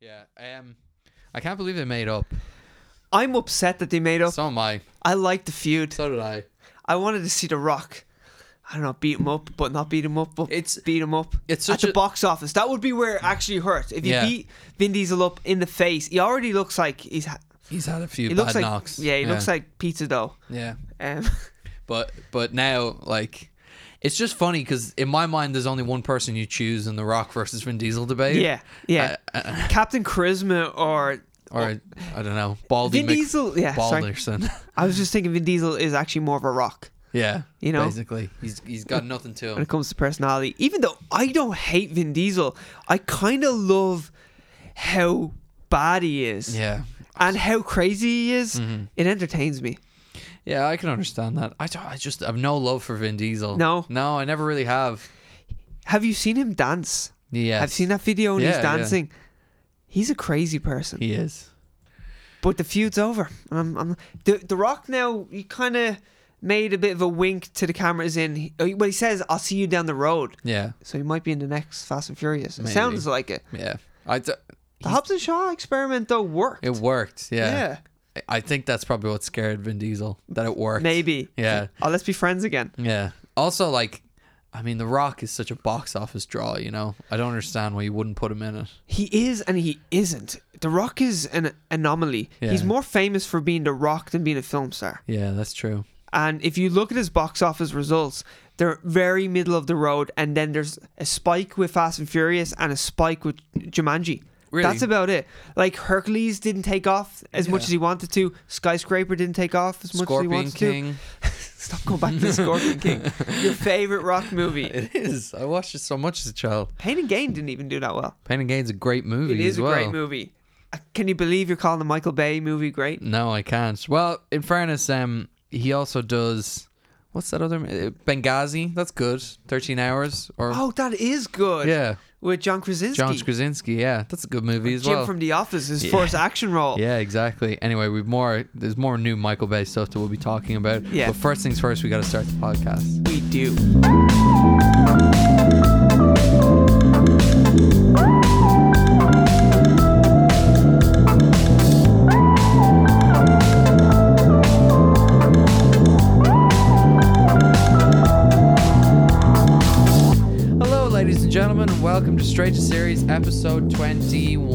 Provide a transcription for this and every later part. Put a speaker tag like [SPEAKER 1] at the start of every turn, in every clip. [SPEAKER 1] Yeah. Um, I can't believe they made up.
[SPEAKER 2] I'm upset that they made up.
[SPEAKER 1] So am I.
[SPEAKER 2] I like the feud.
[SPEAKER 1] So did I.
[SPEAKER 2] I wanted to see The Rock. I don't know, beat him up, but not beat him up, but
[SPEAKER 1] It's-
[SPEAKER 2] beat him up
[SPEAKER 1] it's
[SPEAKER 2] at
[SPEAKER 1] such
[SPEAKER 2] the
[SPEAKER 1] a-
[SPEAKER 2] box office. That would be where it actually hurts. If you
[SPEAKER 1] Yeah.
[SPEAKER 2] beat Vin Diesel up in the face, he already looks like he's ha-
[SPEAKER 1] He's had a few
[SPEAKER 2] he
[SPEAKER 1] bad
[SPEAKER 2] looks like
[SPEAKER 1] knocks.
[SPEAKER 2] yeah, he looks like pizza dough.
[SPEAKER 1] Yeah.
[SPEAKER 2] Um,
[SPEAKER 1] But but now like it's just funny because in my mind there's only one person you choose in the Rock versus Vin Diesel debate.
[SPEAKER 2] yeah, yeah.
[SPEAKER 1] Uh, uh,
[SPEAKER 2] Captain Charisma or
[SPEAKER 1] or I don't know, Baldy
[SPEAKER 2] Vin
[SPEAKER 1] Mc-
[SPEAKER 2] Diesel. Yeah, sorry.
[SPEAKER 1] Balderson.
[SPEAKER 2] I was just thinking Vin Diesel is actually more of a rock
[SPEAKER 1] yeah,
[SPEAKER 2] You know?
[SPEAKER 1] basically he's he's got nothing to
[SPEAKER 2] when
[SPEAKER 1] him.
[SPEAKER 2] it comes to personality. Even though I don't hate Vin Diesel, I kind of love how bad he is
[SPEAKER 1] Yeah,
[SPEAKER 2] and how crazy he is.
[SPEAKER 1] Mm-hmm.
[SPEAKER 2] It entertains me.
[SPEAKER 1] yeah, I can understand that. I don't, I just have no love for Vin Diesel.
[SPEAKER 2] No.
[SPEAKER 1] no, I never really have.
[SPEAKER 2] Have you seen him dance?
[SPEAKER 1] Yeah,
[SPEAKER 2] I've seen that video and
[SPEAKER 1] Yeah,
[SPEAKER 2] he's
[SPEAKER 1] yeah.
[SPEAKER 2] dancing. He's a crazy person.
[SPEAKER 1] He is.
[SPEAKER 2] But the feud's over. And I'm, I'm, the, the Rock now, he kind of made a bit of a wink to the cameras in. He, oh, well, he says, I'll see you down the road.
[SPEAKER 1] Yeah,
[SPEAKER 2] So he might be in the next Fast and Furious. It
[SPEAKER 1] Maybe.
[SPEAKER 2] sounds like it.
[SPEAKER 1] yeah. I d-
[SPEAKER 2] The Hobbs and Shaw experiment, though, worked.
[SPEAKER 1] it worked. Yeah.
[SPEAKER 2] Yeah.
[SPEAKER 1] I think that's probably what scared Vin Diesel that it worked.
[SPEAKER 2] Maybe.
[SPEAKER 1] Yeah.
[SPEAKER 2] Oh, let's be friends again.
[SPEAKER 1] Yeah. Also, like, I mean, The Rock is such a box office draw. You know, I don't understand why you wouldn't put him in it.
[SPEAKER 2] He is and he isn't. The Rock is an anomaly. He's
[SPEAKER 1] Yeah.
[SPEAKER 2] more famous for being The Rock than being a film star.
[SPEAKER 1] Yeah, that's true.
[SPEAKER 2] And if you look at his box office results, they're very middle of the road. And then there's a spike with Fast and Furious and a spike with Jumanji.
[SPEAKER 1] Really?
[SPEAKER 2] That's about it. Like Hercules didn't take off as much
[SPEAKER 1] Yeah.
[SPEAKER 2] as he wanted to. Skyscraper didn't take off as much as he
[SPEAKER 1] Scorpion
[SPEAKER 2] wanted
[SPEAKER 1] King.
[SPEAKER 2] to. Stop going back to Scorpion King. Your favorite rock movie.
[SPEAKER 1] It is. I watched it so much as a child.
[SPEAKER 2] Pain and Gain didn't even do that well.
[SPEAKER 1] Pain and Gain's a great movie.
[SPEAKER 2] It is
[SPEAKER 1] as well.
[SPEAKER 2] a great movie. Uh, Can you believe you're calling the Michael Bay movie great?
[SPEAKER 1] No, I can't. Well, in fairness, um, he also does. What's that other? uh, Benghazi. That's good. Thirteen hours. Or
[SPEAKER 2] Oh, that is good.
[SPEAKER 1] yeah,
[SPEAKER 2] With John Krasinski.
[SPEAKER 1] John Krasinski. Yeah, that's a good movie as
[SPEAKER 2] Jim
[SPEAKER 1] well.
[SPEAKER 2] from The Office, his
[SPEAKER 1] Yeah.
[SPEAKER 2] first action role.
[SPEAKER 1] Yeah, exactly. Anyway, we've more. There's more new Michael Bay stuff that we'll be talking about.
[SPEAKER 2] Yeah.
[SPEAKER 1] But first things first, we got to start the podcast.
[SPEAKER 2] We do.
[SPEAKER 1] Hello, ladies and gentlemen, and welcome to Straight to Series, episode 21.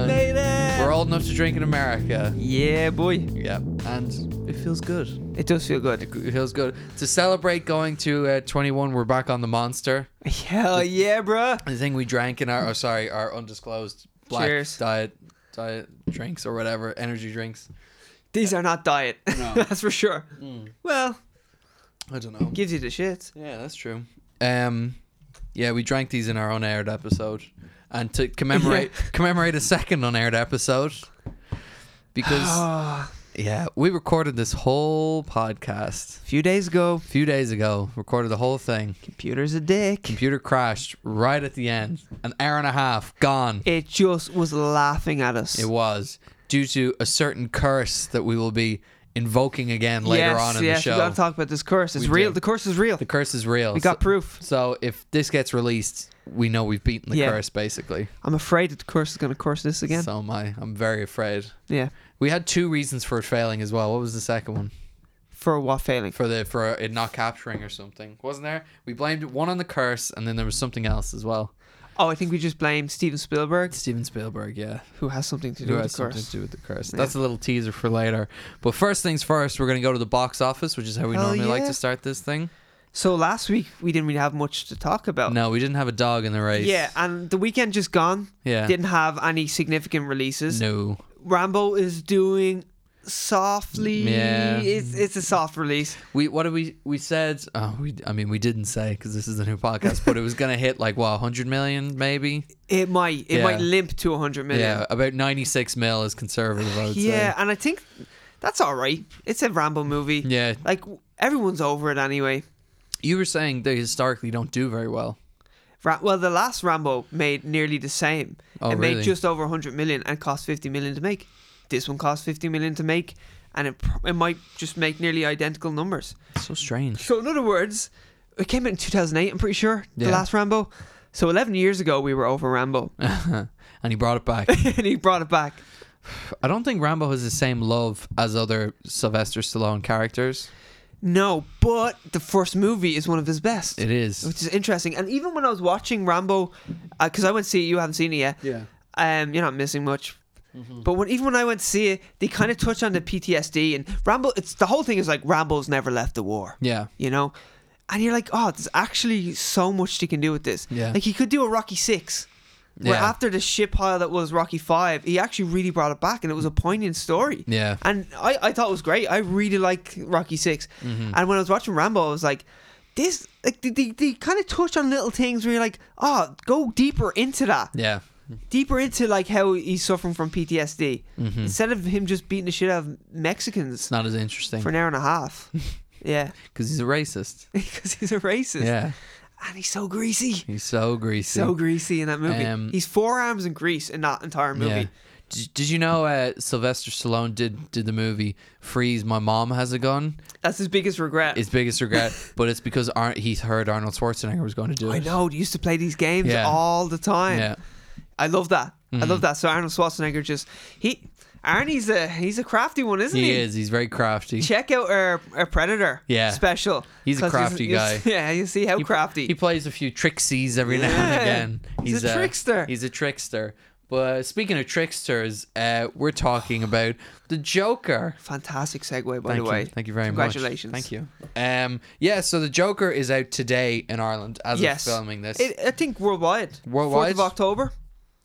[SPEAKER 2] we made it.
[SPEAKER 1] We're old enough to drink in America.
[SPEAKER 2] yeah, boy.
[SPEAKER 1] Yeah, and it feels good.
[SPEAKER 2] It does feel
[SPEAKER 1] It
[SPEAKER 2] good.
[SPEAKER 1] g- it feels good. To celebrate going to uh, 21, we're back on the Monster.
[SPEAKER 2] Hell yeah, bruh.
[SPEAKER 1] The thing we drank in our, oh, sorry, our undisclosed black
[SPEAKER 2] Cheers.
[SPEAKER 1] diet diet drinks or whatever, energy drinks.
[SPEAKER 2] These are not diet.
[SPEAKER 1] No.
[SPEAKER 2] That's for sure. Well,
[SPEAKER 1] I don't know.
[SPEAKER 2] gives you the shits.
[SPEAKER 1] Yeah, that's true. Um, yeah, we drank these in our unaired episode, and to commemorate commemorate a second unaired episode, because
[SPEAKER 2] Ah,
[SPEAKER 1] yeah, we recorded this whole podcast
[SPEAKER 2] a few days ago,
[SPEAKER 1] a few days ago. Recorded the whole thing.
[SPEAKER 2] computer's a dick.
[SPEAKER 1] Computer crashed right at the end. An hour and a half gone.
[SPEAKER 2] It just was laughing at us.
[SPEAKER 1] It was due to a certain curse that we will be invoking again later
[SPEAKER 2] yes,
[SPEAKER 1] on in
[SPEAKER 2] yes,
[SPEAKER 1] the show.
[SPEAKER 2] we gotta talk about this curse. It's
[SPEAKER 1] We
[SPEAKER 2] real.
[SPEAKER 1] do.
[SPEAKER 2] The curse is real.
[SPEAKER 1] the curse is real.
[SPEAKER 2] we got
[SPEAKER 1] so,
[SPEAKER 2] proof.
[SPEAKER 1] so if this gets released, we know we've beaten the
[SPEAKER 2] Yeah.
[SPEAKER 1] curse basically.
[SPEAKER 2] I'm afraid that the curse is going to curse this again.
[SPEAKER 1] So am I. I'm very afraid.
[SPEAKER 2] yeah.
[SPEAKER 1] We had two reasons for it failing as well. What was the second one?
[SPEAKER 2] For what failing?
[SPEAKER 1] For the for it not capturing or something, wasn't there? We blamed one on the curse, and then there was something else as well.
[SPEAKER 2] Oh, I think we just blame Steven Spielberg,
[SPEAKER 1] Steven Spielberg, yeah,
[SPEAKER 2] who has something to do
[SPEAKER 1] who
[SPEAKER 2] with
[SPEAKER 1] has
[SPEAKER 2] the
[SPEAKER 1] something
[SPEAKER 2] curse.
[SPEAKER 1] to do with the curse.
[SPEAKER 2] Yeah.
[SPEAKER 1] That's a little teaser for later. But first things first, we're gonna go to the box office, which is how we
[SPEAKER 2] Hell
[SPEAKER 1] normally like
[SPEAKER 2] yeah.
[SPEAKER 1] to start this thing.
[SPEAKER 2] So last week we didn't really have much to talk about.
[SPEAKER 1] No, we didn't have a dog in the race.
[SPEAKER 2] Oh. Yeah, and the weekend just gone
[SPEAKER 1] yeah.
[SPEAKER 2] didn't have any significant releases.
[SPEAKER 1] no,
[SPEAKER 2] Rambo is doing softly.
[SPEAKER 1] Yeah.
[SPEAKER 2] It's it's a soft release.
[SPEAKER 1] we what did we we said? Oh, we I mean we didn't say because this is a new podcast, but it was gonna hit like what 100 million maybe.
[SPEAKER 2] It might it
[SPEAKER 1] Yeah.
[SPEAKER 2] might limp to 100 million.
[SPEAKER 1] Yeah, about 96 mil is conservative, I would
[SPEAKER 2] uh, Yeah,
[SPEAKER 1] say.
[SPEAKER 2] and I think that's all right. It's a Rambo movie.
[SPEAKER 1] Yeah.
[SPEAKER 2] Like everyone's over it anyway.
[SPEAKER 1] You were saying they historically don't do very well.
[SPEAKER 2] Ra- well, the last Rambo made nearly the same.
[SPEAKER 1] Oh,
[SPEAKER 2] it
[SPEAKER 1] really?
[SPEAKER 2] made just over 100 million and cost 50 million to make. This one cost 50 million to make, and it, pr- it might just make nearly identical numbers.
[SPEAKER 1] So strange.
[SPEAKER 2] So, in other words, it came out in 2008, I'm pretty sure, the
[SPEAKER 1] Yeah.
[SPEAKER 2] last Rambo. So 11 years ago, we were over Rambo,
[SPEAKER 1] and he brought it back.
[SPEAKER 2] and he brought it back.
[SPEAKER 1] I don't think Rambo has the same love as other Sylvester Stallone characters.
[SPEAKER 2] No, but the first movie is one of his best,
[SPEAKER 1] It is.
[SPEAKER 2] which is interesting. And even when I was watching Rambo, because I went to see it, you haven't seen it yet.
[SPEAKER 1] Yeah. Mm-hmm.
[SPEAKER 2] Um, you're not missing much. But when, even when I went to see it, they kind of touch on the PTSD and Rambo. It's the whole thing is like Rambo's never left the war,
[SPEAKER 1] Yeah.
[SPEAKER 2] you know, and you're like, oh, there's actually so much they can do with this.
[SPEAKER 1] Yeah.
[SPEAKER 2] Like he could do a Rocky Six, where
[SPEAKER 1] Yeah.
[SPEAKER 2] after the shit pile that was Rocky Five, he actually really brought it back, and it was a poignant story.
[SPEAKER 1] Yeah.
[SPEAKER 2] And I, I thought it was great. I really like Rocky 6
[SPEAKER 1] Mm-hmm.
[SPEAKER 2] And when I was watching Rambo, I was like, this, like, they, they, they kind of touch on little things where you're like, oh, go deeper into that.
[SPEAKER 1] Yeah.
[SPEAKER 2] Deeper into, like, how he's suffering from PTSD. Instead of him just beating the shit out of Mexicans
[SPEAKER 1] Mm-hmm. It's not as interesting
[SPEAKER 2] for an hour and a half. yeah.
[SPEAKER 1] because he's a racist.
[SPEAKER 2] Because he's a racist.
[SPEAKER 1] Yeah.
[SPEAKER 2] And he's so greasy.
[SPEAKER 1] He's so greasy.
[SPEAKER 2] So greasy in that movie.
[SPEAKER 1] Um,
[SPEAKER 2] he's forearms and grease in that entire movie.
[SPEAKER 1] Yeah. Did, did you know uh, Sylvester Stallone did did the movie Freeze? My mom has a gun.
[SPEAKER 2] That's his biggest regret.
[SPEAKER 1] His biggest regret, but it's because Ar- he heard Arnold Schwarzenegger was going to do it.
[SPEAKER 2] I know. They used to play these games
[SPEAKER 1] Yeah.
[SPEAKER 2] all the time.
[SPEAKER 1] Yeah. Mm.
[SPEAKER 2] I love that. I love that. So Arnold Schwarzenegger just he Arnie's a he's a crafty one, isn't he?
[SPEAKER 1] He is. He's very crafty.
[SPEAKER 2] Check out our, our Predator
[SPEAKER 1] Yeah.
[SPEAKER 2] special.
[SPEAKER 1] He's a
[SPEAKER 2] 'Cause
[SPEAKER 1] crafty
[SPEAKER 2] you'll-
[SPEAKER 1] guy.
[SPEAKER 2] yeah, you see how crafty.
[SPEAKER 1] He plays a few tricksies every now
[SPEAKER 2] Yeah.
[SPEAKER 1] and again.
[SPEAKER 2] He's a trickster.
[SPEAKER 1] He's a trickster. But speaking of tricksters, uh, we're talking about the Joker.
[SPEAKER 2] Fantastic segue, by
[SPEAKER 1] Thank
[SPEAKER 2] the way.
[SPEAKER 1] you. Thank you very
[SPEAKER 2] Congratulations.
[SPEAKER 1] much. Congratulations. Thank you. Um, yeah, so the Joker is out today in Ireland as
[SPEAKER 2] Yes.
[SPEAKER 1] of filming this.
[SPEAKER 2] It, I think worldwide.
[SPEAKER 1] Worldwide?
[SPEAKER 2] 4th of October.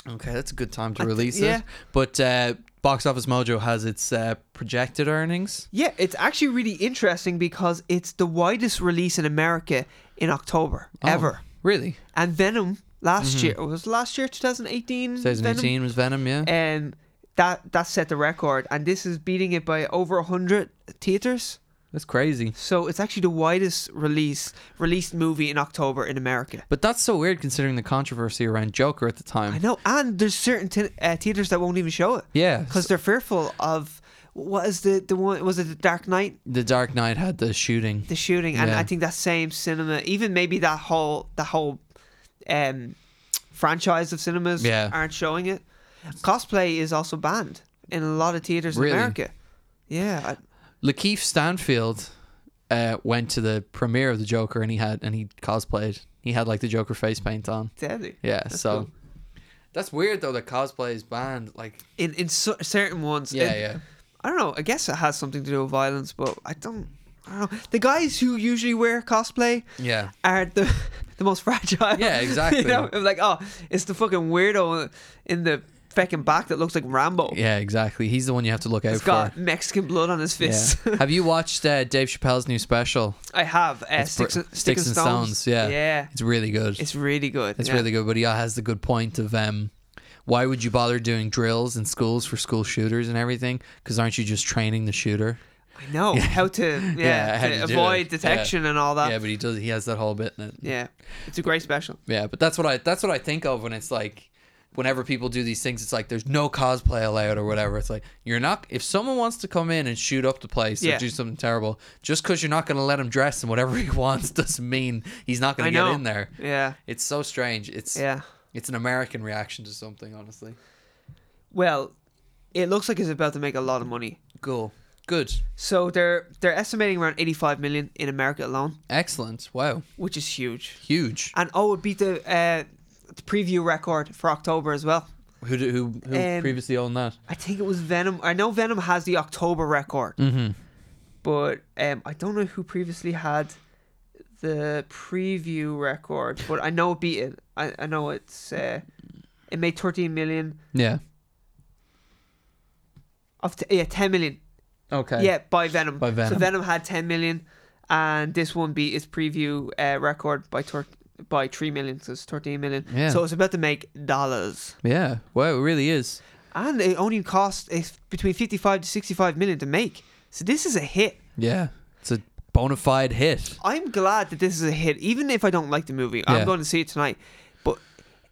[SPEAKER 1] okay, that's a good time to
[SPEAKER 2] I thi-
[SPEAKER 1] release
[SPEAKER 2] yeah.
[SPEAKER 1] it. But uh, Box Office Mojo has its uh, projected earnings.
[SPEAKER 2] Yeah, it's actually really interesting because it's the widest release in America in October
[SPEAKER 1] Oh, Mm-hmm.
[SPEAKER 2] ever.
[SPEAKER 1] Really?
[SPEAKER 2] And Venom last year was it last year 2018.
[SPEAKER 1] 2018 was Venom, yeah.
[SPEAKER 2] um, that that set the record, and this is beating it by over hundred theaters.
[SPEAKER 1] That's crazy.
[SPEAKER 2] So it's actually the widest release released movie in October in America.
[SPEAKER 1] But that's so weird considering the controversy around Joker at the time.
[SPEAKER 2] I know, and there's certain t- uh, theaters that won't even show it.
[SPEAKER 1] Yeah.
[SPEAKER 2] because they're fearful of what is the the one was it the Dark Knight
[SPEAKER 1] The Dark Knight had the shooting.
[SPEAKER 2] the shooting, and
[SPEAKER 1] Yeah.
[SPEAKER 2] I think that same cinema, even maybe that whole the whole um, franchise of cinemas
[SPEAKER 1] Yeah.
[SPEAKER 2] aren't showing it. Cosplay is also banned in a lot of theaters
[SPEAKER 1] Really?
[SPEAKER 2] in America. Yeah, I-
[SPEAKER 1] Lakeith Stanfield uh, went to the premiere of the Joker and he had and he cosplayed. He had like the Joker face paint on.
[SPEAKER 2] deadly.
[SPEAKER 1] Yeah, so
[SPEAKER 2] cool.
[SPEAKER 1] that's weird though that cosplay is banned. Like
[SPEAKER 2] in in so, certain ones.
[SPEAKER 1] yeah,
[SPEAKER 2] it-
[SPEAKER 1] yeah,
[SPEAKER 2] I don't know. I guess it has something to do with violence, but I don't. I don't know. The guys who usually wear cosplay
[SPEAKER 1] yeah,
[SPEAKER 2] are the the most fragile.
[SPEAKER 1] Yeah, exactly.
[SPEAKER 2] you know, I'm like, oh, it's the fucking weirdo in the fucking back that looks like Rambo.
[SPEAKER 1] yeah. Exactly. He's the one you have to look out
[SPEAKER 2] It's
[SPEAKER 1] for.
[SPEAKER 2] got Mexican blood on his fist.
[SPEAKER 1] Yeah. have you watched uh, Dave Chappelle's new special?
[SPEAKER 2] I have uh,
[SPEAKER 1] It's br-
[SPEAKER 2] sticks, and, sticks and stones.
[SPEAKER 1] Yeah,
[SPEAKER 2] yeah,
[SPEAKER 1] It's really good. It's,
[SPEAKER 2] it's really good. yeah.
[SPEAKER 1] really good. But he has the good point of um, why would you bother doing drills in schools for school shooters and everything? Because aren't you just training the shooter?
[SPEAKER 2] I know how to yeah,
[SPEAKER 1] Yeah, how
[SPEAKER 2] to
[SPEAKER 1] to do
[SPEAKER 2] avoid
[SPEAKER 1] it.
[SPEAKER 2] detection and all that.
[SPEAKER 1] yeah,
[SPEAKER 2] Yeah.
[SPEAKER 1] but he does. He has that whole bit in it.
[SPEAKER 2] it's a great special.
[SPEAKER 1] Yeah, but that's what I that's what I think of when it's like whenever people do these things, it's like there's no cosplay allowed or whatever. It's like you're not if someone wants to come in and shoot up the place
[SPEAKER 2] Yeah.
[SPEAKER 1] or do something terrible, just because you're not gonna let him dress in whatever he wants doesn't mean he's not gonna
[SPEAKER 2] I
[SPEAKER 1] get
[SPEAKER 2] know.
[SPEAKER 1] in there.
[SPEAKER 2] Yeah,
[SPEAKER 1] It's so strange. It's
[SPEAKER 2] yeah.
[SPEAKER 1] it's an American reaction to something, honestly.
[SPEAKER 2] Well, it looks like it's about to make a lot of money.
[SPEAKER 1] Cool. Good.
[SPEAKER 2] So they're they're estimating around 85 million in America alone,
[SPEAKER 1] Excellent. Wow.
[SPEAKER 2] which is huge.
[SPEAKER 1] Huge.
[SPEAKER 2] And oh, it beat the uh, the preview record for October as well.
[SPEAKER 1] Who do, who who
[SPEAKER 2] Um,
[SPEAKER 1] previously owned that?
[SPEAKER 2] I think it was Venom. I know Venom has the October record,
[SPEAKER 1] Mm-hmm.
[SPEAKER 2] but um, I don't know who previously had the preview record. But I know it beat it. I, I know it's uh, it made 13 million
[SPEAKER 1] Yeah.
[SPEAKER 2] of t- yeah 10 million
[SPEAKER 1] Okay.
[SPEAKER 2] yeah by Venom.
[SPEAKER 1] By
[SPEAKER 2] So
[SPEAKER 1] Venom.
[SPEAKER 2] Venom had 10 million, and this one beat its preview uh, record by tor- by 3 million. So it's 13 million.
[SPEAKER 1] Yeah.
[SPEAKER 2] So it's about to make dollars.
[SPEAKER 1] Yeah. Wow, it really is.
[SPEAKER 2] and it only cost it's between 55 to 65 million to make so this is a hit
[SPEAKER 1] Yeah. It's a bona fide hit.
[SPEAKER 2] i'm glad that this is a hit even if i don't like the movie
[SPEAKER 1] Yeah.
[SPEAKER 2] i'm going to see it tonight but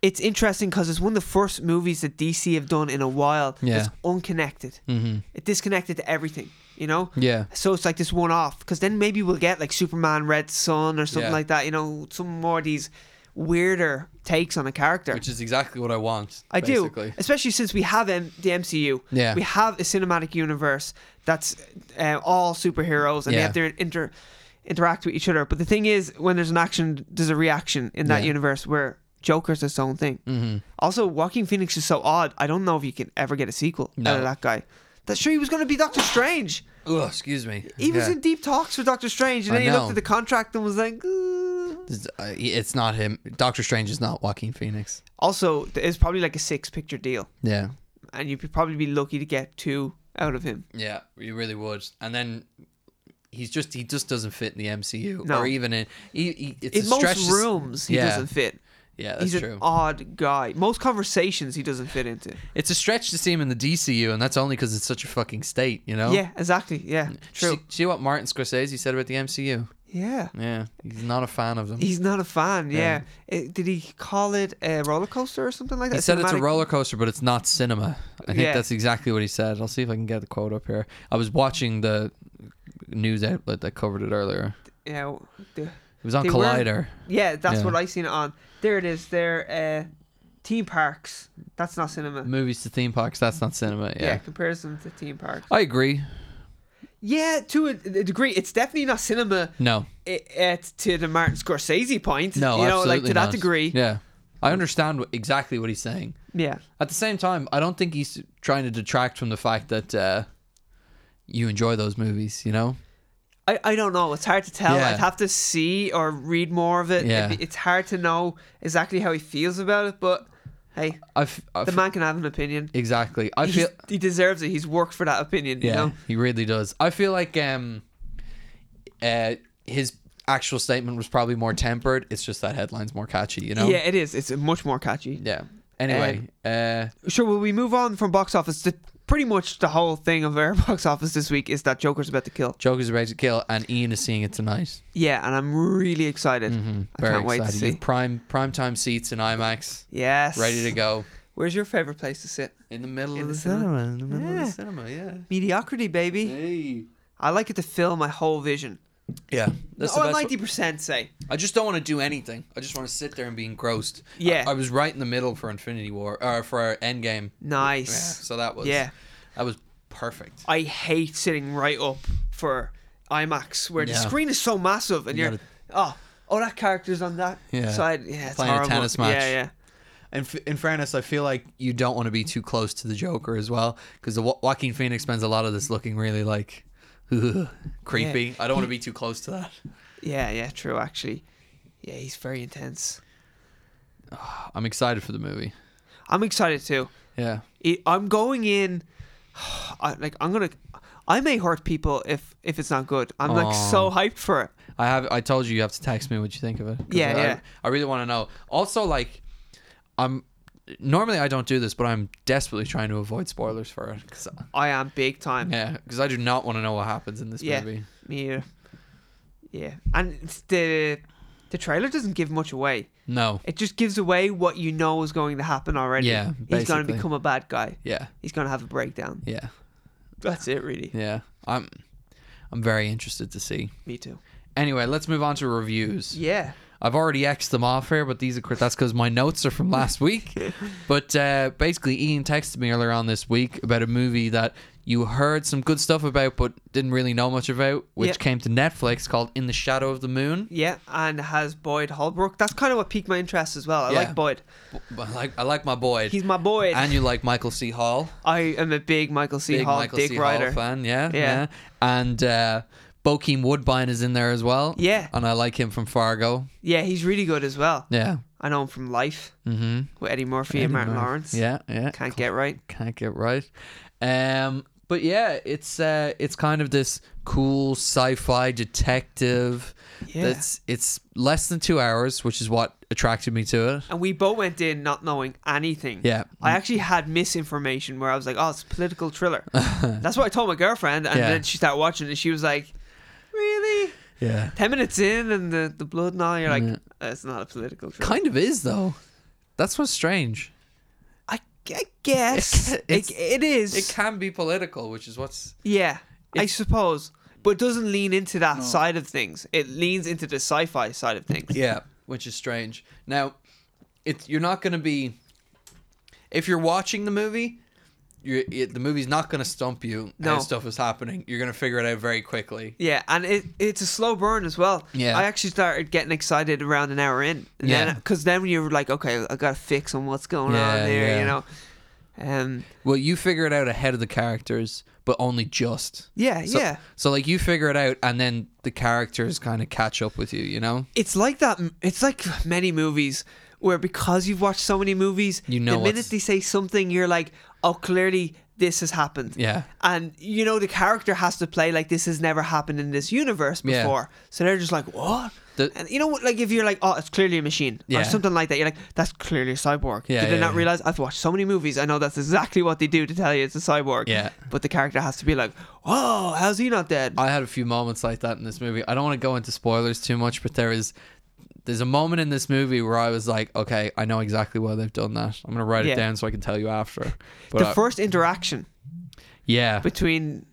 [SPEAKER 2] it's interesting because it's one of the first movies that dc have done in a while that's unconnected
[SPEAKER 1] Mm-hmm.
[SPEAKER 2] it disconnected to everything you know
[SPEAKER 1] Yeah.
[SPEAKER 2] so it's like this one off because then maybe we'll get like superman red sun or something
[SPEAKER 1] Yeah.
[SPEAKER 2] like that you know some more of these weirder takes on a character.
[SPEAKER 1] which is exactly what I want.
[SPEAKER 2] I
[SPEAKER 1] basically.
[SPEAKER 2] do, especially since we have M- the MCU.
[SPEAKER 1] Yeah.
[SPEAKER 2] we have a cinematic universe that's uh, all superheroes, and they
[SPEAKER 1] Yeah.
[SPEAKER 2] have to inter interact with each other. But the thing is, when there's an action, there's a reaction in that
[SPEAKER 1] Yeah.
[SPEAKER 2] universe where Joker's his own thing. Mm-hmm. Also, Walking Phoenix is so odd. I don't know if you can ever get a sequel out of
[SPEAKER 1] No.
[SPEAKER 2] that guy. That sure he was going to be Doctor Strange.
[SPEAKER 1] Oh, excuse me.
[SPEAKER 2] He was
[SPEAKER 1] Yeah.
[SPEAKER 2] in deep talks with Doctor Strange, and
[SPEAKER 1] I
[SPEAKER 2] then he looked
[SPEAKER 1] know.
[SPEAKER 2] at the contract and was like. "Uh."
[SPEAKER 1] This- uh, he- It's not him. Doctor Strange is not Joaquin Phoenix.
[SPEAKER 2] Also, it's probably like a six-picture deal,
[SPEAKER 1] Yeah.
[SPEAKER 2] and you'd probably be lucky to get two out of him.
[SPEAKER 1] Yeah, you really would. And then he's just he just doesn't fit in the MCU
[SPEAKER 2] No.
[SPEAKER 1] or even in he, he, it's
[SPEAKER 2] in
[SPEAKER 1] a
[SPEAKER 2] most
[SPEAKER 1] stretch to s-
[SPEAKER 2] rooms he
[SPEAKER 1] yeah,
[SPEAKER 2] doesn't fit.
[SPEAKER 1] Yeah, that's
[SPEAKER 2] He's an
[SPEAKER 1] true.
[SPEAKER 2] odd guy. Most conversations he doesn't fit into.
[SPEAKER 1] It's a stretch to see him in the DCU, and that's only because it's such a fucking state, you know.
[SPEAKER 2] Yeah, exactly. Yeah,
[SPEAKER 1] Mm,
[SPEAKER 2] true.
[SPEAKER 1] See, see what Martin Scorsese said about the MCU.
[SPEAKER 2] yeah,
[SPEAKER 1] Yeah, he's not a fan of them. He,
[SPEAKER 2] he's not a fan. Yeah,
[SPEAKER 1] Yeah.
[SPEAKER 2] Uh, did he call it a roller coaster or something like that?
[SPEAKER 1] said it's a
[SPEAKER 2] cinematic-
[SPEAKER 1] roller coaster, but it's not cinema. I think
[SPEAKER 2] Yeah.
[SPEAKER 1] that's exactly what he said. I'll see if I can get the quote up here. I was watching the news outlet that covered it earlier.
[SPEAKER 2] Yeah, w- the-
[SPEAKER 1] It was on
[SPEAKER 2] They were-
[SPEAKER 1] Collider.
[SPEAKER 2] yeah, that's
[SPEAKER 1] Yeah.
[SPEAKER 2] what I seen it on. There it is. There, uh, theme parks. That's not cinema.
[SPEAKER 1] Movies to theme parks. That's not cinema.
[SPEAKER 2] yeah.
[SPEAKER 1] Mm, yeah.
[SPEAKER 2] comparison to theme parks.
[SPEAKER 1] I agree.
[SPEAKER 2] Yeah, to a, a degree, it's definitely not cinema.
[SPEAKER 1] No.
[SPEAKER 2] It, to the Martin Scorsese point.
[SPEAKER 1] No,
[SPEAKER 2] you know,
[SPEAKER 1] absolutely
[SPEAKER 2] like to
[SPEAKER 1] not.
[SPEAKER 2] that degree.
[SPEAKER 1] Yeah, I understand wh- exactly what he's saying.
[SPEAKER 2] yeah.
[SPEAKER 1] At the same time, I don't think he's trying to detract from the fact that uh, you enjoy those movies. You know,
[SPEAKER 2] I, I don't know. It's hard to tell.
[SPEAKER 1] Yeah.
[SPEAKER 2] I'd have to see or read more of it.
[SPEAKER 1] Yeah.
[SPEAKER 2] It'd be- It's hard to know exactly how he feels about it, but hey,
[SPEAKER 1] I f- I
[SPEAKER 2] the
[SPEAKER 1] f-
[SPEAKER 2] man can have an opinion.
[SPEAKER 1] exactly. I
[SPEAKER 2] He's-
[SPEAKER 1] feel
[SPEAKER 2] he deserves it. He's worked for that opinion, you
[SPEAKER 1] yeah,
[SPEAKER 2] know?
[SPEAKER 1] he really does. I feel like um, uh, his actual statement was probably more tempered. It's just that headline's more catchy. You know.
[SPEAKER 2] Yeah, it is. It's much more catchy.
[SPEAKER 1] Yeah. Anyway, uh,
[SPEAKER 2] Sure, will we move on from box office to pretty much the whole thing of our box office this week is that Joker's about to kill.
[SPEAKER 1] Joker's about to kill, and Ian is seeing it tonight.
[SPEAKER 2] Yeah, and I'm really excited. I
[SPEAKER 1] Mm-hmm. Very
[SPEAKER 2] can't wait
[SPEAKER 1] excited.
[SPEAKER 2] to
[SPEAKER 1] You
[SPEAKER 2] see.
[SPEAKER 1] have prime prime time seats in IMAX,
[SPEAKER 2] Yes.
[SPEAKER 1] ready to go.
[SPEAKER 2] Where's your favorite place to sit?
[SPEAKER 1] In the middle
[SPEAKER 2] In
[SPEAKER 1] of
[SPEAKER 2] the
[SPEAKER 1] the
[SPEAKER 2] cinema.
[SPEAKER 1] cinema. In the middle of
[SPEAKER 2] Yeah.
[SPEAKER 1] the cinema, yeah.
[SPEAKER 2] Mediocrity, baby.
[SPEAKER 1] Hey.
[SPEAKER 2] I like it to fill my whole vision.
[SPEAKER 1] Yeah. That's
[SPEAKER 2] oh,
[SPEAKER 1] the best.
[SPEAKER 2] 90% say.
[SPEAKER 1] I just don't want to do anything. I just want to sit there and be engrossed.
[SPEAKER 2] Yeah.
[SPEAKER 1] I, I was right in the middle for Infinity War, or for Endgame. Yeah,
[SPEAKER 2] Nice.
[SPEAKER 1] so that was.
[SPEAKER 2] Yeah.
[SPEAKER 1] That was perfect.
[SPEAKER 2] I hate sitting right up for IMAX where the
[SPEAKER 1] Yeah.
[SPEAKER 2] screen is so massive and
[SPEAKER 1] You
[SPEAKER 2] you are oh oh that character's on that
[SPEAKER 1] Yeah.
[SPEAKER 2] side yeah it's
[SPEAKER 1] Playing a
[SPEAKER 2] horrible.
[SPEAKER 1] tennis match.
[SPEAKER 2] yeah yeah
[SPEAKER 1] In, f- in fairness, I feel like you don't want to be too close to the Joker as well, because the Wa- Joaquin Phoenix spends a lot of this looking really like creepy. I don't want to be too close to that.
[SPEAKER 2] yeah yeah true actually yeah he's very intense
[SPEAKER 1] I'm excited for the movie.
[SPEAKER 2] I'm excited too
[SPEAKER 1] Yeah.
[SPEAKER 2] I- I'm going in I, like I'm gonna I may hurt people if if it's not good I'm like
[SPEAKER 1] Aw.
[SPEAKER 2] so hyped for it
[SPEAKER 1] I have. I told you you have to text me what you think of it. 'Cause
[SPEAKER 2] Yeah,
[SPEAKER 1] I,
[SPEAKER 2] yeah.
[SPEAKER 1] I really want to know. Also, like, I'm normally I don't do this, but I'm desperately trying to avoid spoilers for it. Cause,
[SPEAKER 2] I am big time
[SPEAKER 1] yeah, because I do not want to know what happens in this
[SPEAKER 2] Yeah.
[SPEAKER 1] movie.
[SPEAKER 2] me either. yeah and it's the the trailer doesn't give much away
[SPEAKER 1] No.
[SPEAKER 2] It just gives away what you know is going to happen already.
[SPEAKER 1] Yeah,
[SPEAKER 2] he's going to
[SPEAKER 1] basically.
[SPEAKER 2] become a bad guy.
[SPEAKER 1] Yeah.
[SPEAKER 2] He's going to have a breakdown.
[SPEAKER 1] Yeah.
[SPEAKER 2] That's it, really.
[SPEAKER 1] Yeah. I'm. I'm very interested to see.
[SPEAKER 2] Me too.
[SPEAKER 1] Anyway, let's move on to reviews.
[SPEAKER 2] Yeah.
[SPEAKER 1] I've already X'd them off here, but these are cr- that's because my notes are from last week. But uh, basically, Ian texted me earlier on this week about a movie that you heard some good stuff about, but didn't really know much about, which
[SPEAKER 2] Yeah.
[SPEAKER 1] came to Netflix called In the Shadow of the Moon.
[SPEAKER 2] Yeah, and has Boyd Holbrook. That's kind of what piqued my interest as well. I
[SPEAKER 1] Yeah.
[SPEAKER 2] like Boyd.
[SPEAKER 1] B- I like I like my boy,
[SPEAKER 2] He's my Boyd.
[SPEAKER 1] and you like Michael C. Hall,
[SPEAKER 2] I am a big Michael C.
[SPEAKER 1] big
[SPEAKER 2] Hall,
[SPEAKER 1] Michael
[SPEAKER 2] Dick
[SPEAKER 1] C.
[SPEAKER 2] Ryder.
[SPEAKER 1] Hall fan, yeah,
[SPEAKER 2] Yeah.
[SPEAKER 1] yeah, and uh, Bokeem Woodbine is in there as well,
[SPEAKER 2] Yeah.
[SPEAKER 1] and I like him from Fargo,
[SPEAKER 2] Yeah, he's really good as well.
[SPEAKER 1] yeah,
[SPEAKER 2] I know him from Life
[SPEAKER 1] mm-hmm.
[SPEAKER 2] with Eddie Murphy and Martin Lawrence.
[SPEAKER 1] yeah, yeah,
[SPEAKER 2] Can't get right.
[SPEAKER 1] can't get right. Um, but yeah, it's uh, it's kind of this cool sci-fi detective.
[SPEAKER 2] Yeah.
[SPEAKER 1] That's it's less than two hours, which is what attracted me to it.
[SPEAKER 2] And we both went in not knowing anything.
[SPEAKER 1] Yeah.
[SPEAKER 2] I actually had misinformation where I was like, oh, it's a political thriller. That's what I told my girlfriend. And
[SPEAKER 1] Yeah.
[SPEAKER 2] then she started watching it and she was like, really?
[SPEAKER 1] Yeah,
[SPEAKER 2] 10 minutes in and the, the blood and all, you're like, "Uh,
[SPEAKER 1] Yeah.
[SPEAKER 2] it's not a political thriller.
[SPEAKER 1] kind of is though. That's what's strange.
[SPEAKER 2] I, g- I guess.
[SPEAKER 1] It-
[SPEAKER 2] It,
[SPEAKER 1] it's-
[SPEAKER 2] it is.
[SPEAKER 1] It can be political, which is what's
[SPEAKER 2] yeah, I suppose. But it doesn't lean into that side of things. It leans into the sci fi side of things.
[SPEAKER 1] yeah, which is strange. Now, it's you're not going to be if you're watching the movie. You're, it, the movie's not going to stump you.
[SPEAKER 2] No.
[SPEAKER 1] How stuff is happening. You're going to figure it out very quickly.
[SPEAKER 2] Yeah, and it, it's a slow burn as well.
[SPEAKER 1] Yeah.
[SPEAKER 2] I actually started getting excited around an hour in. And
[SPEAKER 1] Yeah.
[SPEAKER 2] Then, because then you're like, okay, I got a fix on what's going
[SPEAKER 1] Yeah,
[SPEAKER 2] on there,
[SPEAKER 1] yeah.
[SPEAKER 2] you know. Um.
[SPEAKER 1] Well, you figure it out ahead of the characters, but only just.
[SPEAKER 2] Yeah.
[SPEAKER 1] So,
[SPEAKER 2] yeah.
[SPEAKER 1] So like you figure it out, and then the characters kind of catch up with you. You know.
[SPEAKER 2] It's like that. It's like many movies where because you've watched so many movies,
[SPEAKER 1] You know
[SPEAKER 2] the minute
[SPEAKER 1] what's-
[SPEAKER 2] they say something, you're like, oh, clearly this has happened.
[SPEAKER 1] Yeah.
[SPEAKER 2] And you know the character has to play like this has never happened in this universe
[SPEAKER 1] Yeah.
[SPEAKER 2] before, so they're just like, "What?"
[SPEAKER 1] The-
[SPEAKER 2] and you know what? Like if you're like, "Oh, it's clearly a machine"
[SPEAKER 1] Yeah.
[SPEAKER 2] or something like that, you're like, "That's clearly a cyborg."
[SPEAKER 1] Yeah,
[SPEAKER 2] Did I
[SPEAKER 1] yeah,
[SPEAKER 2] not
[SPEAKER 1] yeah.
[SPEAKER 2] realize? I've watched so many movies. I know that's exactly what they do to tell you it's a cyborg.
[SPEAKER 1] Yeah.
[SPEAKER 2] But the character has to be like, "Whoa, how's he not dead?"
[SPEAKER 1] I had a few moments like that in this movie. I don't want to go into spoilers too much, but there is there's a moment in this movie where I was like, okay, I know exactly why they've done that. I'm gonna write
[SPEAKER 2] Yeah.
[SPEAKER 1] it down so I can tell you after. But
[SPEAKER 2] the
[SPEAKER 1] I-
[SPEAKER 2] first interaction
[SPEAKER 1] yeah,
[SPEAKER 2] between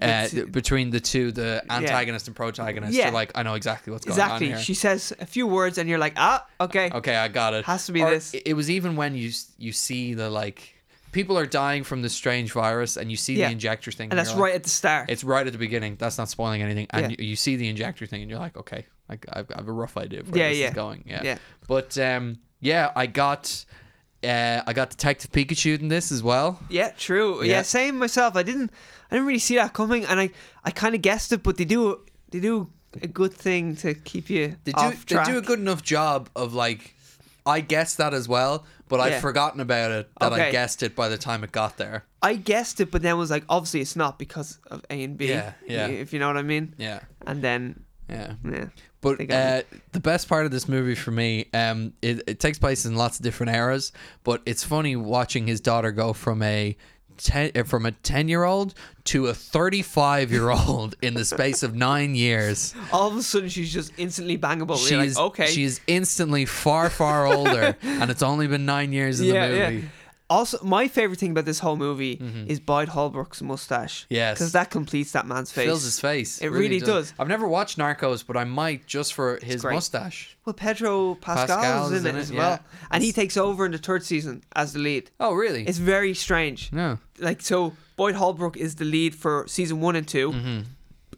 [SPEAKER 1] uh,
[SPEAKER 2] the two-
[SPEAKER 1] between the two, the antagonist and protagonist,
[SPEAKER 2] Yeah.
[SPEAKER 1] you're like, I know exactly what's going on
[SPEAKER 2] exactly,
[SPEAKER 1] here.
[SPEAKER 2] she says a few words, and you're like, "Ah, okay."
[SPEAKER 1] okay, I got it.
[SPEAKER 2] Has to be
[SPEAKER 1] Or
[SPEAKER 2] this.
[SPEAKER 1] It it was even when you s- you see the like people are dying from this strange virus, and you see
[SPEAKER 2] Yeah.
[SPEAKER 1] the injector thing,
[SPEAKER 2] And that's
[SPEAKER 1] you're like-
[SPEAKER 2] right at the start.
[SPEAKER 1] It's right at the beginning. That's not spoiling anything. And
[SPEAKER 2] Yeah.
[SPEAKER 1] you, you see the injector thing, and you're like, okay, I, I've, I have a rough idea of where
[SPEAKER 2] Yeah,
[SPEAKER 1] this
[SPEAKER 2] yeah.
[SPEAKER 1] is going. Yeah.
[SPEAKER 2] Yeah.
[SPEAKER 1] But um, yeah, I got, uh, I got Detective Pikachu in this as well.
[SPEAKER 2] Yeah, true. Yeah.
[SPEAKER 1] Yeah.
[SPEAKER 2] same myself. I didn't I didn't really see that coming and I I kind of guessed it, but they do they do a good thing to keep you
[SPEAKER 1] They do,
[SPEAKER 2] off
[SPEAKER 1] they
[SPEAKER 2] track.
[SPEAKER 1] do a good enough job of like, I guessed that as well, but
[SPEAKER 2] Yeah.
[SPEAKER 1] I'd forgotten about it that I
[SPEAKER 2] Okay.
[SPEAKER 1] guessed it by the time it got there.
[SPEAKER 2] I guessed it, but then was like, obviously it's not because of A and B.
[SPEAKER 1] Yeah, yeah.
[SPEAKER 2] If you know what I mean.
[SPEAKER 1] Yeah.
[SPEAKER 2] And then
[SPEAKER 1] Yeah.
[SPEAKER 2] yeah. They
[SPEAKER 1] But
[SPEAKER 2] got
[SPEAKER 1] uh, the best part of this movie for me, um, it, it takes place in lots of different eras. But it's funny watching his daughter go from a ten, uh, from a ten year old to a thirty five year old in the space of nine years.
[SPEAKER 2] All of a sudden she's just instantly bangable.
[SPEAKER 1] She
[SPEAKER 2] You're like,
[SPEAKER 1] is
[SPEAKER 2] okay.
[SPEAKER 1] She is instantly far far older, and it's only been nine years in the movie. Mm-hmm.
[SPEAKER 2] Also, my favorite thing about this whole movie is Boyd Holbrook's mustache.
[SPEAKER 1] Yes.
[SPEAKER 2] because that completes that man's face.
[SPEAKER 1] Fills his face.
[SPEAKER 2] It really does.
[SPEAKER 1] I've never watched Narcos, but I might just for his
[SPEAKER 2] great.
[SPEAKER 1] mustache.
[SPEAKER 2] well, Pedro Pascal,
[SPEAKER 1] Pascal's
[SPEAKER 2] is in,
[SPEAKER 1] in
[SPEAKER 2] it
[SPEAKER 1] it,
[SPEAKER 2] as
[SPEAKER 1] yeah.
[SPEAKER 2] well, and he takes over in the third season as the lead.
[SPEAKER 1] Oh, really?
[SPEAKER 2] It's very strange.
[SPEAKER 1] no.
[SPEAKER 2] like so Boyd Holbrook is the lead for season one and 2
[SPEAKER 1] Mm-hmm.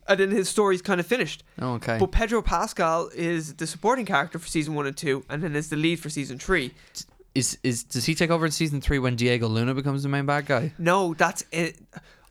[SPEAKER 2] and then his story's kind of finished.
[SPEAKER 1] Oh, okay.
[SPEAKER 2] But Pedro Pascal is the supporting character for season one and two, and then is the lead for season three.
[SPEAKER 1] Is is does he take over in season three when Diego Luna becomes the main bad guy?
[SPEAKER 2] No, that's it.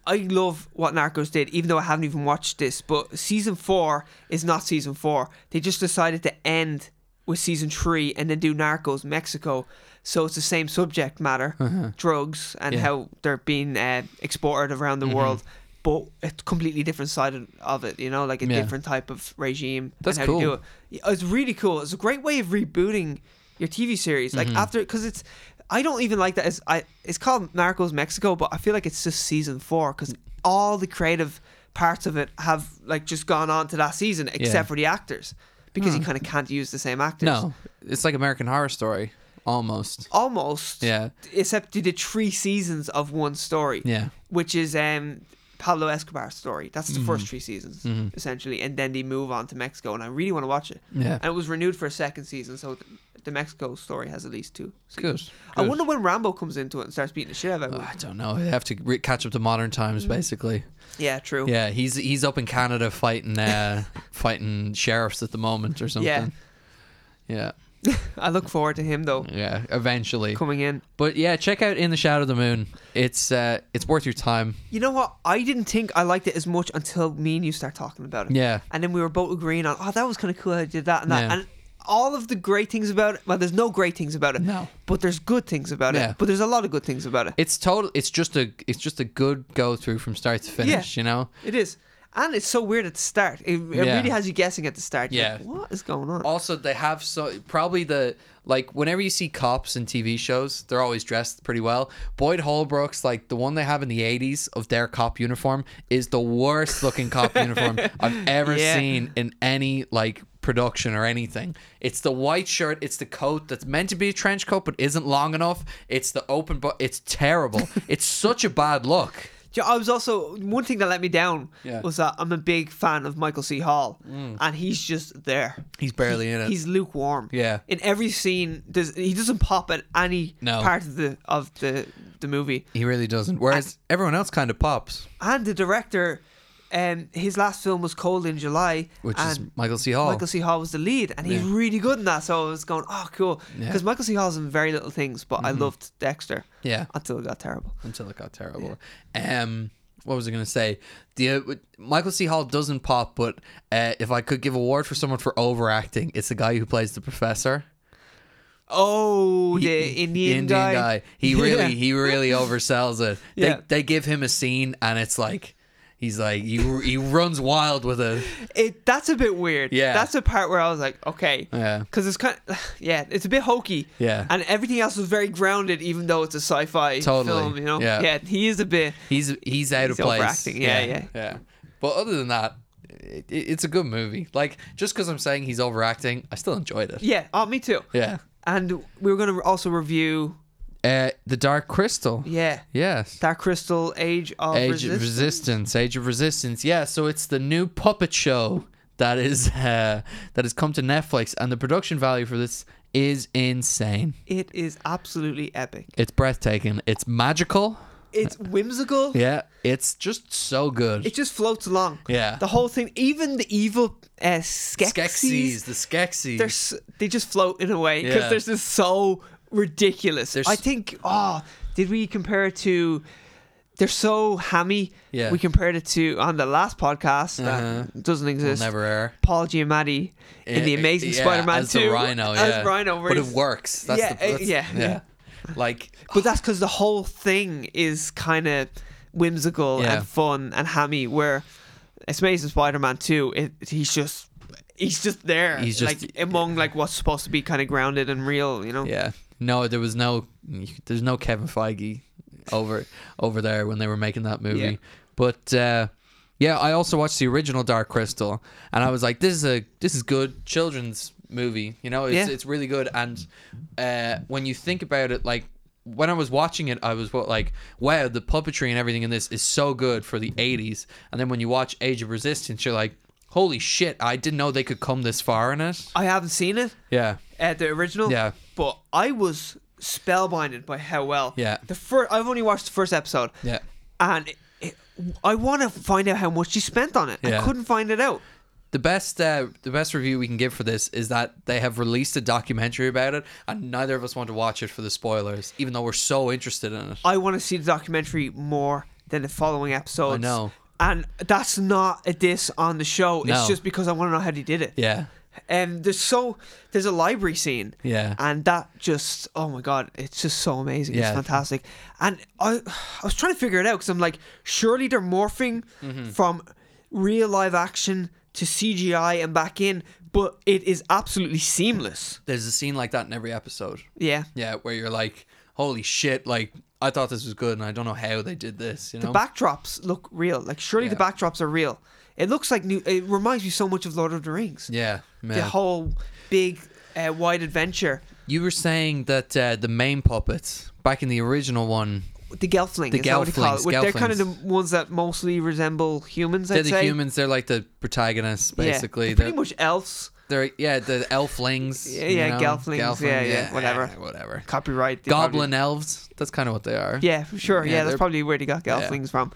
[SPEAKER 2] I love what Narcos did, even though I haven't even watched this. But season four is not season four. They just decided to end with season three and then do Narcos Mexico. So it's the same subject matter, drugs and
[SPEAKER 1] Uh-huh. Yeah. Mm-hmm.
[SPEAKER 2] how they're being uh, exported around the world, but a completely different side of- of it. You know, like a
[SPEAKER 1] Yeah.
[SPEAKER 2] different type of regime.
[SPEAKER 1] That's
[SPEAKER 2] and how they
[SPEAKER 1] cool.
[SPEAKER 2] do it. It's really cool. It's a great way of rebooting your TV series.
[SPEAKER 1] Mm-hmm.
[SPEAKER 2] Like after, because it's, I don't even like that. It's, I, it's called Narcos Mexico, but I feel like it's just season four
[SPEAKER 1] Mm.
[SPEAKER 2] because all the creative parts of it have like just gone on to that season, except for the actors, because you kind of can't use the same actors.
[SPEAKER 1] Hmm. No, it's like American Horror Story almost.
[SPEAKER 2] almost.
[SPEAKER 1] Yeah,
[SPEAKER 2] Except they did three seasons of one story
[SPEAKER 1] yeah,
[SPEAKER 2] which is um Pablo Escobar's story. That's the first
[SPEAKER 1] Mm-hmm.
[SPEAKER 2] three seasons essentially, and then they move on to Mexico, and I really want to watch it.
[SPEAKER 1] Yeah.
[SPEAKER 2] and it was renewed for a second season, so th- the Mexico story has at least two.
[SPEAKER 1] good.
[SPEAKER 2] Seasons. I wonder when Rambo comes into it and starts beating the shit out of
[SPEAKER 1] Uh,
[SPEAKER 2] everyone.
[SPEAKER 1] I don't know. I have to re- catch up to modern times,
[SPEAKER 2] Mm-hmm.
[SPEAKER 1] basically.
[SPEAKER 2] yeah, true. Yeah.
[SPEAKER 1] Yeah, he's he's up in Canada fighting uh, fighting sheriffs at the moment or something. Yeah,
[SPEAKER 2] I look forward to him though
[SPEAKER 1] yeah, eventually.
[SPEAKER 2] coming in.
[SPEAKER 1] But yeah, check out In the Shadow of the Moon. It's uh, it's worth your time.
[SPEAKER 2] You know what? I didn't think I liked it as much until me and you start talking about it.
[SPEAKER 1] Yeah,
[SPEAKER 2] and then we were both agreeing on, oh, that was kind of cool. how I did that and that,
[SPEAKER 1] Yeah.
[SPEAKER 2] and all of the great things about it. Well, there's no great things about it.
[SPEAKER 1] No.
[SPEAKER 2] but there's good things about
[SPEAKER 1] Yeah.
[SPEAKER 2] it. But there's a lot of good things about it.
[SPEAKER 1] it's total. It's just a it's just a good go through from start to finish. You know.
[SPEAKER 2] It is. And it's so weird at the start. It, it
[SPEAKER 1] Yeah.
[SPEAKER 2] really has you guessing at the start. You're like,
[SPEAKER 1] Yeah.
[SPEAKER 2] what is going on?
[SPEAKER 1] Also, they have so probably the like whenever you see cops in TV shows, they're always dressed pretty well. Boyd Holbrook's like the one they have in the '80s of their cop uniform is the worst looking cop uniform I've ever
[SPEAKER 2] Yeah.
[SPEAKER 1] seen in any like production or anything. It's the white shirt, it's the coat that's meant to be a trench coat but isn't long enough. It's the open, but it's terrible. it's such a bad look.
[SPEAKER 2] Do you know, I was also one thing that let me down
[SPEAKER 1] Yeah. Mm.
[SPEAKER 2] was that I'm a big fan of Michael C. Hall, and he's just there.
[SPEAKER 1] He's barely in it.
[SPEAKER 2] He's lukewarm.
[SPEAKER 1] Yeah.
[SPEAKER 2] In every scene, does he doesn't pop at any
[SPEAKER 1] No.
[SPEAKER 2] part of the of the the movie.
[SPEAKER 1] he really doesn't. Whereas everyone else kind of pops,
[SPEAKER 2] And the director, um, his last film was Cold in July,
[SPEAKER 1] which is
[SPEAKER 2] and
[SPEAKER 1] Michael C. Hall.
[SPEAKER 2] Michael C. Hall was the lead, and he's
[SPEAKER 1] Yeah.
[SPEAKER 2] really good in that. So I was going, oh, cool,
[SPEAKER 1] Yeah. Mm-hmm.
[SPEAKER 2] because Michael C. Hall's in very little things, but I loved Dexter
[SPEAKER 1] yeah.
[SPEAKER 2] until it got terrible.
[SPEAKER 1] until it got terrible. Um, what was I going to say? The uh, w- Michael C. Hall doesn't pop, but uh, if I could give award for someone for overacting, it's the guy who plays the professor,
[SPEAKER 2] Oh, the Indian, guy.
[SPEAKER 1] He really,
[SPEAKER 2] Yeah.
[SPEAKER 1] he really oversells it.
[SPEAKER 2] Yeah.
[SPEAKER 1] They they give him a scene, and it's like he's like he he runs wild with it.
[SPEAKER 2] It that's a bit weird.
[SPEAKER 1] Yeah.
[SPEAKER 2] that's a part where I was like, okay,
[SPEAKER 1] Yeah.
[SPEAKER 2] because it's kind, of, yeah, it's a bit hokey.
[SPEAKER 1] Yeah.
[SPEAKER 2] and everything else was very grounded, even though it's a sci-fi
[SPEAKER 1] Totally.
[SPEAKER 2] film. You know,
[SPEAKER 1] Yeah.
[SPEAKER 2] he is a bit.
[SPEAKER 1] He's he's out
[SPEAKER 2] He's
[SPEAKER 1] of place.
[SPEAKER 2] overacting. Yeah, yeah.
[SPEAKER 1] yeah. But other than that. It, it- it's a good movie. Like just because I'm saying he's overacting, I still enjoyed it.
[SPEAKER 2] Yeah, oh, me too.
[SPEAKER 1] Yeah.
[SPEAKER 2] And we were gonna also review,
[SPEAKER 1] Uh, the Dark Crystal.
[SPEAKER 2] yeah,
[SPEAKER 1] Yes.
[SPEAKER 2] Dark Crystal Age of
[SPEAKER 1] Age of
[SPEAKER 2] Resistance.
[SPEAKER 1] Resistance, Age of Resistance. Yeah, so it's the new puppet show that is uh, that has come to Netflix, and the production value for this is insane.
[SPEAKER 2] it is absolutely epic.
[SPEAKER 1] It's breathtaking. It's magical.
[SPEAKER 2] It's whimsical.
[SPEAKER 1] Yeah, it's just so good.
[SPEAKER 2] It just floats along.
[SPEAKER 1] Yeah.
[SPEAKER 2] the whole thing, even the evil uh, Skeksis,
[SPEAKER 1] Skeksis, the Skeksis.
[SPEAKER 2] they're s- they just float in a way because
[SPEAKER 1] Yeah.
[SPEAKER 2] they're just so ridiculous.
[SPEAKER 1] They're s-
[SPEAKER 2] I think. Oh, did we compare it to? They're so hammy.
[SPEAKER 1] Yeah.
[SPEAKER 2] We compared it to on the last podcast
[SPEAKER 1] Uh-huh.
[SPEAKER 2] that doesn't exist.
[SPEAKER 1] never air.
[SPEAKER 2] Paul Giamatti in the
[SPEAKER 1] Yeah,
[SPEAKER 2] Amazing
[SPEAKER 1] yeah,
[SPEAKER 2] Spider-Man
[SPEAKER 1] as
[SPEAKER 2] Two
[SPEAKER 1] the Rhino.
[SPEAKER 2] as
[SPEAKER 1] yeah.
[SPEAKER 2] Rhino, where
[SPEAKER 1] but it
[SPEAKER 2] he's-
[SPEAKER 1] works. That's
[SPEAKER 2] Yeah,
[SPEAKER 1] the,
[SPEAKER 2] uh,
[SPEAKER 1] that's,
[SPEAKER 2] yeah, yeah.
[SPEAKER 1] Like
[SPEAKER 2] But that's because the whole thing is kind of whimsical
[SPEAKER 1] Yeah.
[SPEAKER 2] and fun and hammy. Where it's Amazing Spider-Man Two, it, he's just. He's just there,
[SPEAKER 1] He's just-
[SPEAKER 2] like among like what's supposed to be kind of grounded and real, you know.
[SPEAKER 1] Yeah. No, there was no there's no Kevin Feige over over there when they were making that movie.
[SPEAKER 2] Yeah.
[SPEAKER 1] But uh yeah, I also watched the original Dark Crystal and I was like this is a this is good children's movie. You know, it's
[SPEAKER 2] Yeah.
[SPEAKER 1] it's really good and uh when you think about it like when I was watching it, I was like, "Wow, the puppetry and everything in this is so good for the '80s." And then when you watch Age of Resistance, you're like, "Holy shit! I didn't know they could come this far in it."
[SPEAKER 2] I haven't seen it.
[SPEAKER 1] Yeah,
[SPEAKER 2] uh, the original.
[SPEAKER 1] Yeah.
[SPEAKER 2] But I was spellbinded by how well.
[SPEAKER 1] Yeah.
[SPEAKER 2] The first I've only watched the first episode.
[SPEAKER 1] yeah.
[SPEAKER 2] And it, it, I want to find out how much she spent on it.
[SPEAKER 1] Yeah.
[SPEAKER 2] I couldn't find it out.
[SPEAKER 1] The best uh, the best review we can give for this is that they have released a documentary about it, and neither of us want to watch it for the spoilers, even though we're so interested in it.
[SPEAKER 2] I want to see the documentary more than the following episodes.
[SPEAKER 1] I know.
[SPEAKER 2] And that's not a diss on the show.
[SPEAKER 1] No.
[SPEAKER 2] It's just because I want to know how they did it.
[SPEAKER 1] Yeah,
[SPEAKER 2] And there's so there's a library scene.
[SPEAKER 1] Yeah.
[SPEAKER 2] And that just oh my god, it's just so amazing.
[SPEAKER 1] Yeah.
[SPEAKER 2] It's fantastic. And I I was trying to figure it out because I'm like, surely they're morphing
[SPEAKER 1] Mm-hmm.
[SPEAKER 2] from real live action to CGI and back in, but it is absolutely seamless.
[SPEAKER 1] there's a scene like that in every episode.
[SPEAKER 2] Yeah.
[SPEAKER 1] Yeah, where you're like, "Holy shit!" Like I thought this was good, and I don't know how they did this. You know?
[SPEAKER 2] The backdrops look real. Like surely the
[SPEAKER 1] Yeah.
[SPEAKER 2] backdrops are real. It looks like new. It reminds me so much of Lord of the Rings.
[SPEAKER 1] yeah,
[SPEAKER 2] The
[SPEAKER 1] man.
[SPEAKER 2] whole big uh, wide adventure.
[SPEAKER 1] you were saying that uh, the main puppets back in the original one,
[SPEAKER 2] the gelfling.
[SPEAKER 1] The
[SPEAKER 2] is that what they call it?
[SPEAKER 1] gelflings,
[SPEAKER 2] Well, They're kind of the
[SPEAKER 1] gelflings.
[SPEAKER 2] ones that mostly resemble humans.
[SPEAKER 1] they're
[SPEAKER 2] I'd
[SPEAKER 1] the
[SPEAKER 2] say.
[SPEAKER 1] humans. They're like the protagonists,
[SPEAKER 2] Yeah.
[SPEAKER 1] basically.
[SPEAKER 2] They're
[SPEAKER 1] They're-
[SPEAKER 2] pretty much elves.
[SPEAKER 1] They're yeah, the elflings.
[SPEAKER 2] Yeah,
[SPEAKER 1] you
[SPEAKER 2] yeah,
[SPEAKER 1] know?
[SPEAKER 2] gelflings, yeah, yeah, whatever.
[SPEAKER 1] whatever.
[SPEAKER 2] Copyright they
[SPEAKER 1] Goblin
[SPEAKER 2] Probably,
[SPEAKER 1] elves. That's kind of what they are.
[SPEAKER 2] yeah, for sure.
[SPEAKER 1] Yeah,
[SPEAKER 2] Yeah,
[SPEAKER 1] they're-
[SPEAKER 2] that's probably where they got
[SPEAKER 1] Yeah.
[SPEAKER 2] gelflings from.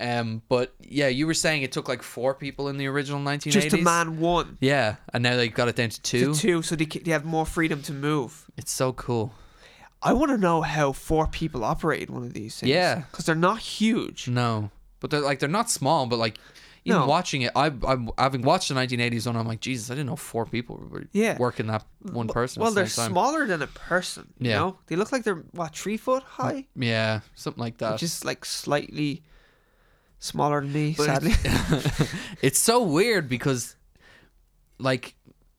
[SPEAKER 1] Um, but yeah, you were saying it took like four people in the original 1980s.
[SPEAKER 2] Just a man one.
[SPEAKER 1] Yeah, and now they got it down to two.
[SPEAKER 2] To two, so they, c- they have more freedom to move.
[SPEAKER 1] It's so cool.
[SPEAKER 2] I want to know how four people operated one of these things.
[SPEAKER 1] Yeah. Mm,
[SPEAKER 2] because they're not huge.
[SPEAKER 1] No, but they're like they're not small, but like even
[SPEAKER 2] No.
[SPEAKER 1] watching it, I I'm having watched the 1980s one, I'm like, Jesus, I didn't know four people were
[SPEAKER 2] Yeah.
[SPEAKER 1] working that one person. at
[SPEAKER 2] Well,
[SPEAKER 1] the
[SPEAKER 2] they're
[SPEAKER 1] same time.
[SPEAKER 2] smaller than a person. You
[SPEAKER 1] Yeah.
[SPEAKER 2] know, they look like they're what three foot high,
[SPEAKER 1] Yeah, something like that.
[SPEAKER 2] which is like slightly smaller than me.
[SPEAKER 1] But
[SPEAKER 2] sadly,
[SPEAKER 1] it's- it's so weird because like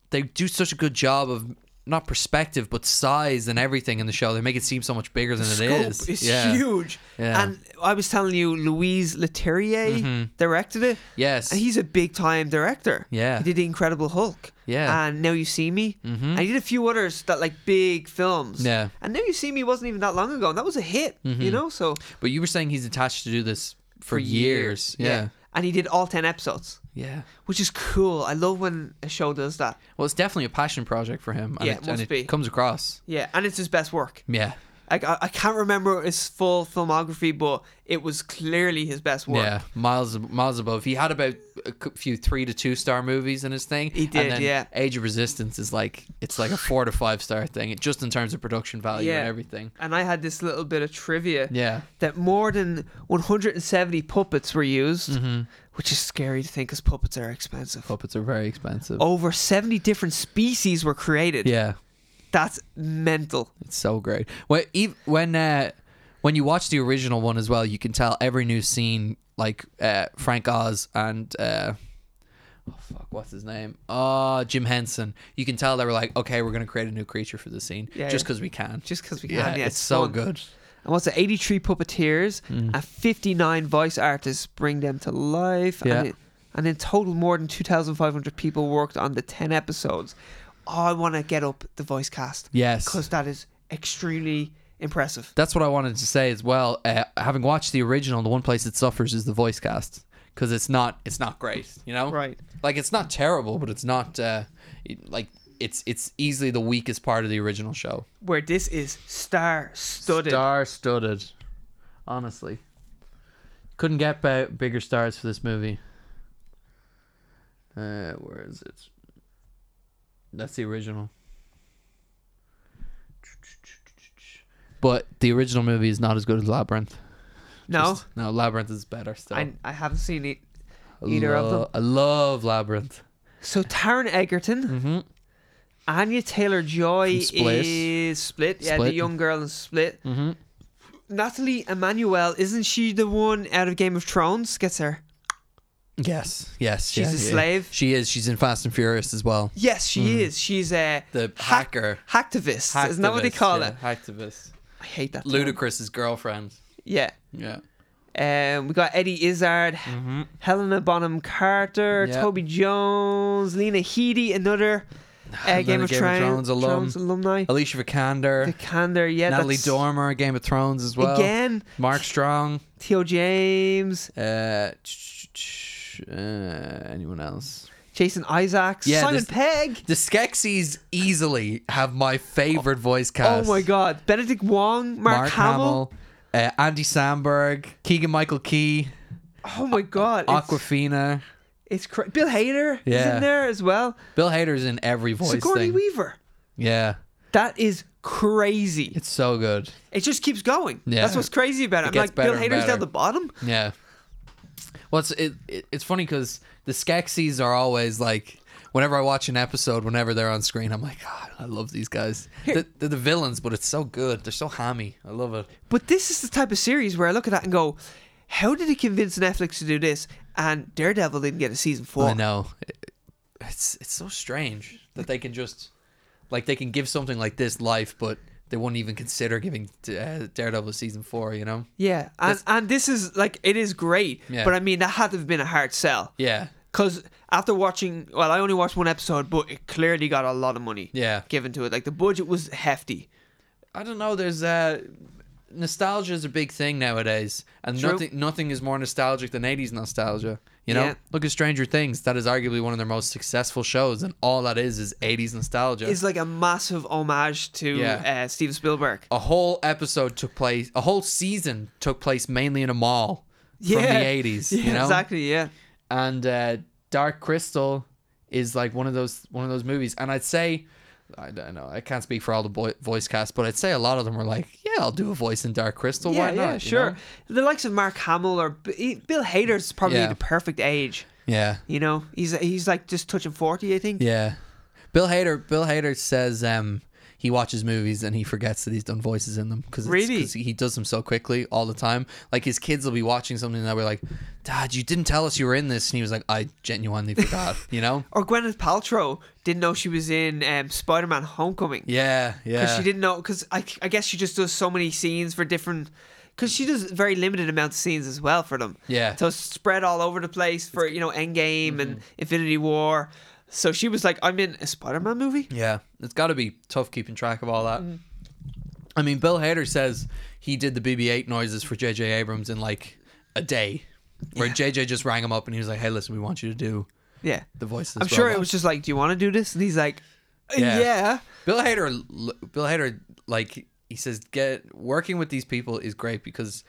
[SPEAKER 1] they do such a good job of not perspective but size and everything in the show they make it seem so much bigger than it is
[SPEAKER 2] It's
[SPEAKER 1] yeah
[SPEAKER 2] huge.
[SPEAKER 1] Yeah. Mm-hmm.
[SPEAKER 2] And I was telling you, Louise Leterrier directed it.
[SPEAKER 1] yes
[SPEAKER 2] And he's a big time director.
[SPEAKER 1] Yeah.
[SPEAKER 2] He did The Incredible Hulk.
[SPEAKER 1] Yeah.
[SPEAKER 2] And Now You See Me. Mm-hmm. And he did a few others that, like, big films.
[SPEAKER 1] Yeah.
[SPEAKER 2] And Now You See Me wasn't even that long ago. And that was a hit, you know? So,
[SPEAKER 1] but you were saying he's attached to do this for years. Yeah.
[SPEAKER 2] And he did all 10 episodes,
[SPEAKER 1] yeah,
[SPEAKER 2] which is cool. I love when a show does that.
[SPEAKER 1] Well, it's definitely a passion project for him. And
[SPEAKER 2] Yeah,
[SPEAKER 1] it,
[SPEAKER 2] it
[SPEAKER 1] and
[SPEAKER 2] must
[SPEAKER 1] it
[SPEAKER 2] be.
[SPEAKER 1] comes across.
[SPEAKER 2] Yeah, and it's his best work.
[SPEAKER 1] Yeah,
[SPEAKER 2] Like I, I can't remember his full filmography, but it was clearly his best work.
[SPEAKER 1] yeah, miles miles above. He had about a c- few three to two star movies in his thing.
[SPEAKER 2] He did,
[SPEAKER 1] And then
[SPEAKER 2] yeah.
[SPEAKER 1] Age of Resistance is like it's like a four to five star thing, it- just in terms of production value and
[SPEAKER 2] Yeah.
[SPEAKER 1] everything.
[SPEAKER 2] And I had this little bit of trivia
[SPEAKER 1] Yeah,
[SPEAKER 2] that more than 170 puppets were used,
[SPEAKER 1] Mm-hmm.
[SPEAKER 2] which is scary to think because puppets are expensive.
[SPEAKER 1] puppets are very expensive.
[SPEAKER 2] Over 70 different species were created.
[SPEAKER 1] Yeah,
[SPEAKER 2] That's mental.
[SPEAKER 1] It's so great. When ev- when uh, when you watch the original one as well, you can tell every new scene like uh, Frank Oz and uh, oh fuck, what's his name? Oh, Jim Henson. You can tell they were like, okay, we're gonna create a new creature for the scene
[SPEAKER 2] Yeah,
[SPEAKER 1] just
[SPEAKER 2] yeah.
[SPEAKER 1] because we can.
[SPEAKER 2] Just because we can.
[SPEAKER 1] yeah,
[SPEAKER 2] Yeah,
[SPEAKER 1] it's, so
[SPEAKER 2] fun.
[SPEAKER 1] good. Mm.
[SPEAKER 2] And what's it? 83 puppeteers and 59 voice artists bring them to life.
[SPEAKER 1] Yeah.
[SPEAKER 2] And, it, and in total, more than 2,500 people worked on the 10 episodes. Oh, I want to get up the voice cast because
[SPEAKER 1] Yes,
[SPEAKER 2] that is extremely impressive.
[SPEAKER 1] that's what I wanted to say as well. Uh, having watched the original, the one place it suffers is the voice cast because it's not it's not great. You know,
[SPEAKER 2] Right.
[SPEAKER 1] Like it's not terrible, but it's not uh, it- like it's it's easily the weakest part of the original show.
[SPEAKER 2] Where this is star studded.
[SPEAKER 1] Star studded. Honestly. Couldn't get ba- bigger stars for this movie. Uh, where is it? That's the original. But the original movie is not as good as Labyrinth.
[SPEAKER 2] no,
[SPEAKER 1] Just- no, Labyrinth is better still.
[SPEAKER 2] I, I haven't seen it. either of them.
[SPEAKER 1] I love Labyrinth.
[SPEAKER 2] So Taron Egerton,
[SPEAKER 1] Mhm.
[SPEAKER 2] Anya Taylor Joy
[SPEAKER 1] From Split.
[SPEAKER 2] is Split.
[SPEAKER 1] Split.
[SPEAKER 2] Yeah,
[SPEAKER 1] Mm-hmm.
[SPEAKER 2] the young girl in Split. Natalie Emmanuel, isn't she the one out of Game of Thrones? Gets her.
[SPEAKER 1] Yes, yes.
[SPEAKER 2] She's
[SPEAKER 1] yeah,
[SPEAKER 2] a
[SPEAKER 1] yeah.
[SPEAKER 2] slave?
[SPEAKER 1] She is. She's in Fast and Furious as well.
[SPEAKER 2] Yes, she is. She's a
[SPEAKER 1] Mm-hmm. The
[SPEAKER 2] hack-
[SPEAKER 1] hacker.
[SPEAKER 2] hacktivist. Isn't that what they
[SPEAKER 1] Hacktivist,
[SPEAKER 2] call
[SPEAKER 1] yeah,
[SPEAKER 2] it?
[SPEAKER 1] Hacktivist.
[SPEAKER 2] I hate that. term.
[SPEAKER 1] Ludacris's girlfriend.
[SPEAKER 2] Yeah.
[SPEAKER 1] Yeah.
[SPEAKER 2] Um, we got Eddie Izzard, Helena Bonham Carter,
[SPEAKER 1] Mm-hmm. Yeah.
[SPEAKER 2] Toby Jones, Lena Headey, another, uh,
[SPEAKER 1] Another
[SPEAKER 2] Game, of,
[SPEAKER 1] Game of
[SPEAKER 2] Thrones-
[SPEAKER 1] Thrones alum.
[SPEAKER 2] Thrones alumni.
[SPEAKER 1] Alicia Vikander,
[SPEAKER 2] Vikander, yeah,
[SPEAKER 1] Natalie
[SPEAKER 2] that's-
[SPEAKER 1] Dormer, Game of Thrones as well.
[SPEAKER 2] Again,
[SPEAKER 1] Mark Strong.
[SPEAKER 2] Theo James,
[SPEAKER 1] Uh, ch- ch- uh, anyone else?
[SPEAKER 2] Jason Isaacs,
[SPEAKER 1] Yeah,
[SPEAKER 2] Simon
[SPEAKER 1] this-
[SPEAKER 2] Pegg.
[SPEAKER 1] The Skeksis easily have my favorite voice cast.
[SPEAKER 2] Oh my God, Benedict Wong, Mark, Hamill.
[SPEAKER 1] Hamill, uh, Andy Samberg, Keegan Michael Key,
[SPEAKER 2] Oh my God, it's,
[SPEAKER 1] Aquafina.
[SPEAKER 2] it's cra- Bill Hader is
[SPEAKER 1] Yeah.
[SPEAKER 2] in there as well.
[SPEAKER 1] Bill Hader's in every voice
[SPEAKER 2] Sigourney
[SPEAKER 1] thing.
[SPEAKER 2] Weaver.
[SPEAKER 1] Yeah,
[SPEAKER 2] That is crazy.
[SPEAKER 1] it's so good.
[SPEAKER 2] It just keeps going.
[SPEAKER 1] Yeah.
[SPEAKER 2] That's what's crazy about it. I'm
[SPEAKER 1] gets
[SPEAKER 2] like, Bill
[SPEAKER 1] better and
[SPEAKER 2] Hader's
[SPEAKER 1] better.
[SPEAKER 2] down the bottom.
[SPEAKER 1] Yeah. Well, it's it, it, it's funny because the Skeksis are always like, whenever I watch an episode, whenever they're on screen, I'm like, God, I love these guys. They're, they're the villains, but it's so good. They're so hammy. I love it.
[SPEAKER 2] But this is the type of series where I look at that and go, how did it convince Netflix to do this? And Daredevil didn't get a season four.
[SPEAKER 1] I know. It- it's it's so strange that they can just like they can give something like this life, but they wouldn't even consider giving uh, Daredevil season four. You know?
[SPEAKER 2] Yeah, and and this is like it is great,
[SPEAKER 1] Yeah.
[SPEAKER 2] but I mean that had to have been a hard sell.
[SPEAKER 1] Yeah.
[SPEAKER 2] Because after watching, well, I only watched one episode, but it clearly got a lot of money
[SPEAKER 1] Yeah.
[SPEAKER 2] given to it. Like the budget was hefty.
[SPEAKER 1] I don't know. There's uh, nostalgia is a big thing nowadays, and
[SPEAKER 2] True.
[SPEAKER 1] nothing nothing is more nostalgic than '80s nostalgia. You know,
[SPEAKER 2] Yeah.
[SPEAKER 1] look at Stranger Things. That is arguably one of their most successful shows, and all that is is '80s nostalgia.
[SPEAKER 2] It's like a massive homage to
[SPEAKER 1] Yeah.
[SPEAKER 2] uh, Steven Spielberg.
[SPEAKER 1] a whole episode took place, a whole season took place mainly in a mall from
[SPEAKER 2] Yeah.
[SPEAKER 1] the '80s.
[SPEAKER 2] Yeah,
[SPEAKER 1] you know,
[SPEAKER 2] exactly. Yeah,
[SPEAKER 1] and uh, Dark Crystal is like one of those one of those movies. And I'd say, I don't know, I can't speak for all the boy- voice casts, but I'd say a lot of them were like, yeah, I'll do a voice in Dark Crystal.
[SPEAKER 2] yeah,
[SPEAKER 1] Why not?
[SPEAKER 2] yeah,
[SPEAKER 1] you
[SPEAKER 2] sure.
[SPEAKER 1] know?
[SPEAKER 2] The likes of Mark Hamill or B- Bill Hader's probably
[SPEAKER 1] Yeah.
[SPEAKER 2] the perfect age.
[SPEAKER 1] Yeah,
[SPEAKER 2] You know, he's he's like just touching forty, I think.
[SPEAKER 1] yeah. Bill Hader. Bill Hader says um, he watches movies and he forgets that he's done voices in them because
[SPEAKER 2] Really?
[SPEAKER 1] he does them so quickly all the time. Like his kids will be watching something and they'll be like, "Dad, you didn't tell us you were in this," and he was like, "I genuinely forgot." you know?
[SPEAKER 2] Or Gwyneth Paltrow didn't know she was in um, Spider-Man: Homecoming.
[SPEAKER 1] Yeah, yeah.
[SPEAKER 2] because she didn't know because I, I guess she just does so many scenes for different because she does very limited amount of scenes as well for them
[SPEAKER 1] Yeah. Mm-hmm.
[SPEAKER 2] so it's spread all over the place for you know endgame and infinity war so she was like i'm in a spider-man movie
[SPEAKER 1] Yeah, it's got to be tough keeping track of all that.
[SPEAKER 2] Mm-hmm.
[SPEAKER 1] I mean, Bill Hader says he did the BB-8 noises for J.J. Abrams in like a day. where JJ just rang him up and he was like, "Hey, listen, we want you to do
[SPEAKER 2] Yeah.
[SPEAKER 1] the voice." Of
[SPEAKER 2] I'm
[SPEAKER 1] this
[SPEAKER 2] sure it
[SPEAKER 1] robot."
[SPEAKER 2] was just like, do you want to do this? And he's like, yeah.
[SPEAKER 1] Yeah. Bill Hader. Bill Hader, like he says, get working with these people is great because,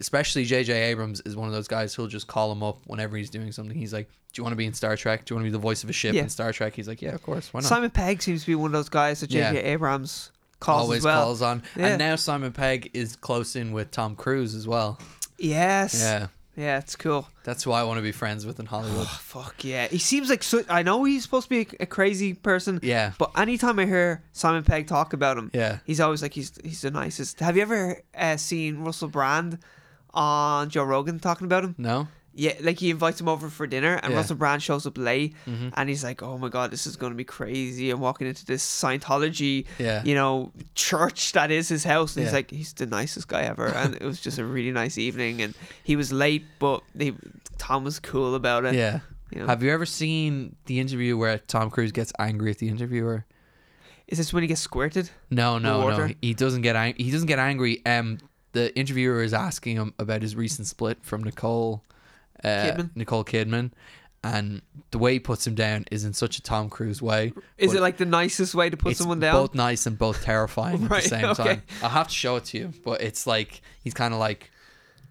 [SPEAKER 1] especially J.J. Abrams is one of those guys who'll just call him up whenever he's doing something. He's like, "Do you want to be in Star Trek? Do you want to be the voice of a ship
[SPEAKER 2] Yeah.
[SPEAKER 1] in Star Trek?" He's like, "Yeah, of course. Why not?"
[SPEAKER 2] Simon Pegg seems to be one of those guys that J.J.
[SPEAKER 1] Yeah.
[SPEAKER 2] Abrams calls
[SPEAKER 1] Always
[SPEAKER 2] as well.
[SPEAKER 1] calls on,
[SPEAKER 2] Yeah.
[SPEAKER 1] and now Simon Pegg is close in with Tom Cruise as well.
[SPEAKER 2] Yes.
[SPEAKER 1] Yeah,
[SPEAKER 2] Yeah, it's cool.
[SPEAKER 1] that's who I want to be friends with in Hollywood.
[SPEAKER 2] Oh, fuck yeah. He seems like so. I know he's supposed to be a, a crazy person.
[SPEAKER 1] Yeah.
[SPEAKER 2] But anytime I hear Simon Pegg talk about him,
[SPEAKER 1] Yeah.
[SPEAKER 2] he's always like he's he's the nicest. Have you ever uh, seen Russell Brand on Joe Rogan talking about him?
[SPEAKER 1] No,
[SPEAKER 2] Yeah, like he invites him over for dinner,
[SPEAKER 1] Mm.
[SPEAKER 2] and
[SPEAKER 1] Yeah. Mm-hmm.
[SPEAKER 2] Russell Brand shows up late, and he's like, "Oh my god, this is gonna be crazy!" I'm walking into this Scientology,
[SPEAKER 1] Yeah.
[SPEAKER 2] you know, church that is his house, and he's
[SPEAKER 1] Yeah.
[SPEAKER 2] like, "He's the nicest guy ever," and it was just a really nice evening, and he was late, but he, Tom was cool about it.
[SPEAKER 1] yeah.
[SPEAKER 2] Yeah.
[SPEAKER 1] Have you ever seen the interview where Tom Cruise gets angry at the interviewer?
[SPEAKER 2] Is this when he gets squirted?
[SPEAKER 1] No, no, no.
[SPEAKER 2] water?
[SPEAKER 1] He doesn't get ang- he doesn't get angry. Um, the interviewer is asking him about his recent split from Nicole uh,
[SPEAKER 2] Kidman?
[SPEAKER 1] Nicole Kidman, and the way he puts him down is in such a Tom Cruise way.
[SPEAKER 2] Is
[SPEAKER 1] but
[SPEAKER 2] it like the nicest way to put
[SPEAKER 1] it's
[SPEAKER 2] someone down?
[SPEAKER 1] Both nice and both terrifying at
[SPEAKER 2] Right,
[SPEAKER 1] the same
[SPEAKER 2] okay.
[SPEAKER 1] time. I'll have to show it to you, but it's like he's kind of like,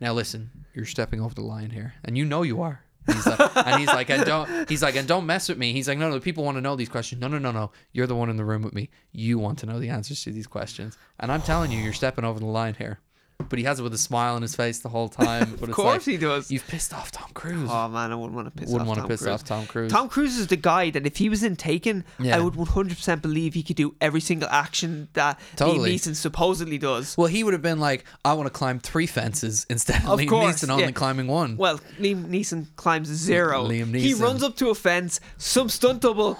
[SPEAKER 1] now listen, you're stepping over the line here, and you know you are. And He's like, and he's like, and don't. He's like, and don't mess with me. He's like, no, no. People want to know these questions. No, no, no, no. You're the one in the room with me. You want to know the answers to these questions. And I'm telling you, you're stepping over the line here. But he has it with a smile on his face the whole time. But
[SPEAKER 2] of
[SPEAKER 1] it's
[SPEAKER 2] course
[SPEAKER 1] like,
[SPEAKER 2] he does.
[SPEAKER 1] You've pissed off Tom Cruise.
[SPEAKER 2] Oh man, I wouldn't want to piss
[SPEAKER 1] Wouldn't
[SPEAKER 2] off
[SPEAKER 1] want
[SPEAKER 2] Tom
[SPEAKER 1] to piss
[SPEAKER 2] Cruise.
[SPEAKER 1] off Tom Cruise.
[SPEAKER 2] Tom Cruise is the guy that if he was in Taken,
[SPEAKER 1] Yeah.
[SPEAKER 2] I would 100% believe he could do every single action that
[SPEAKER 1] Totally.
[SPEAKER 2] Liam Neeson supposedly does.
[SPEAKER 1] Well, he would have been like, I want to climb three fences instead of,
[SPEAKER 2] Of
[SPEAKER 1] Liam
[SPEAKER 2] course,
[SPEAKER 1] Neeson only
[SPEAKER 2] yeah.
[SPEAKER 1] climbing one.
[SPEAKER 2] Well, Liam Neeson climbs zero.
[SPEAKER 1] Liam
[SPEAKER 2] He
[SPEAKER 1] Neeson.
[SPEAKER 2] runs up to a fence, some stunt double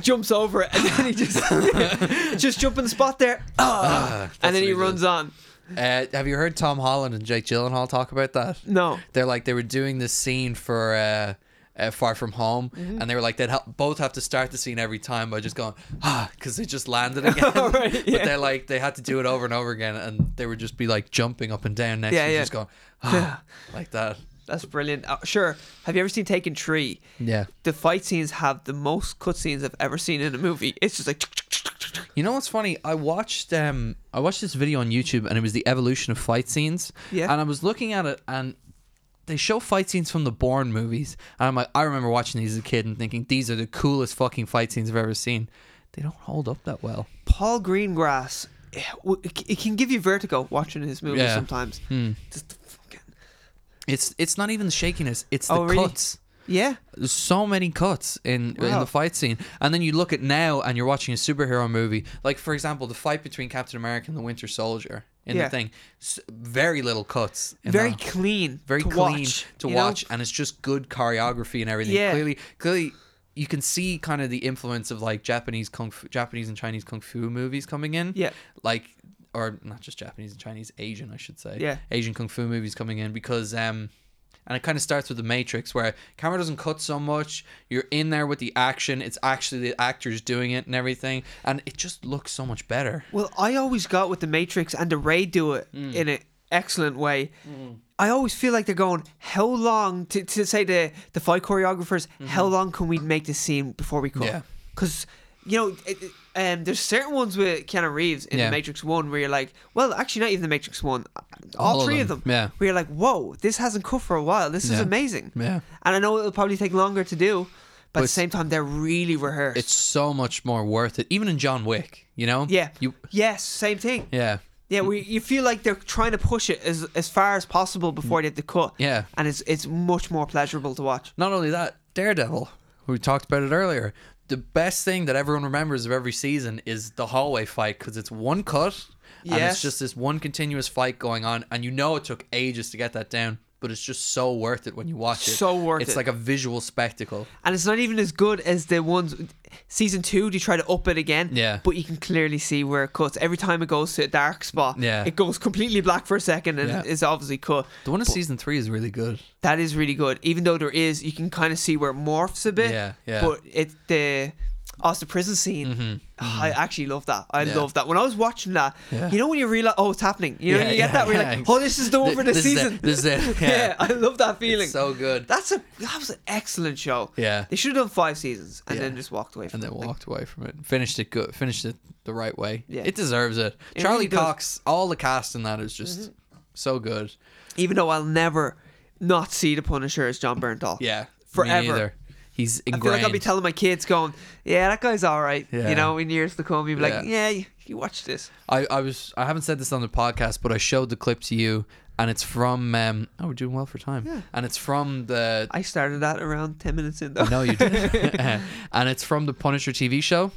[SPEAKER 2] jumps over it, and then he just just jump in the spot there, ah,
[SPEAKER 1] that's
[SPEAKER 2] and then
[SPEAKER 1] what he
[SPEAKER 2] he runs on.
[SPEAKER 1] Uh, have you heard Tom Holland and Jake Gyllenhaal talk about that?
[SPEAKER 2] No.
[SPEAKER 1] They're like they were doing this scene for uh, uh, Far From Home,
[SPEAKER 2] Mm-hmm.
[SPEAKER 1] and they were like they'd ha- both have to start the scene every time by just going ah because they just landed again.
[SPEAKER 2] Right,
[SPEAKER 1] But
[SPEAKER 2] yeah.
[SPEAKER 1] they're like they had to do it over and over again, and they would just be like jumping up and down next,
[SPEAKER 2] Yeah,
[SPEAKER 1] to
[SPEAKER 2] yeah.
[SPEAKER 1] just going ah like that.
[SPEAKER 2] That's brilliant. Uh, sure. Have you ever seen Taken Tree?
[SPEAKER 1] Yeah.
[SPEAKER 2] The fight scenes have the most cutscenes I've ever seen in a movie. It's just like
[SPEAKER 1] You know what's funny? I watched um I watched this video on YouTube and it was the evolution of fight scenes.
[SPEAKER 2] Yeah.
[SPEAKER 1] And I was looking at it and they show fight scenes from the Bourne movies. And I'm like, I remember watching these as a kid and thinking these are the coolest fucking fight scenes I've ever seen. They don't hold up that well.
[SPEAKER 2] Paul Greengrass, eh, w- it it can give you vertigo watching his movies
[SPEAKER 1] Yeah. Hmm.
[SPEAKER 2] sometimes. Just the fucking
[SPEAKER 1] It's it's not even the shakiness, it's the
[SPEAKER 2] Oh, really?
[SPEAKER 1] cuts.
[SPEAKER 2] yeah,
[SPEAKER 1] There's so many cuts in in
[SPEAKER 2] Wow.
[SPEAKER 1] the fight scene, and then you look at now, and you're watching a superhero movie. Like for example, the fight between Captain America and the Winter Soldier in
[SPEAKER 2] Yeah.
[SPEAKER 1] the thing, S- very little cuts. in
[SPEAKER 2] very
[SPEAKER 1] that.
[SPEAKER 2] clean,
[SPEAKER 1] very
[SPEAKER 2] to
[SPEAKER 1] clean
[SPEAKER 2] watch,
[SPEAKER 1] to
[SPEAKER 2] you know?
[SPEAKER 1] watch, and it's just good choreography and everything.
[SPEAKER 2] Yeah.
[SPEAKER 1] Clearly, clearly, you can see kind of the influence of like Japanese kung fu, Japanese and Chinese kung fu movies coming in.
[SPEAKER 2] Yeah.
[SPEAKER 1] like or not just Japanese and Chinese, Asian, I should say.
[SPEAKER 2] Yeah.
[SPEAKER 1] Asian kung fu movies coming in because um. And it kind of starts with the Matrix, where camera doesn't cut so much. You're in there with the action. It's actually the actors doing it and everything, and it just looks so much better.
[SPEAKER 2] Well, I always got with the Matrix and the Ray do it
[SPEAKER 1] Mm.
[SPEAKER 2] in an excellent way. I always feel like they're going, how long to, to say the the fight choreographers, how long can we make this scene before we
[SPEAKER 1] Mm-hmm. Yeah.
[SPEAKER 2] cut? Because you know, it, it- um, there's certain ones with Keanu Reeves in
[SPEAKER 1] Yeah.
[SPEAKER 2] the Matrix One where you're like, well, actually not even the Matrix One, uh,
[SPEAKER 1] All
[SPEAKER 2] all
[SPEAKER 1] of them,
[SPEAKER 2] three of them,
[SPEAKER 1] yeah.
[SPEAKER 2] where you're like, whoa, this hasn't cut for a while. This is
[SPEAKER 1] Yeah.
[SPEAKER 2] amazing.
[SPEAKER 1] Yeah.
[SPEAKER 2] And I know it'll probably take longer to do, but at the
[SPEAKER 1] it's-
[SPEAKER 2] same time, they're really rehearsed.
[SPEAKER 1] It's so much more worth it, even in John Wick. You know?
[SPEAKER 2] yeah.
[SPEAKER 1] You.
[SPEAKER 2] yes, same thing.
[SPEAKER 1] Yeah.
[SPEAKER 2] Yeah, we, you feel like they're trying to push it as as far as possible before they have to cut.
[SPEAKER 1] Yeah.
[SPEAKER 2] and it's it's much more pleasurable to watch.
[SPEAKER 1] Not only that, Daredevil, we talked about it earlier. The best thing that everyone remembers of every season is the hallway fight because it's one cut and it's
[SPEAKER 2] Yes.
[SPEAKER 1] just this one continuous fight going on, and you know it took ages to get that down, but it's just so worth it when you watch it.
[SPEAKER 2] So worth
[SPEAKER 1] It's
[SPEAKER 2] it.
[SPEAKER 1] like a visual spectacle.
[SPEAKER 2] And it's not even as good as the ones season two. They try to up it again.
[SPEAKER 1] Yeah.
[SPEAKER 2] but you can clearly see where it cuts every time it goes to a dark spot.
[SPEAKER 1] Yeah.
[SPEAKER 2] it goes completely black for a second and
[SPEAKER 1] Yeah.
[SPEAKER 2] it's obviously cut.
[SPEAKER 1] The one in season three is really good.
[SPEAKER 2] That is really good. Even though there is, you can kind of see where it morphs a bit.
[SPEAKER 1] Yeah, yeah.
[SPEAKER 2] But it the Oh, it's the prison scene. Ah, I actually love that. I
[SPEAKER 1] mm-hmm. Yeah.
[SPEAKER 2] love that. When I was watching that,
[SPEAKER 1] Yeah.
[SPEAKER 2] you know when you realize, oh, it's happening. You know,
[SPEAKER 1] Yeah, yeah,
[SPEAKER 2] you get that. We're
[SPEAKER 1] yeah.
[SPEAKER 2] like, oh, this is the one
[SPEAKER 1] Th-
[SPEAKER 2] for this,
[SPEAKER 1] this is it,
[SPEAKER 2] season.
[SPEAKER 1] this is it, yeah.
[SPEAKER 2] Yeah. I love that feeling.
[SPEAKER 1] It's so good.
[SPEAKER 2] That's a that was an excellent show.
[SPEAKER 1] Yeah.
[SPEAKER 2] they should have done five seasons and
[SPEAKER 1] Yeah.
[SPEAKER 2] then just walked away.
[SPEAKER 1] and
[SPEAKER 2] From
[SPEAKER 1] then
[SPEAKER 2] it. Like,
[SPEAKER 1] walked away from it. Finished it good. Finished it the right way.
[SPEAKER 2] Yeah.
[SPEAKER 1] It deserves it.
[SPEAKER 2] It
[SPEAKER 1] Charlie
[SPEAKER 2] really does. Mm-hmm.
[SPEAKER 1] Cox, all the cast in that is just so good.
[SPEAKER 2] even though I'll never not see the Punisher as John Bernthal.
[SPEAKER 1] Yeah. me
[SPEAKER 2] Forever.
[SPEAKER 1] neither. He's
[SPEAKER 2] I feel
[SPEAKER 1] ingrained.
[SPEAKER 2] like I'll be telling my kids, going, "Yeah, that guy's all right."
[SPEAKER 1] Yeah.
[SPEAKER 2] You know, in years to come, you'll be like, "Yeah, you, you watch this."
[SPEAKER 1] I, I was I haven't said this on the podcast, but I showed the clip to you, and it's from um oh we're doing well for time,
[SPEAKER 2] Yeah.
[SPEAKER 1] and it's from the
[SPEAKER 2] I started that around ten minutes in. Though.
[SPEAKER 1] no you did, and it's from the Punisher TV show,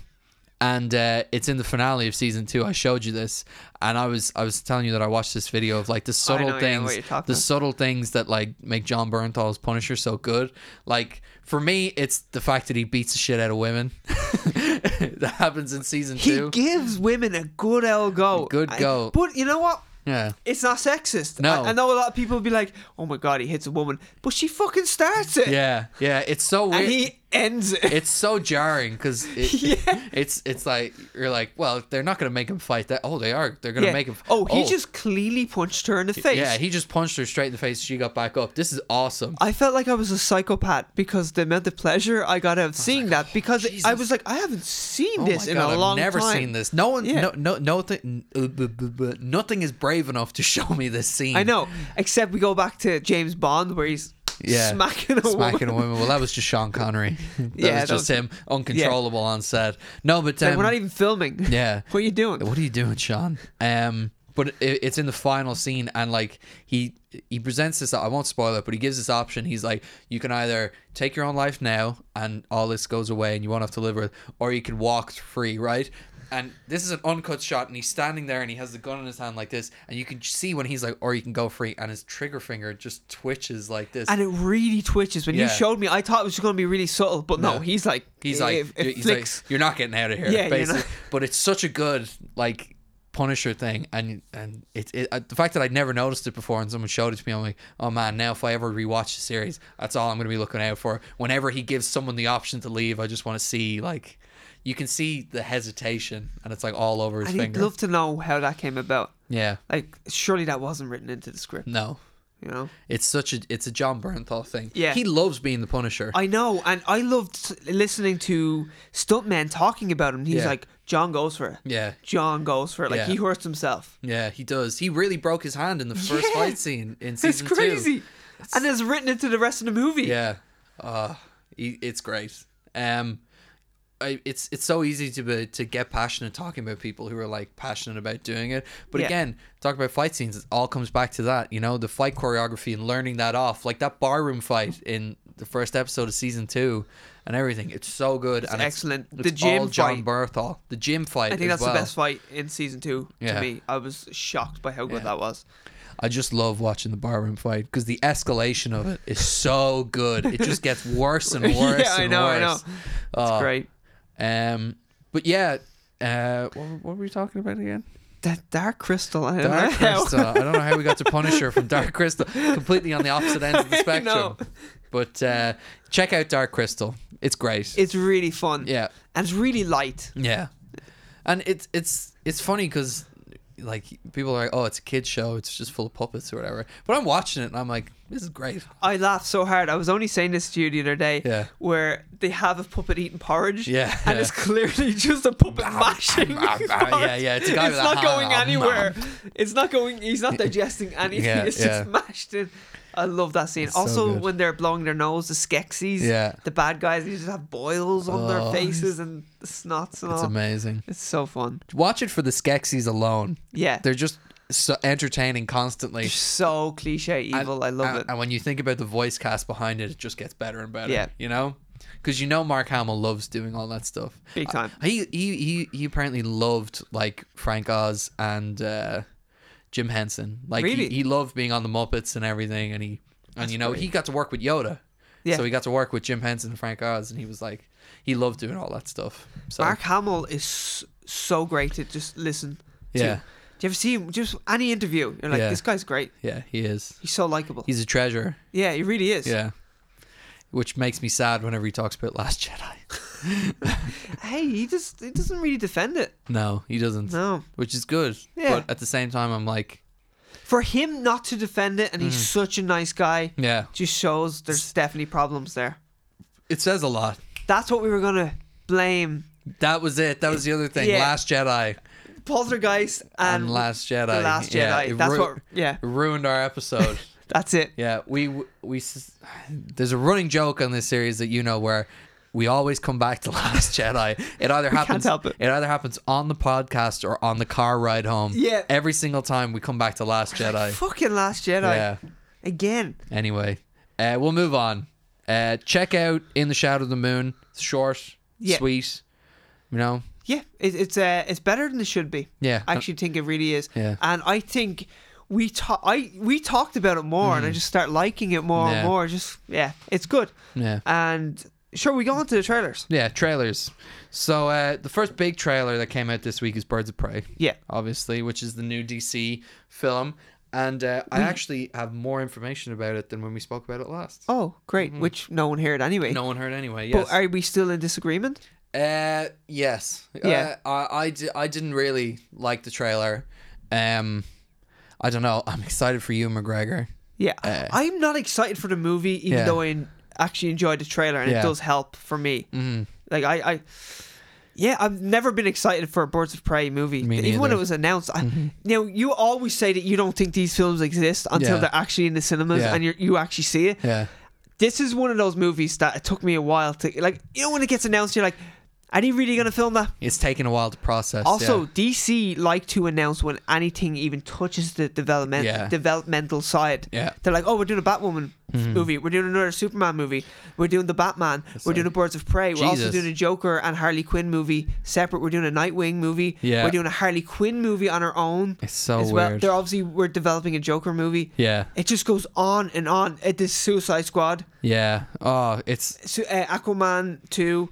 [SPEAKER 1] and uh, it's in the finale of season two. I showed you this, and I was I was telling you that I watched this video of like the subtle
[SPEAKER 2] know, yeah,
[SPEAKER 1] things,
[SPEAKER 2] what you're talking
[SPEAKER 1] the
[SPEAKER 2] about.
[SPEAKER 1] subtle things that like make John Bernthal's Punisher so good. Like for me, it's the fact that he beats the shit out of women. that happens in season
[SPEAKER 2] he
[SPEAKER 1] two.
[SPEAKER 2] gives women a good old go.
[SPEAKER 1] Good
[SPEAKER 2] I-
[SPEAKER 1] go.
[SPEAKER 2] but you know what?
[SPEAKER 1] yeah.
[SPEAKER 2] It's not sexist.
[SPEAKER 1] No.
[SPEAKER 2] I, I know a lot of people be like, "Oh my god, he hits a woman," but she fucking starts it,
[SPEAKER 1] Yeah, yeah, it's so weird.
[SPEAKER 2] and he ends it.
[SPEAKER 1] it's so jarring because it,
[SPEAKER 2] Yeah.
[SPEAKER 1] it's it's like you're like, well, they're not gonna make him fight that. Oh, they are. They're gonna
[SPEAKER 2] Yeah.
[SPEAKER 1] make him.
[SPEAKER 2] Oh, he just cleanly punched her in the face.
[SPEAKER 1] Yeah, he just punched her straight in the face. She got back up. This is awesome.
[SPEAKER 2] I felt like I was a psychopath because the amount of pleasure I got out of seeing
[SPEAKER 1] like,
[SPEAKER 2] that. Because
[SPEAKER 1] Jesus.
[SPEAKER 2] I was like, I haven't seen
[SPEAKER 1] Oh
[SPEAKER 2] this
[SPEAKER 1] my
[SPEAKER 2] in
[SPEAKER 1] God,
[SPEAKER 2] a long
[SPEAKER 1] I've never
[SPEAKER 2] time.
[SPEAKER 1] seen this. No one,
[SPEAKER 2] Yeah.
[SPEAKER 1] no, no, no thing, uh, b- b- b- nothing is brave enough to show me this scene.
[SPEAKER 2] I know, except we go back to James Bond where he's
[SPEAKER 1] Yeah.
[SPEAKER 2] smacking a
[SPEAKER 1] Smacking
[SPEAKER 2] woman.
[SPEAKER 1] a woman. Well, that was just Sean Connery. that
[SPEAKER 2] Yeah,
[SPEAKER 1] was
[SPEAKER 2] that
[SPEAKER 1] just
[SPEAKER 2] was-
[SPEAKER 1] him, uncontrollable on set. No, but um,
[SPEAKER 2] Like, we're not even filming.
[SPEAKER 1] Yeah.
[SPEAKER 2] what are you doing?
[SPEAKER 1] What are you doing, Sean? Um, but it, it's in the final scene, and like he he presents this. I won't spoil it, but he gives this option. He's like, you can either take your own life now, and all this goes away, and you won't have to live with, it, or you can walk free, right? And this is an uncut shot, and he's standing there, and he has the gun in his hand like this, and you can see when he's like, or you can go free, and his trigger finger just twitches like this.
[SPEAKER 2] And it really twitches. When
[SPEAKER 1] Yeah.
[SPEAKER 2] you showed me, I thought it was just going to be really subtle, but no,
[SPEAKER 1] No.
[SPEAKER 2] he's like,
[SPEAKER 1] He's
[SPEAKER 2] it-
[SPEAKER 1] like,
[SPEAKER 2] it, it
[SPEAKER 1] he's like,
[SPEAKER 2] flicks.
[SPEAKER 1] you're not getting out of here.
[SPEAKER 2] Yeah, you're
[SPEAKER 1] basically.
[SPEAKER 2] not-
[SPEAKER 1] But it's such a good like Punisher thing, and and it, it uh, the fact that I'd never noticed it before, and someone showed it to me, I'm like, oh man, now if I ever rewatch the series, that's all I'm gonna be looking out for. Whenever he gives someone the option to leave, I just want to see like, you can see the hesitation, and it's like all over his
[SPEAKER 2] and he'd
[SPEAKER 1] finger.
[SPEAKER 2] love to know how that came about.
[SPEAKER 1] yeah,
[SPEAKER 2] Like, surely that wasn't written into the script,
[SPEAKER 1] no.
[SPEAKER 2] you know?
[SPEAKER 1] It's such a it's a John Bernthal thing.
[SPEAKER 2] Yeah.
[SPEAKER 1] he loves being the Punisher.
[SPEAKER 2] I know, and I loved s- listening to stuntmen talking about him. He's
[SPEAKER 1] Yeah.
[SPEAKER 2] like, John goes for it.
[SPEAKER 1] yeah,
[SPEAKER 2] John goes for it. Like
[SPEAKER 1] Yeah.
[SPEAKER 2] he hurts himself.
[SPEAKER 1] yeah, he does. He really broke his hand in the first
[SPEAKER 2] Yeah.
[SPEAKER 1] fight scene in
[SPEAKER 2] It's
[SPEAKER 1] season two.
[SPEAKER 2] crazy, and it's written into the rest of the movie.
[SPEAKER 1] Yeah. Uh, he- it's great. Um, I, it's it's so easy to be, to get passionate talking about people who are like passionate about doing it. But
[SPEAKER 2] Yeah.
[SPEAKER 1] again, talk about fight scenes. It all comes back to that, you know, the fight choreography and learning that off, like that barroom fight in the first episode of season two, and everything. It's so good and it's-
[SPEAKER 2] excellent.
[SPEAKER 1] It's,
[SPEAKER 2] The gym
[SPEAKER 1] all John
[SPEAKER 2] fight.
[SPEAKER 1] Berthal. The gym fight.
[SPEAKER 2] I think
[SPEAKER 1] as
[SPEAKER 2] that's
[SPEAKER 1] well.
[SPEAKER 2] the best fight in season two.
[SPEAKER 1] Yeah.
[SPEAKER 2] To me, I was shocked by how good
[SPEAKER 1] Yeah.
[SPEAKER 2] that was.
[SPEAKER 1] I just love watching the barroom fight because the escalation of it is so good. It just gets worse and worse.
[SPEAKER 2] Yeah, I
[SPEAKER 1] and
[SPEAKER 2] know, I know.
[SPEAKER 1] worse. Uh,
[SPEAKER 2] It's
[SPEAKER 1] Oh.
[SPEAKER 2] Great.
[SPEAKER 1] Um, but yeah, uh, what, what were we talking about again?
[SPEAKER 2] That dark crystal. I don't
[SPEAKER 1] Dark
[SPEAKER 2] know.
[SPEAKER 1] Crystal. I don't know how we got to Punisher from Dark Crystal, completely on the opposite ends of the
[SPEAKER 2] I
[SPEAKER 1] spectrum.
[SPEAKER 2] know.
[SPEAKER 1] But uh, check out Dark Crystal. It's great.
[SPEAKER 2] It's really fun.
[SPEAKER 1] yeah,
[SPEAKER 2] And it's really light.
[SPEAKER 1] yeah, and it's it's it's funny because like people are like, oh, it's a kid show. It's just full of puppets or whatever. But I'm watching it and I'm like, this is great.
[SPEAKER 2] I laughed so hard. I was only saying this to you the other day.
[SPEAKER 1] Yeah.
[SPEAKER 2] Where they have a puppet eating porridge.
[SPEAKER 1] Yeah.
[SPEAKER 2] And it's clearly just a puppet mashing.
[SPEAKER 1] bah,
[SPEAKER 2] porridge.
[SPEAKER 1] bah. Yeah, yeah, it's a guy with a
[SPEAKER 2] not
[SPEAKER 1] hand,
[SPEAKER 2] going
[SPEAKER 1] um,
[SPEAKER 2] anywhere. It's not going. He's not digesting anything.
[SPEAKER 1] Yeah,
[SPEAKER 2] it's
[SPEAKER 1] yeah.
[SPEAKER 2] just mashed in. I love that scene.
[SPEAKER 1] It's so
[SPEAKER 2] also,
[SPEAKER 1] good.
[SPEAKER 2] when they're blowing their nose, the Skeksis,
[SPEAKER 1] Yeah.
[SPEAKER 2] the bad guys, they just have boils on
[SPEAKER 1] Oh.
[SPEAKER 2] their faces and snots and
[SPEAKER 1] It's
[SPEAKER 2] all.
[SPEAKER 1] amazing.
[SPEAKER 2] It's so fun.
[SPEAKER 1] Watch it for the Skeksis alone.
[SPEAKER 2] Yeah.
[SPEAKER 1] They're just so entertaining constantly.
[SPEAKER 2] so cliche evil. I love
[SPEAKER 1] and,
[SPEAKER 2] it.
[SPEAKER 1] And when you think about the voice cast behind it, it just gets better and better.
[SPEAKER 2] Yeah.
[SPEAKER 1] You know? Because you know Mark Hamill loves doing all that stuff.
[SPEAKER 2] Big
[SPEAKER 1] Uh,
[SPEAKER 2] time.
[SPEAKER 1] he, he he he apparently loved like Frank Oz and uh, Jim Henson. Like he-
[SPEAKER 2] Really?
[SPEAKER 1] he, loved being on the Muppets and everything and he and you know, he got to work with Yoda.
[SPEAKER 2] Yeah.
[SPEAKER 1] So he got to work with Jim Henson and Frank Oz and he was like he loved doing all that stuff. So
[SPEAKER 2] Mark Hamill is s- so great to just listen. To.
[SPEAKER 1] Yeah.
[SPEAKER 2] Do you ever see him? Just any interview, you're like,
[SPEAKER 1] Yeah.
[SPEAKER 2] this guy's great.
[SPEAKER 1] yeah, he is.
[SPEAKER 2] He's so likable.
[SPEAKER 1] He's a treasure.
[SPEAKER 2] Yeah, he really is.
[SPEAKER 1] Yeah. Which makes me sad whenever he talks about Last Jedi.
[SPEAKER 2] hey, he just he doesn't really defend it.
[SPEAKER 1] No, he doesn't.
[SPEAKER 2] No.
[SPEAKER 1] Which is good.
[SPEAKER 2] Yeah.
[SPEAKER 1] But at the same time, I'm like,
[SPEAKER 2] For him not to defend it and he's
[SPEAKER 1] Mm.
[SPEAKER 2] such a nice guy
[SPEAKER 1] yeah,
[SPEAKER 2] just shows there's definitely problems there.
[SPEAKER 1] it says a lot.
[SPEAKER 2] That's what we were gonna blame
[SPEAKER 1] That was it. That was the other thing.
[SPEAKER 2] Yeah.
[SPEAKER 1] Last Jedi
[SPEAKER 2] Poltergeist and,
[SPEAKER 1] and, Last Jedi.
[SPEAKER 2] The Last Jedi.
[SPEAKER 1] Yeah, it
[SPEAKER 2] That's
[SPEAKER 1] ru-
[SPEAKER 2] what yeah.
[SPEAKER 1] ruined our episode.
[SPEAKER 2] That's it.
[SPEAKER 1] yeah, we w- we s- there's a running joke on this series that you know where we always come back to Last Jedi. It either happens
[SPEAKER 2] help it.
[SPEAKER 1] either happens on the podcast or on the car ride home.
[SPEAKER 2] Yeah.
[SPEAKER 1] every single time we come back to Last Jedi.
[SPEAKER 2] Fucking Last Jedi.
[SPEAKER 1] Yeah.
[SPEAKER 2] Again.
[SPEAKER 1] Anyway, uh, we'll move on. Uh, check out In the Shadow of the Moon. It's short,
[SPEAKER 2] Yeah.
[SPEAKER 1] sweet. You know,
[SPEAKER 2] Yeah, it, it's uh, it's better than it should be.
[SPEAKER 1] Yeah.
[SPEAKER 2] I actually think it really is.
[SPEAKER 1] Yeah.
[SPEAKER 2] and I think we ta- I we talked about it more, and I just start liking it more
[SPEAKER 1] Mm. Yeah.
[SPEAKER 2] and more. Just yeah, it's good.
[SPEAKER 1] yeah.
[SPEAKER 2] And sure, we go on to the trailers.
[SPEAKER 1] Yeah, trailers. So uh, the first big trailer that came out this week is Birds of Prey,
[SPEAKER 2] Yeah,
[SPEAKER 1] obviously, which is the new DC film, and uh,
[SPEAKER 2] Mm.
[SPEAKER 1] I actually have more information about it than when we spoke about it last.
[SPEAKER 2] Oh, great. Which no one heard anyway.
[SPEAKER 1] Mm-hmm. No one heard anyway.
[SPEAKER 2] But
[SPEAKER 1] Yes.
[SPEAKER 2] are we still in disagreement?
[SPEAKER 1] uh, yes.
[SPEAKER 2] Yeah.
[SPEAKER 1] Uh, I I, di- I didn't really like the trailer. Um, I don't know. I'm excited for you, McGregor.
[SPEAKER 2] Yeah.
[SPEAKER 1] Uh,
[SPEAKER 2] I'm not excited for the movie, even
[SPEAKER 1] Yeah.
[SPEAKER 2] though I en- actually enjoyed the trailer and
[SPEAKER 1] Yeah. Mm-hmm.
[SPEAKER 2] it does help for me. Like, I, I. Yeah, I've never been excited for a Birds of Prey movie.
[SPEAKER 1] Me
[SPEAKER 2] Even when
[SPEAKER 1] neither.
[SPEAKER 2] it
[SPEAKER 1] Mm-hmm.
[SPEAKER 2] was announced, I, you know, you always say that you don't think these films exist until
[SPEAKER 1] Yeah.
[SPEAKER 2] they're actually in the cinemas
[SPEAKER 1] Yeah.
[SPEAKER 2] and you you actually see it.
[SPEAKER 1] Yeah.
[SPEAKER 2] This is one of those movies that it took me a while to like. You know, when it gets announced, you're like, "Are they really gonna film that?"
[SPEAKER 1] It's taken a while to process.
[SPEAKER 2] Also, DC like to announce when anything even touches the development
[SPEAKER 1] Yeah.
[SPEAKER 2] developmental side.
[SPEAKER 1] Yeah. Mm-hmm.
[SPEAKER 2] They're like, oh, we're doing a Batwoman movie. We're doing another Superman movie. We're doing the Batman. we're doing a Birds of Prey. We're also
[SPEAKER 1] Jesus.
[SPEAKER 2] doing a Joker and Harley Quinn movie separate. We're doing a Nightwing movie.
[SPEAKER 1] Yeah.
[SPEAKER 2] We're doing a Harley Quinn movie on our own.
[SPEAKER 1] It's so
[SPEAKER 2] as well.
[SPEAKER 1] weird.
[SPEAKER 2] They're obviously we're developing a Joker movie.
[SPEAKER 1] yeah.
[SPEAKER 2] It just goes on and on. It, this Suicide Squad,
[SPEAKER 1] Yeah. Oh, it's
[SPEAKER 2] Su- uh, Aquaman two.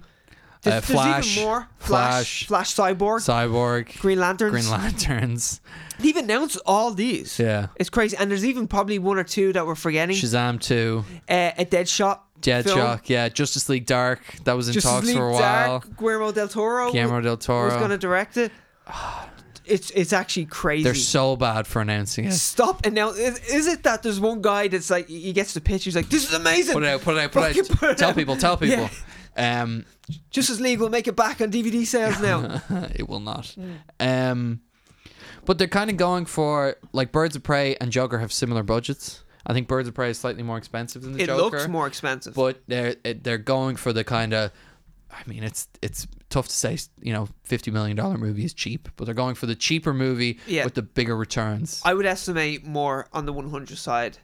[SPEAKER 2] There's,
[SPEAKER 1] Uh,
[SPEAKER 2] there's
[SPEAKER 1] Flash.
[SPEAKER 2] even more Flash, Flash, Cyborg,
[SPEAKER 1] Cyborg,
[SPEAKER 2] Green Lanterns.
[SPEAKER 1] Green Lanterns.
[SPEAKER 2] They've announced all these.
[SPEAKER 1] Yeah.
[SPEAKER 2] It's crazy. And there's even probably one or two that we're forgetting.
[SPEAKER 1] Shazam 2,
[SPEAKER 2] uh, a Deadshot. film.
[SPEAKER 1] Deadshot, yeah, Justice League Dark. That was in
[SPEAKER 2] Justice
[SPEAKER 1] talks
[SPEAKER 2] League
[SPEAKER 1] for a while.
[SPEAKER 2] Dark. Guillermo del Toro.
[SPEAKER 1] Guillermo del Toro.
[SPEAKER 2] Who's going to direct it? It's it's actually crazy.
[SPEAKER 1] They're so bad for announcing it.
[SPEAKER 2] Stop and now is, is it that there's one guy that's like he gets the pitch he's like this is amazing
[SPEAKER 1] Put it out, put it out, put
[SPEAKER 2] Fucking
[SPEAKER 1] it out. tell people, tell people.
[SPEAKER 2] Yeah.
[SPEAKER 1] Um,
[SPEAKER 2] Justice League will make it back on DVD sales now
[SPEAKER 1] it will not.
[SPEAKER 2] Hmm.
[SPEAKER 1] Um, but they're kind of going for like Birds of Prey and Joker have similar budgets. I think Birds of Prey is slightly more expensive than the
[SPEAKER 2] it
[SPEAKER 1] Joker.
[SPEAKER 2] looks more expensive
[SPEAKER 1] but they're it- they're going for the kind of I mean it's it's tough to say you know 50 million dollar movie is cheap but they're going for the cheaper movie
[SPEAKER 2] Yeah.
[SPEAKER 1] with the bigger returns
[SPEAKER 2] I would estimate more on the 100 side,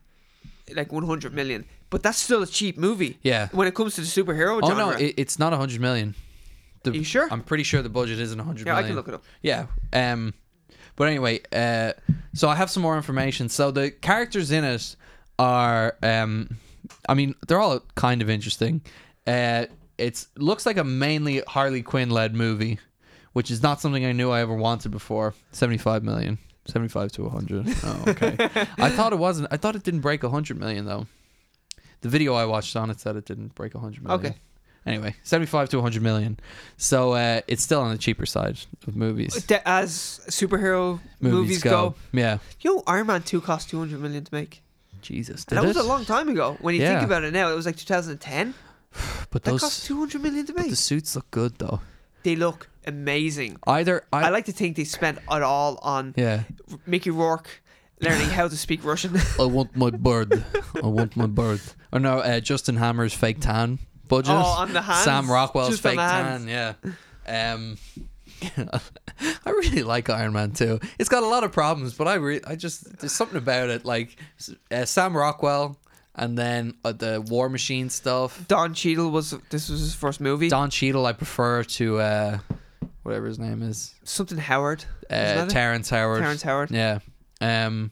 [SPEAKER 2] like 100 million. But that's still a cheap movie.
[SPEAKER 1] Yeah.
[SPEAKER 2] When it comes to the superhero
[SPEAKER 1] oh
[SPEAKER 2] genre.
[SPEAKER 1] no it, it's not 100 million the,
[SPEAKER 2] You sure?
[SPEAKER 1] I'm pretty sure the budget isn't 100
[SPEAKER 2] Yeah, I
[SPEAKER 1] million
[SPEAKER 2] can look it up.
[SPEAKER 1] yeah um but anyway uh so I have some more information so the characters in it are um I mean they're all kind of interesting uh it's looks like a mainly Harley Quinn led movie which is not something I knew I ever wanted before. 75 million. 75 to 100. Oh, okay. I thought it wasn't. I thought it didn't break 100 million, though. The video I watched on it said it didn't break 100 million.
[SPEAKER 2] Okay.
[SPEAKER 1] Anyway, 75 to 100 million. So uh, it's still on the cheaper side of movies.
[SPEAKER 2] De- As superhero movies, go.
[SPEAKER 1] Yeah.
[SPEAKER 2] You know, Iron Man 2 cost 200 million to make.
[SPEAKER 1] Jesus. Did
[SPEAKER 2] And that was
[SPEAKER 1] it?
[SPEAKER 2] a long time ago. When you
[SPEAKER 1] Yeah.
[SPEAKER 2] think about it now, it was like 2010.
[SPEAKER 1] but
[SPEAKER 2] That
[SPEAKER 1] those
[SPEAKER 2] cost 200 million to make.
[SPEAKER 1] the suits look good, though.
[SPEAKER 2] They look amazing.
[SPEAKER 1] Either. I,
[SPEAKER 2] I like to think they spent it all on
[SPEAKER 1] Yeah.
[SPEAKER 2] Mickey Rourke learning how to speak Russian.
[SPEAKER 1] I want my bird. I want my bird. Or no, uh, Justin Hammer's fake tan budget.
[SPEAKER 2] Oh, on the hands.
[SPEAKER 1] Sam Rockwell's
[SPEAKER 2] Just on
[SPEAKER 1] fake
[SPEAKER 2] the
[SPEAKER 1] tan.
[SPEAKER 2] hands.
[SPEAKER 1] Yeah. Um, I really like Iron Man too. It's got a lot of problems, but I re- I just there's something about it. Like uh, Sam Rockwell, and then uh, the War Machine stuff.
[SPEAKER 2] Don Cheadle was, this was his first movie.
[SPEAKER 1] Don Cheadle, I prefer to uh, whatever his name is,
[SPEAKER 2] Something Howard. Isn't
[SPEAKER 1] uh,
[SPEAKER 2] that it?
[SPEAKER 1] Terrence Howard.
[SPEAKER 2] Terrence Howard.
[SPEAKER 1] Yeah. Um,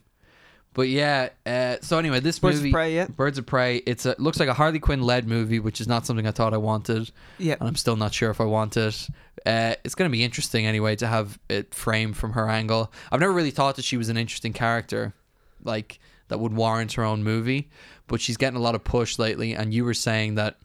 [SPEAKER 1] but yeah. Uh, so anyway, this
[SPEAKER 2] Birds of
[SPEAKER 1] movie,
[SPEAKER 2] Prey, yeah.
[SPEAKER 1] Birds of Prey, it's a, looks like a Harley Quinn led movie, which is not something I thought I wanted,
[SPEAKER 2] Yeah.
[SPEAKER 1] and I'm still not sure if I want it. Uh, it's going to be interesting anyway to have it framed from her angle. I've never really thought that she was an interesting character, like that would warrant her own movie, but she's getting a lot of push lately. And you were saying that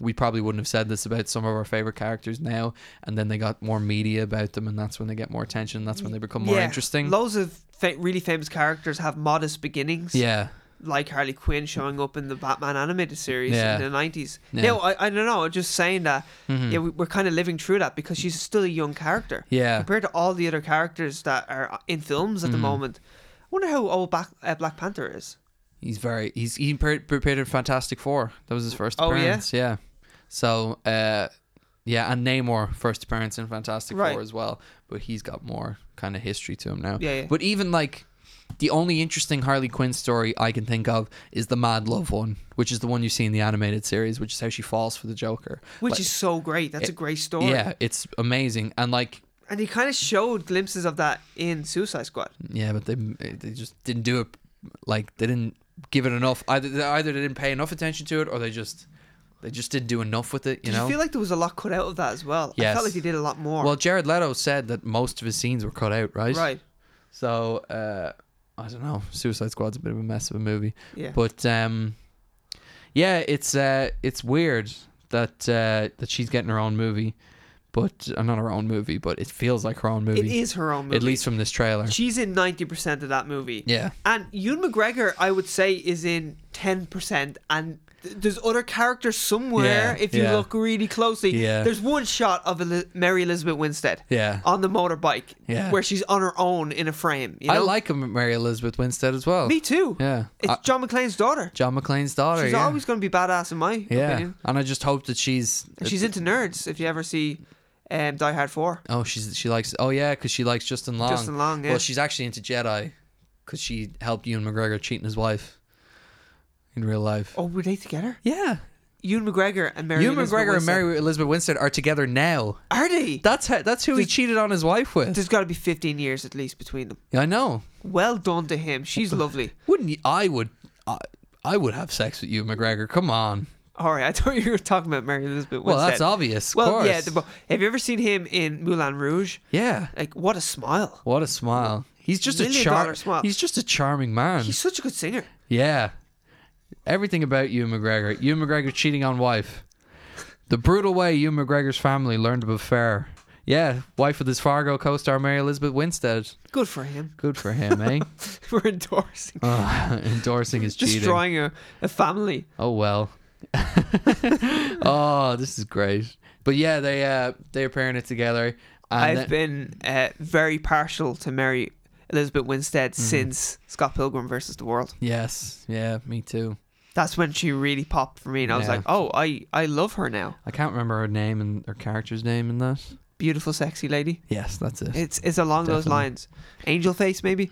[SPEAKER 1] we probably wouldn't have said this about some of our favorite characters now, and then they got more media about them, and that's when they get more attention. That's when they become more interesting.
[SPEAKER 2] Loads of fa- really famous characters have modest beginnings.
[SPEAKER 1] yeah,
[SPEAKER 2] like Harley Quinn showing up in the Batman animated series
[SPEAKER 1] Yeah.
[SPEAKER 2] in the 90s.
[SPEAKER 1] Yeah. Mm-hmm.
[SPEAKER 2] No, I, I don't know. I'm just saying that yeah, we, we're kind of living through that because she's still a young character.
[SPEAKER 1] Yeah.
[SPEAKER 2] Compared to all the other characters that are in films at
[SPEAKER 1] Mm-hmm.
[SPEAKER 2] the moment. I wonder how old Black, uh, Black Panther is.
[SPEAKER 1] he's very he's he pre- prepared in Fantastic Four. That was his first
[SPEAKER 2] Oh, yeah?
[SPEAKER 1] appearance. Yeah. So, uh, yeah, and Namor first appearance in Fantastic
[SPEAKER 2] Right.
[SPEAKER 1] Four as well, but he's got more kind of history to him now.
[SPEAKER 2] Yeah, yeah.
[SPEAKER 1] But even like. The only interesting Harley Quinn story I can think of is the Mad Love one, which is the one you see in the animated series, which is how she falls for the Joker.
[SPEAKER 2] Which
[SPEAKER 1] Like-
[SPEAKER 2] is so great. That's
[SPEAKER 1] it-
[SPEAKER 2] a great story.
[SPEAKER 1] Yeah, it's amazing. And like,
[SPEAKER 2] And he kind of showed glimpses of that in Suicide Squad.
[SPEAKER 1] yeah, but they they just didn't do it. Like they didn't give it enough. Either either they didn't pay enough attention to it, or they just they just didn't do enough with it. You
[SPEAKER 2] Did you,
[SPEAKER 1] know.
[SPEAKER 2] feel like there was a lot cut out of that as well? I
[SPEAKER 1] Yes.
[SPEAKER 2] felt like he did a lot more.
[SPEAKER 1] well, Jared Leto said that most of his scenes were cut out, right?
[SPEAKER 2] right.
[SPEAKER 1] So uh, I don't know. Suicide Squad's a bit of a mess of a movie,
[SPEAKER 2] Yeah.
[SPEAKER 1] but um, yeah, it's uh, it's weird that uh, that she's getting her own movie, but uh, not her own movie, but it feels like her own movie.
[SPEAKER 2] it is her own movie.
[SPEAKER 1] At least from this trailer.
[SPEAKER 2] She's in 90% of that movie.
[SPEAKER 1] Yeah.
[SPEAKER 2] And Ewan McGregor, I would say, is in 10%. And th- there's other characters somewhere,
[SPEAKER 1] Yeah,
[SPEAKER 2] if you
[SPEAKER 1] yeah.
[SPEAKER 2] look really closely.
[SPEAKER 1] Yeah.
[SPEAKER 2] There's one shot of Eli- Mary Elizabeth Winstead
[SPEAKER 1] Yeah.
[SPEAKER 2] on the motorbike
[SPEAKER 1] Yeah.
[SPEAKER 2] where she's on her own in a frame. You know?
[SPEAKER 1] I like him, Mary Elizabeth Winstead as well.
[SPEAKER 2] Me too.
[SPEAKER 1] Yeah.
[SPEAKER 2] It's
[SPEAKER 1] I-
[SPEAKER 2] John McClane's daughter.
[SPEAKER 1] John McClane's daughter.
[SPEAKER 2] She's
[SPEAKER 1] yeah.
[SPEAKER 2] always going to be badass in my
[SPEAKER 1] yeah.
[SPEAKER 2] opinion.
[SPEAKER 1] And I just hope that she's.
[SPEAKER 2] And she's into nerds if you ever see um, Die Hard 4.
[SPEAKER 1] Oh, she's she likes. Oh yeah, because she likes Justin Long.
[SPEAKER 2] Justin Long, yeah.
[SPEAKER 1] Well, she's actually into Jedi, because she helped Ewan McGregor cheating his wife. In real life.
[SPEAKER 2] Oh, were they together?
[SPEAKER 1] Yeah.
[SPEAKER 2] Ewan McGregor and Mary
[SPEAKER 1] Ewan
[SPEAKER 2] Elizabeth
[SPEAKER 1] McGregor and
[SPEAKER 2] Winstead.
[SPEAKER 1] Mary Elizabeth Winstead are together now.
[SPEAKER 2] Are they?
[SPEAKER 1] That's how, that's who he
[SPEAKER 2] Does-
[SPEAKER 1] cheated on his wife with.
[SPEAKER 2] There's got to be 15 years at least between them.
[SPEAKER 1] I know.
[SPEAKER 2] Well done to him. She's lovely.
[SPEAKER 1] Wouldn't you, I would I, I would have sex with Ewan McGregor? Come on.
[SPEAKER 2] All right, I thought you were talking about Mary Elizabeth.
[SPEAKER 1] Well, that's
[SPEAKER 2] Winstead.
[SPEAKER 1] obvious. Of
[SPEAKER 2] Well,
[SPEAKER 1] course.
[SPEAKER 2] yeah. The, have you ever seen him in Moulin Rouge?
[SPEAKER 1] yeah.
[SPEAKER 2] Like, what a smile!
[SPEAKER 1] What a smile. He's just a
[SPEAKER 2] Million
[SPEAKER 1] char-
[SPEAKER 2] dollar smile.
[SPEAKER 1] He's just a charming man.
[SPEAKER 2] He's such a good singer.
[SPEAKER 1] Yeah. Everything about you McGregor. You McGregor cheating on wife. The brutal way you McGregor's family learned of affair. Yeah, wife of this Fargo co-star Mary Elizabeth Winstead.
[SPEAKER 2] Good for him.
[SPEAKER 1] Good for him, eh?
[SPEAKER 2] We're endorsing,
[SPEAKER 1] Ugh, endorsing his cheating.
[SPEAKER 2] destroying a, a family.
[SPEAKER 1] Oh well. oh, this is great. But yeah, they uh they are pairing it together. And
[SPEAKER 2] I've
[SPEAKER 1] then-
[SPEAKER 2] been uh, very partial to Mary Elizabeth Winstead
[SPEAKER 1] Mm-hmm.
[SPEAKER 2] since Scott Pilgrim versus the World.
[SPEAKER 1] yes, yeah, me too.
[SPEAKER 2] That's when she really popped for me, and I was
[SPEAKER 1] Yeah.
[SPEAKER 2] like, oh, I I love her now.
[SPEAKER 1] I can't remember her name and her character's name in that.
[SPEAKER 2] Beautiful, sexy lady.
[SPEAKER 1] Yes, that's it.
[SPEAKER 2] It's it's along those
[SPEAKER 1] Definitely.
[SPEAKER 2] lines. Angel face, maybe.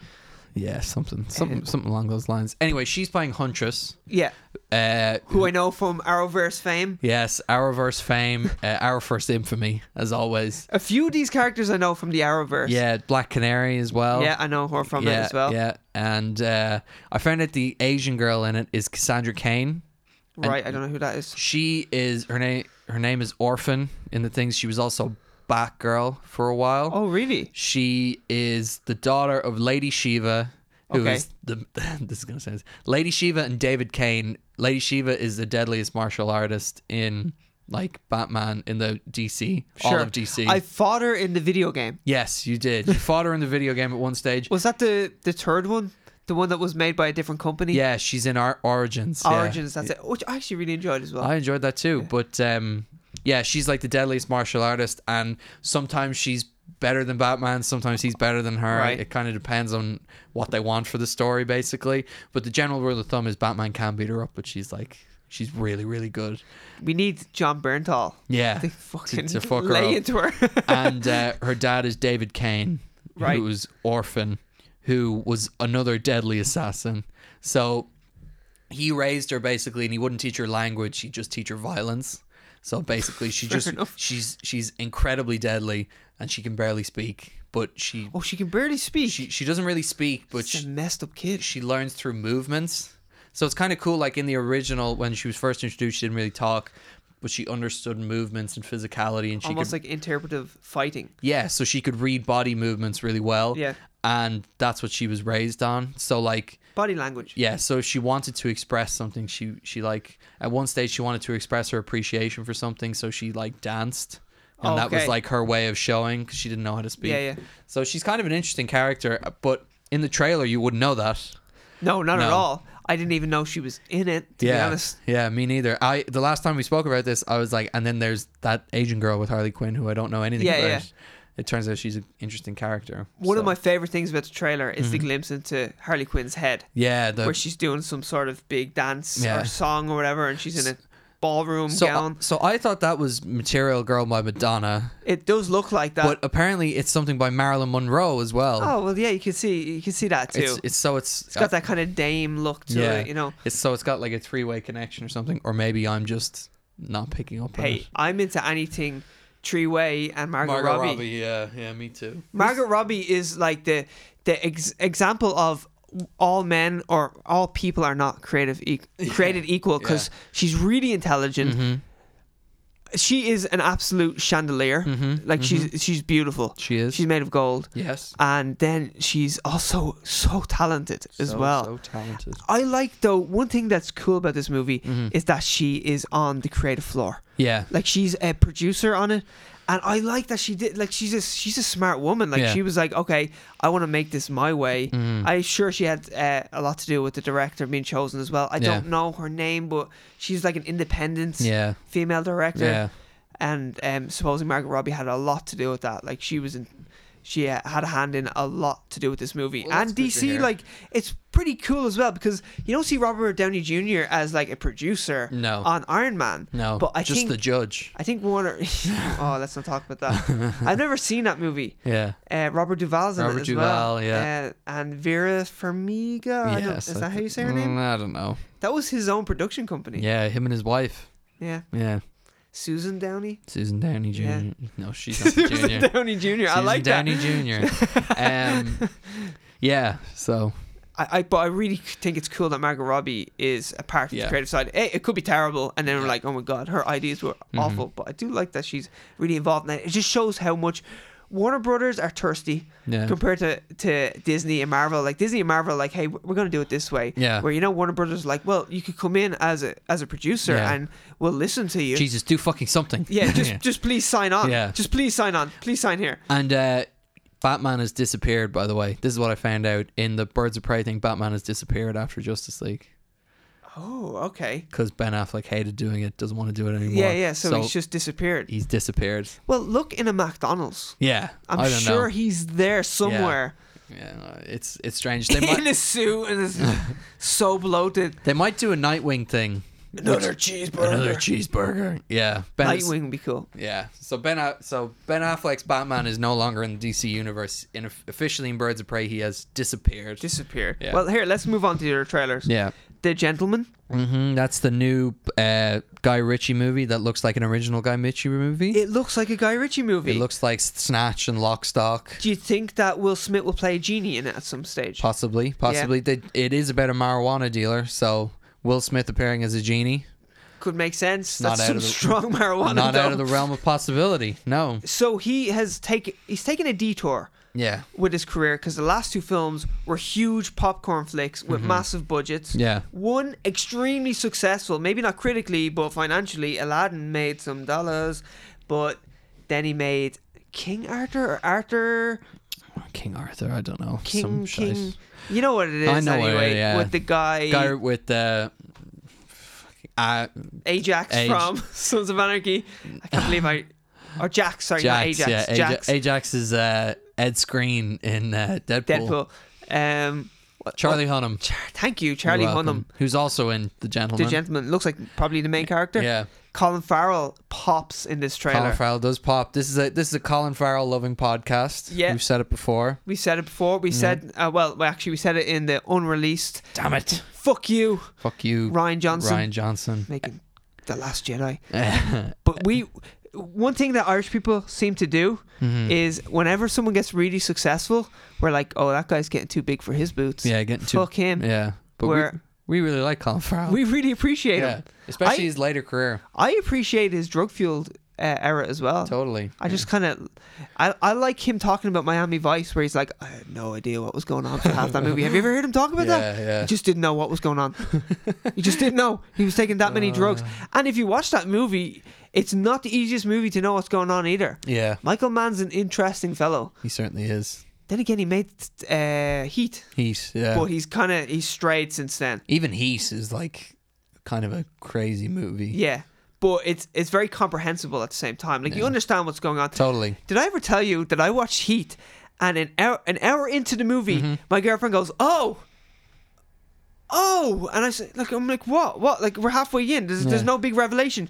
[SPEAKER 1] Yeah, something, something, something along those lines. Anyway, she's playing Huntress.
[SPEAKER 2] Yeah.
[SPEAKER 1] Uh,
[SPEAKER 2] Who I know from Arrowverse fame.
[SPEAKER 1] yes, our verse fame, uh, our first infamy, as always.
[SPEAKER 2] A few of these characters I know from the Arrowverse.
[SPEAKER 1] Yeah, Black Canary as well.
[SPEAKER 2] Yeah, I know her from it
[SPEAKER 1] yeah,
[SPEAKER 2] as well.
[SPEAKER 1] yeah. And uh, I found out the Asian girl in it is Cassandra Kane.
[SPEAKER 2] Right, I don't know who that is.
[SPEAKER 1] She is her name. Her name is Orphan in the things. She was also Batgirl for a while.
[SPEAKER 2] Oh, really?
[SPEAKER 1] She is the daughter of Lady Shiva, who is
[SPEAKER 2] Okay.
[SPEAKER 1] the this is gonna sound Lady Shiva and David Kane. Lady Shiva is the deadliest martial artist in like Batman in the DC, all of DC.
[SPEAKER 2] I fought her in the video game.
[SPEAKER 1] yes, you did. You fought her in the video game at one stage.
[SPEAKER 2] Was that the the third one? The one that was made by a different company?
[SPEAKER 1] Yeah, she's in our Origins. yeah.
[SPEAKER 2] Origins, that's it. Which I actually really enjoyed as well.
[SPEAKER 1] I enjoyed that too. But um, yeah, she's like the deadliest martial artist, and sometimes she's better than Batman, sometimes he's better than her.
[SPEAKER 2] Right.
[SPEAKER 1] It kind of depends on what they want for the story, basically. But the general rule of thumb is Batman can beat her up, but she's like. She's really, really good.
[SPEAKER 2] we need John Bernthal.
[SPEAKER 1] Yeah,
[SPEAKER 2] To
[SPEAKER 1] to-
[SPEAKER 2] fucking
[SPEAKER 1] to fuck her
[SPEAKER 2] lay
[SPEAKER 1] up.
[SPEAKER 2] into her.
[SPEAKER 1] and uh, her dad is David Kane,
[SPEAKER 2] Right.
[SPEAKER 1] who was orphan, who was another deadly assassin. So he raised her basically, and he wouldn't teach her language; he just teach her violence. So basically, she just
[SPEAKER 2] enough.
[SPEAKER 1] she's she's incredibly deadly, and she can barely speak. But she
[SPEAKER 2] oh, she can barely speak.
[SPEAKER 1] she, she doesn't really speak, but
[SPEAKER 2] She's
[SPEAKER 1] she,
[SPEAKER 2] a messed up kid.
[SPEAKER 1] she learns through movements. So it's kind of cool. Like in the original, when she was first introduced, she didn't really talk, but she understood movements and physicality, and she
[SPEAKER 2] Almost
[SPEAKER 1] could
[SPEAKER 2] like interpretive fighting.
[SPEAKER 1] yeah, so she could read body movements really well.
[SPEAKER 2] Yeah.
[SPEAKER 1] and that's what she was raised on. So like
[SPEAKER 2] Body language.
[SPEAKER 1] yeah, so if she wanted to express something, she she like at one stage she wanted to express her appreciation for something, so she like danced, and that was
[SPEAKER 2] Okay.
[SPEAKER 1] like her way of showing because she didn't know how to speak.
[SPEAKER 2] Yeah, yeah.
[SPEAKER 1] So she's kind of an interesting character, but in the trailer you wouldn't know that.
[SPEAKER 2] No, not at
[SPEAKER 1] No.
[SPEAKER 2] all. I didn't even know she was in it. To be
[SPEAKER 1] yeah,
[SPEAKER 2] honest.
[SPEAKER 1] yeah, me neither. I the last time we spoke about this, I was like, and then there's that Asian girl with Harley Quinn who I don't know anything
[SPEAKER 2] Yeah,
[SPEAKER 1] about.
[SPEAKER 2] yeah.
[SPEAKER 1] It turns out she's an interesting character.
[SPEAKER 2] One
[SPEAKER 1] so-
[SPEAKER 2] of
[SPEAKER 1] Mm-hmm.
[SPEAKER 2] my favorite things about the trailer is the glimpse into Harley Quinn's head,
[SPEAKER 1] yeah the
[SPEAKER 2] where she's doing some sort of big dance
[SPEAKER 1] Yeah.
[SPEAKER 2] or song or whatever, and she's in a ballroom
[SPEAKER 1] so uh,
[SPEAKER 2] gown.
[SPEAKER 1] so I thought that was Material Girl by Madonna.
[SPEAKER 2] It does look like that.
[SPEAKER 1] but apparently it's something by Marilyn Monroe as well.
[SPEAKER 2] Uh, oh well, yeah, you can see you can see that too.
[SPEAKER 1] it's, it's so it's,
[SPEAKER 2] it's got that kind of dame look to it, you know.
[SPEAKER 1] It's so it's got like a three way connection or something, or maybe I'm just not picking up. on
[SPEAKER 2] Hey,
[SPEAKER 1] it.
[SPEAKER 2] I'm into anything Tree Way and Margot,
[SPEAKER 1] Margot Robbie.
[SPEAKER 2] Robbie.
[SPEAKER 1] yeah, yeah, me too.
[SPEAKER 2] Margot Robbie is like the the ex- example of all men or all people are not creative e- created equal because she's really intelligent.
[SPEAKER 1] Mm-hmm.
[SPEAKER 2] She is an absolute chandelier. Like she's she's beautiful.
[SPEAKER 1] Mm-hmm. She is.
[SPEAKER 2] She's made of gold.
[SPEAKER 1] yes,
[SPEAKER 2] And then she's also so talented as
[SPEAKER 1] So,
[SPEAKER 2] well.
[SPEAKER 1] so talented.
[SPEAKER 2] I like though one thing that's cool about this movie
[SPEAKER 1] Mm-hmm.
[SPEAKER 2] is that she is on the creative floor.
[SPEAKER 1] Yeah,
[SPEAKER 2] Like she's a producer on it, and I like that she did. Like she's a she's a smart woman. Like
[SPEAKER 1] Yeah. Mm-hmm.
[SPEAKER 2] she was like, okay, I want to make this my way. I sure she had uh, a lot to do with the director being chosen as well. I
[SPEAKER 1] Yeah.
[SPEAKER 2] don't know her name, but she's like an independent
[SPEAKER 1] yeah,
[SPEAKER 2] female director,
[SPEAKER 1] yeah,
[SPEAKER 2] and um, supposedly Margot Robbie had a lot to do with that. Like she was in. She uh, had a hand in a lot to do with this movie,
[SPEAKER 1] Well, that's
[SPEAKER 2] and
[SPEAKER 1] good to
[SPEAKER 2] DC
[SPEAKER 1] hear.
[SPEAKER 2] like it's pretty cool as well because you don't see Robert Downey Jr. as like a producer
[SPEAKER 1] No.
[SPEAKER 2] on Iron Man.
[SPEAKER 1] no,
[SPEAKER 2] Uh, but I
[SPEAKER 1] just
[SPEAKER 2] think
[SPEAKER 1] the judge.
[SPEAKER 2] I think Warner. oh, let's not talk about that. I've never seen that movie.
[SPEAKER 1] Yeah,
[SPEAKER 2] Uh, Robert Duvall's in
[SPEAKER 1] Robert
[SPEAKER 2] it as well.
[SPEAKER 1] Duvall, yeah.
[SPEAKER 2] Uh, and Vera Farmiga. Uh, I don't-
[SPEAKER 1] yes.
[SPEAKER 2] is
[SPEAKER 1] I
[SPEAKER 2] that how
[SPEAKER 1] thi-
[SPEAKER 2] you say her name?
[SPEAKER 1] Mm, I don't know.
[SPEAKER 2] That was his own production company.
[SPEAKER 1] Yeah, him and his wife.
[SPEAKER 2] Yeah.
[SPEAKER 1] Yeah,
[SPEAKER 2] Susan Downey.
[SPEAKER 1] Susan Downey Jr.
[SPEAKER 2] Yeah.
[SPEAKER 1] No, she's not the
[SPEAKER 2] Susan
[SPEAKER 1] junior.
[SPEAKER 2] Downey Jr. I
[SPEAKER 1] Susan
[SPEAKER 2] like
[SPEAKER 1] Downey
[SPEAKER 2] that.
[SPEAKER 1] Jr. Um, yeah, so
[SPEAKER 2] I, I, but I really think it's cool that Margot Robbie is a part of
[SPEAKER 1] Yeah.
[SPEAKER 2] the creative side. Eh, It, it could be terrible, and then we're like, oh my god, her ideas were
[SPEAKER 1] Mm-hmm.
[SPEAKER 2] awful. But I do like that she's really involved in it. It just shows how much Warner Brothers are thirsty
[SPEAKER 1] Yeah.
[SPEAKER 2] compared to, to Disney and Marvel. Like Disney and Marvel, are like, hey, we're gonna do it this way.
[SPEAKER 1] Yeah.
[SPEAKER 2] Where you know Warner Brothers, is like, well, you could come in as a as a producer,
[SPEAKER 1] Yeah.
[SPEAKER 2] and we'll listen to you.
[SPEAKER 1] Jesus, do fucking something.
[SPEAKER 2] Yeah, just just please sign on.
[SPEAKER 1] Yeah.
[SPEAKER 2] Just please sign on. Please sign here.
[SPEAKER 1] and uh, Batman has disappeared. By the way, this is what I found out in the Birds of Prey thing. Batman has disappeared after Justice League
[SPEAKER 2] Oh, okay.
[SPEAKER 1] because Ben Affleck hated doing it, doesn't want to do it anymore.
[SPEAKER 2] Yeah, yeah. So, he's just disappeared.
[SPEAKER 1] he's disappeared.
[SPEAKER 2] Well, look in a McDonald's.
[SPEAKER 1] Yeah,
[SPEAKER 2] I'm
[SPEAKER 1] I do not
[SPEAKER 2] sure
[SPEAKER 1] Know.
[SPEAKER 2] he's there somewhere
[SPEAKER 1] Yeah, no, it's it's strange. They might
[SPEAKER 2] in a suit and is so bloated.
[SPEAKER 1] they might do a Nightwing thing.
[SPEAKER 2] Another
[SPEAKER 1] which-
[SPEAKER 2] cheeseburger.
[SPEAKER 1] Another cheeseburger. Yeah, Ben. is-
[SPEAKER 2] Nightwing would be cool.
[SPEAKER 1] Yeah. So Ben A- so Ben Affleck's Batman is no longer in the DC universe. In officially in Birds of Prey, he has disappeared.
[SPEAKER 2] Disappear.
[SPEAKER 1] Yeah.
[SPEAKER 2] Well, here let's move on to the other trailers.
[SPEAKER 1] yeah.
[SPEAKER 2] The Gentleman.
[SPEAKER 1] hmm That's the new uh, Guy Ritchie movie that looks like an original Guy Ritchie movie. It,
[SPEAKER 2] It looks like a Guy Ritchie movie.
[SPEAKER 1] looks like Snatch and Lock, Stock,
[SPEAKER 2] Do you think that Will Smith will play a genie in it at some stage?
[SPEAKER 1] Possibly, possibly. They, it is about a marijuana dealer, so Will Smith appearing as a genie,
[SPEAKER 2] Could make sense.
[SPEAKER 1] Not
[SPEAKER 2] That's
[SPEAKER 1] out
[SPEAKER 2] some
[SPEAKER 1] of the-
[SPEAKER 2] strong marijuana.
[SPEAKER 1] not out
[SPEAKER 2] though.
[SPEAKER 1] of the realm of possibility. No.
[SPEAKER 2] So he has taken he's taken a detour
[SPEAKER 1] Yeah.
[SPEAKER 2] with his career because the last two films were huge popcorn flicks with massive budgets.
[SPEAKER 1] Mm-hmm. Yeah.
[SPEAKER 2] One extremely successful, maybe not critically, but financially, Aladdin made some dollars, but then he made King Arthur or Arthur
[SPEAKER 1] King Arthur. I don't know.
[SPEAKER 2] King
[SPEAKER 1] Some shite.
[SPEAKER 2] King. You know what it is
[SPEAKER 1] I know what it-
[SPEAKER 2] anyway
[SPEAKER 1] yeah.
[SPEAKER 2] with the guy,
[SPEAKER 1] Guy with the. Uh,
[SPEAKER 2] Ajax
[SPEAKER 1] Aj-
[SPEAKER 2] from Sons of Anarchy. I can't believe I or Jax, sorry, not
[SPEAKER 1] Jax,
[SPEAKER 2] Ajax.
[SPEAKER 1] yeah, Aja-
[SPEAKER 2] Jax.
[SPEAKER 1] Ajax is uh, Ed Screen in uh, Deadpool.
[SPEAKER 2] Deadpool. Um what-
[SPEAKER 1] Charlie Hunnam.
[SPEAKER 2] Char- thank you, Charlie
[SPEAKER 1] You're welcome.
[SPEAKER 2] Hunnam.
[SPEAKER 1] who's also in The
[SPEAKER 2] The
[SPEAKER 1] Gentleman.
[SPEAKER 2] gentleman looks like probably the main character.
[SPEAKER 1] Yeah.
[SPEAKER 2] Colin Farrell pops in this trailer.
[SPEAKER 1] Colin Farrell does pop. This is a this is a Colin Farrell loving podcast.
[SPEAKER 2] Yeah.
[SPEAKER 1] we've said it before.
[SPEAKER 2] we said it before. We said,
[SPEAKER 1] Mm-hmm.
[SPEAKER 2] uh, well, well, actually, we said it in the unreleased.
[SPEAKER 1] Damn it!
[SPEAKER 2] Fuck you,
[SPEAKER 1] Fuck you,
[SPEAKER 2] Ryan Johnson,
[SPEAKER 1] Ryan Johnson.
[SPEAKER 2] making the Last Jedi. But we, one thing that Irish people seem to do
[SPEAKER 1] Mm-hmm.
[SPEAKER 2] is whenever someone gets really successful, we're like, oh, that guy's getting too big for his boots.
[SPEAKER 1] yeah, getting too.
[SPEAKER 2] fuck him.
[SPEAKER 1] Yeah, but
[SPEAKER 2] We're-
[SPEAKER 1] we, we really like Colin Farrell.
[SPEAKER 2] We really appreciate
[SPEAKER 1] yeah,
[SPEAKER 2] him.
[SPEAKER 1] especially
[SPEAKER 2] I-
[SPEAKER 1] his later career.
[SPEAKER 2] I appreciate his drug fueled uh, era as well.
[SPEAKER 1] Totally.
[SPEAKER 2] I just kind of, I, I like him talking about Miami Vice, where he's like, I had no idea what was going on for half that movie. Have you ever heard him talk about that?
[SPEAKER 1] Yeah, yeah.
[SPEAKER 2] He just didn't know what was going on. he just didn't know he was taking that many drugs.
[SPEAKER 1] Uh.
[SPEAKER 2] And if you watch that movie, it's not the easiest movie to know what's going on either.
[SPEAKER 1] Yeah.
[SPEAKER 2] Michael Mann's an interesting fellow.
[SPEAKER 1] He certainly is.
[SPEAKER 2] Then again, he made uh, Heat,
[SPEAKER 1] Heat. Yeah.
[SPEAKER 2] but he's kind of he's strayed since then.
[SPEAKER 1] Even Heat is like kind of a crazy movie.
[SPEAKER 2] Yeah, but it's it's very comprehensible at the same time. Like you
[SPEAKER 1] Yeah.
[SPEAKER 2] understand what's going on.
[SPEAKER 1] Totally.
[SPEAKER 2] Did I ever tell you that I watched Heat, and an hour an hour into the movie,
[SPEAKER 1] Mm-hmm.
[SPEAKER 2] my girlfriend goes, "Oh." Oh, and I said, like, I'm like, what, what? Like, we're halfway in. There's, there's
[SPEAKER 1] Yeah.
[SPEAKER 2] no big revelation.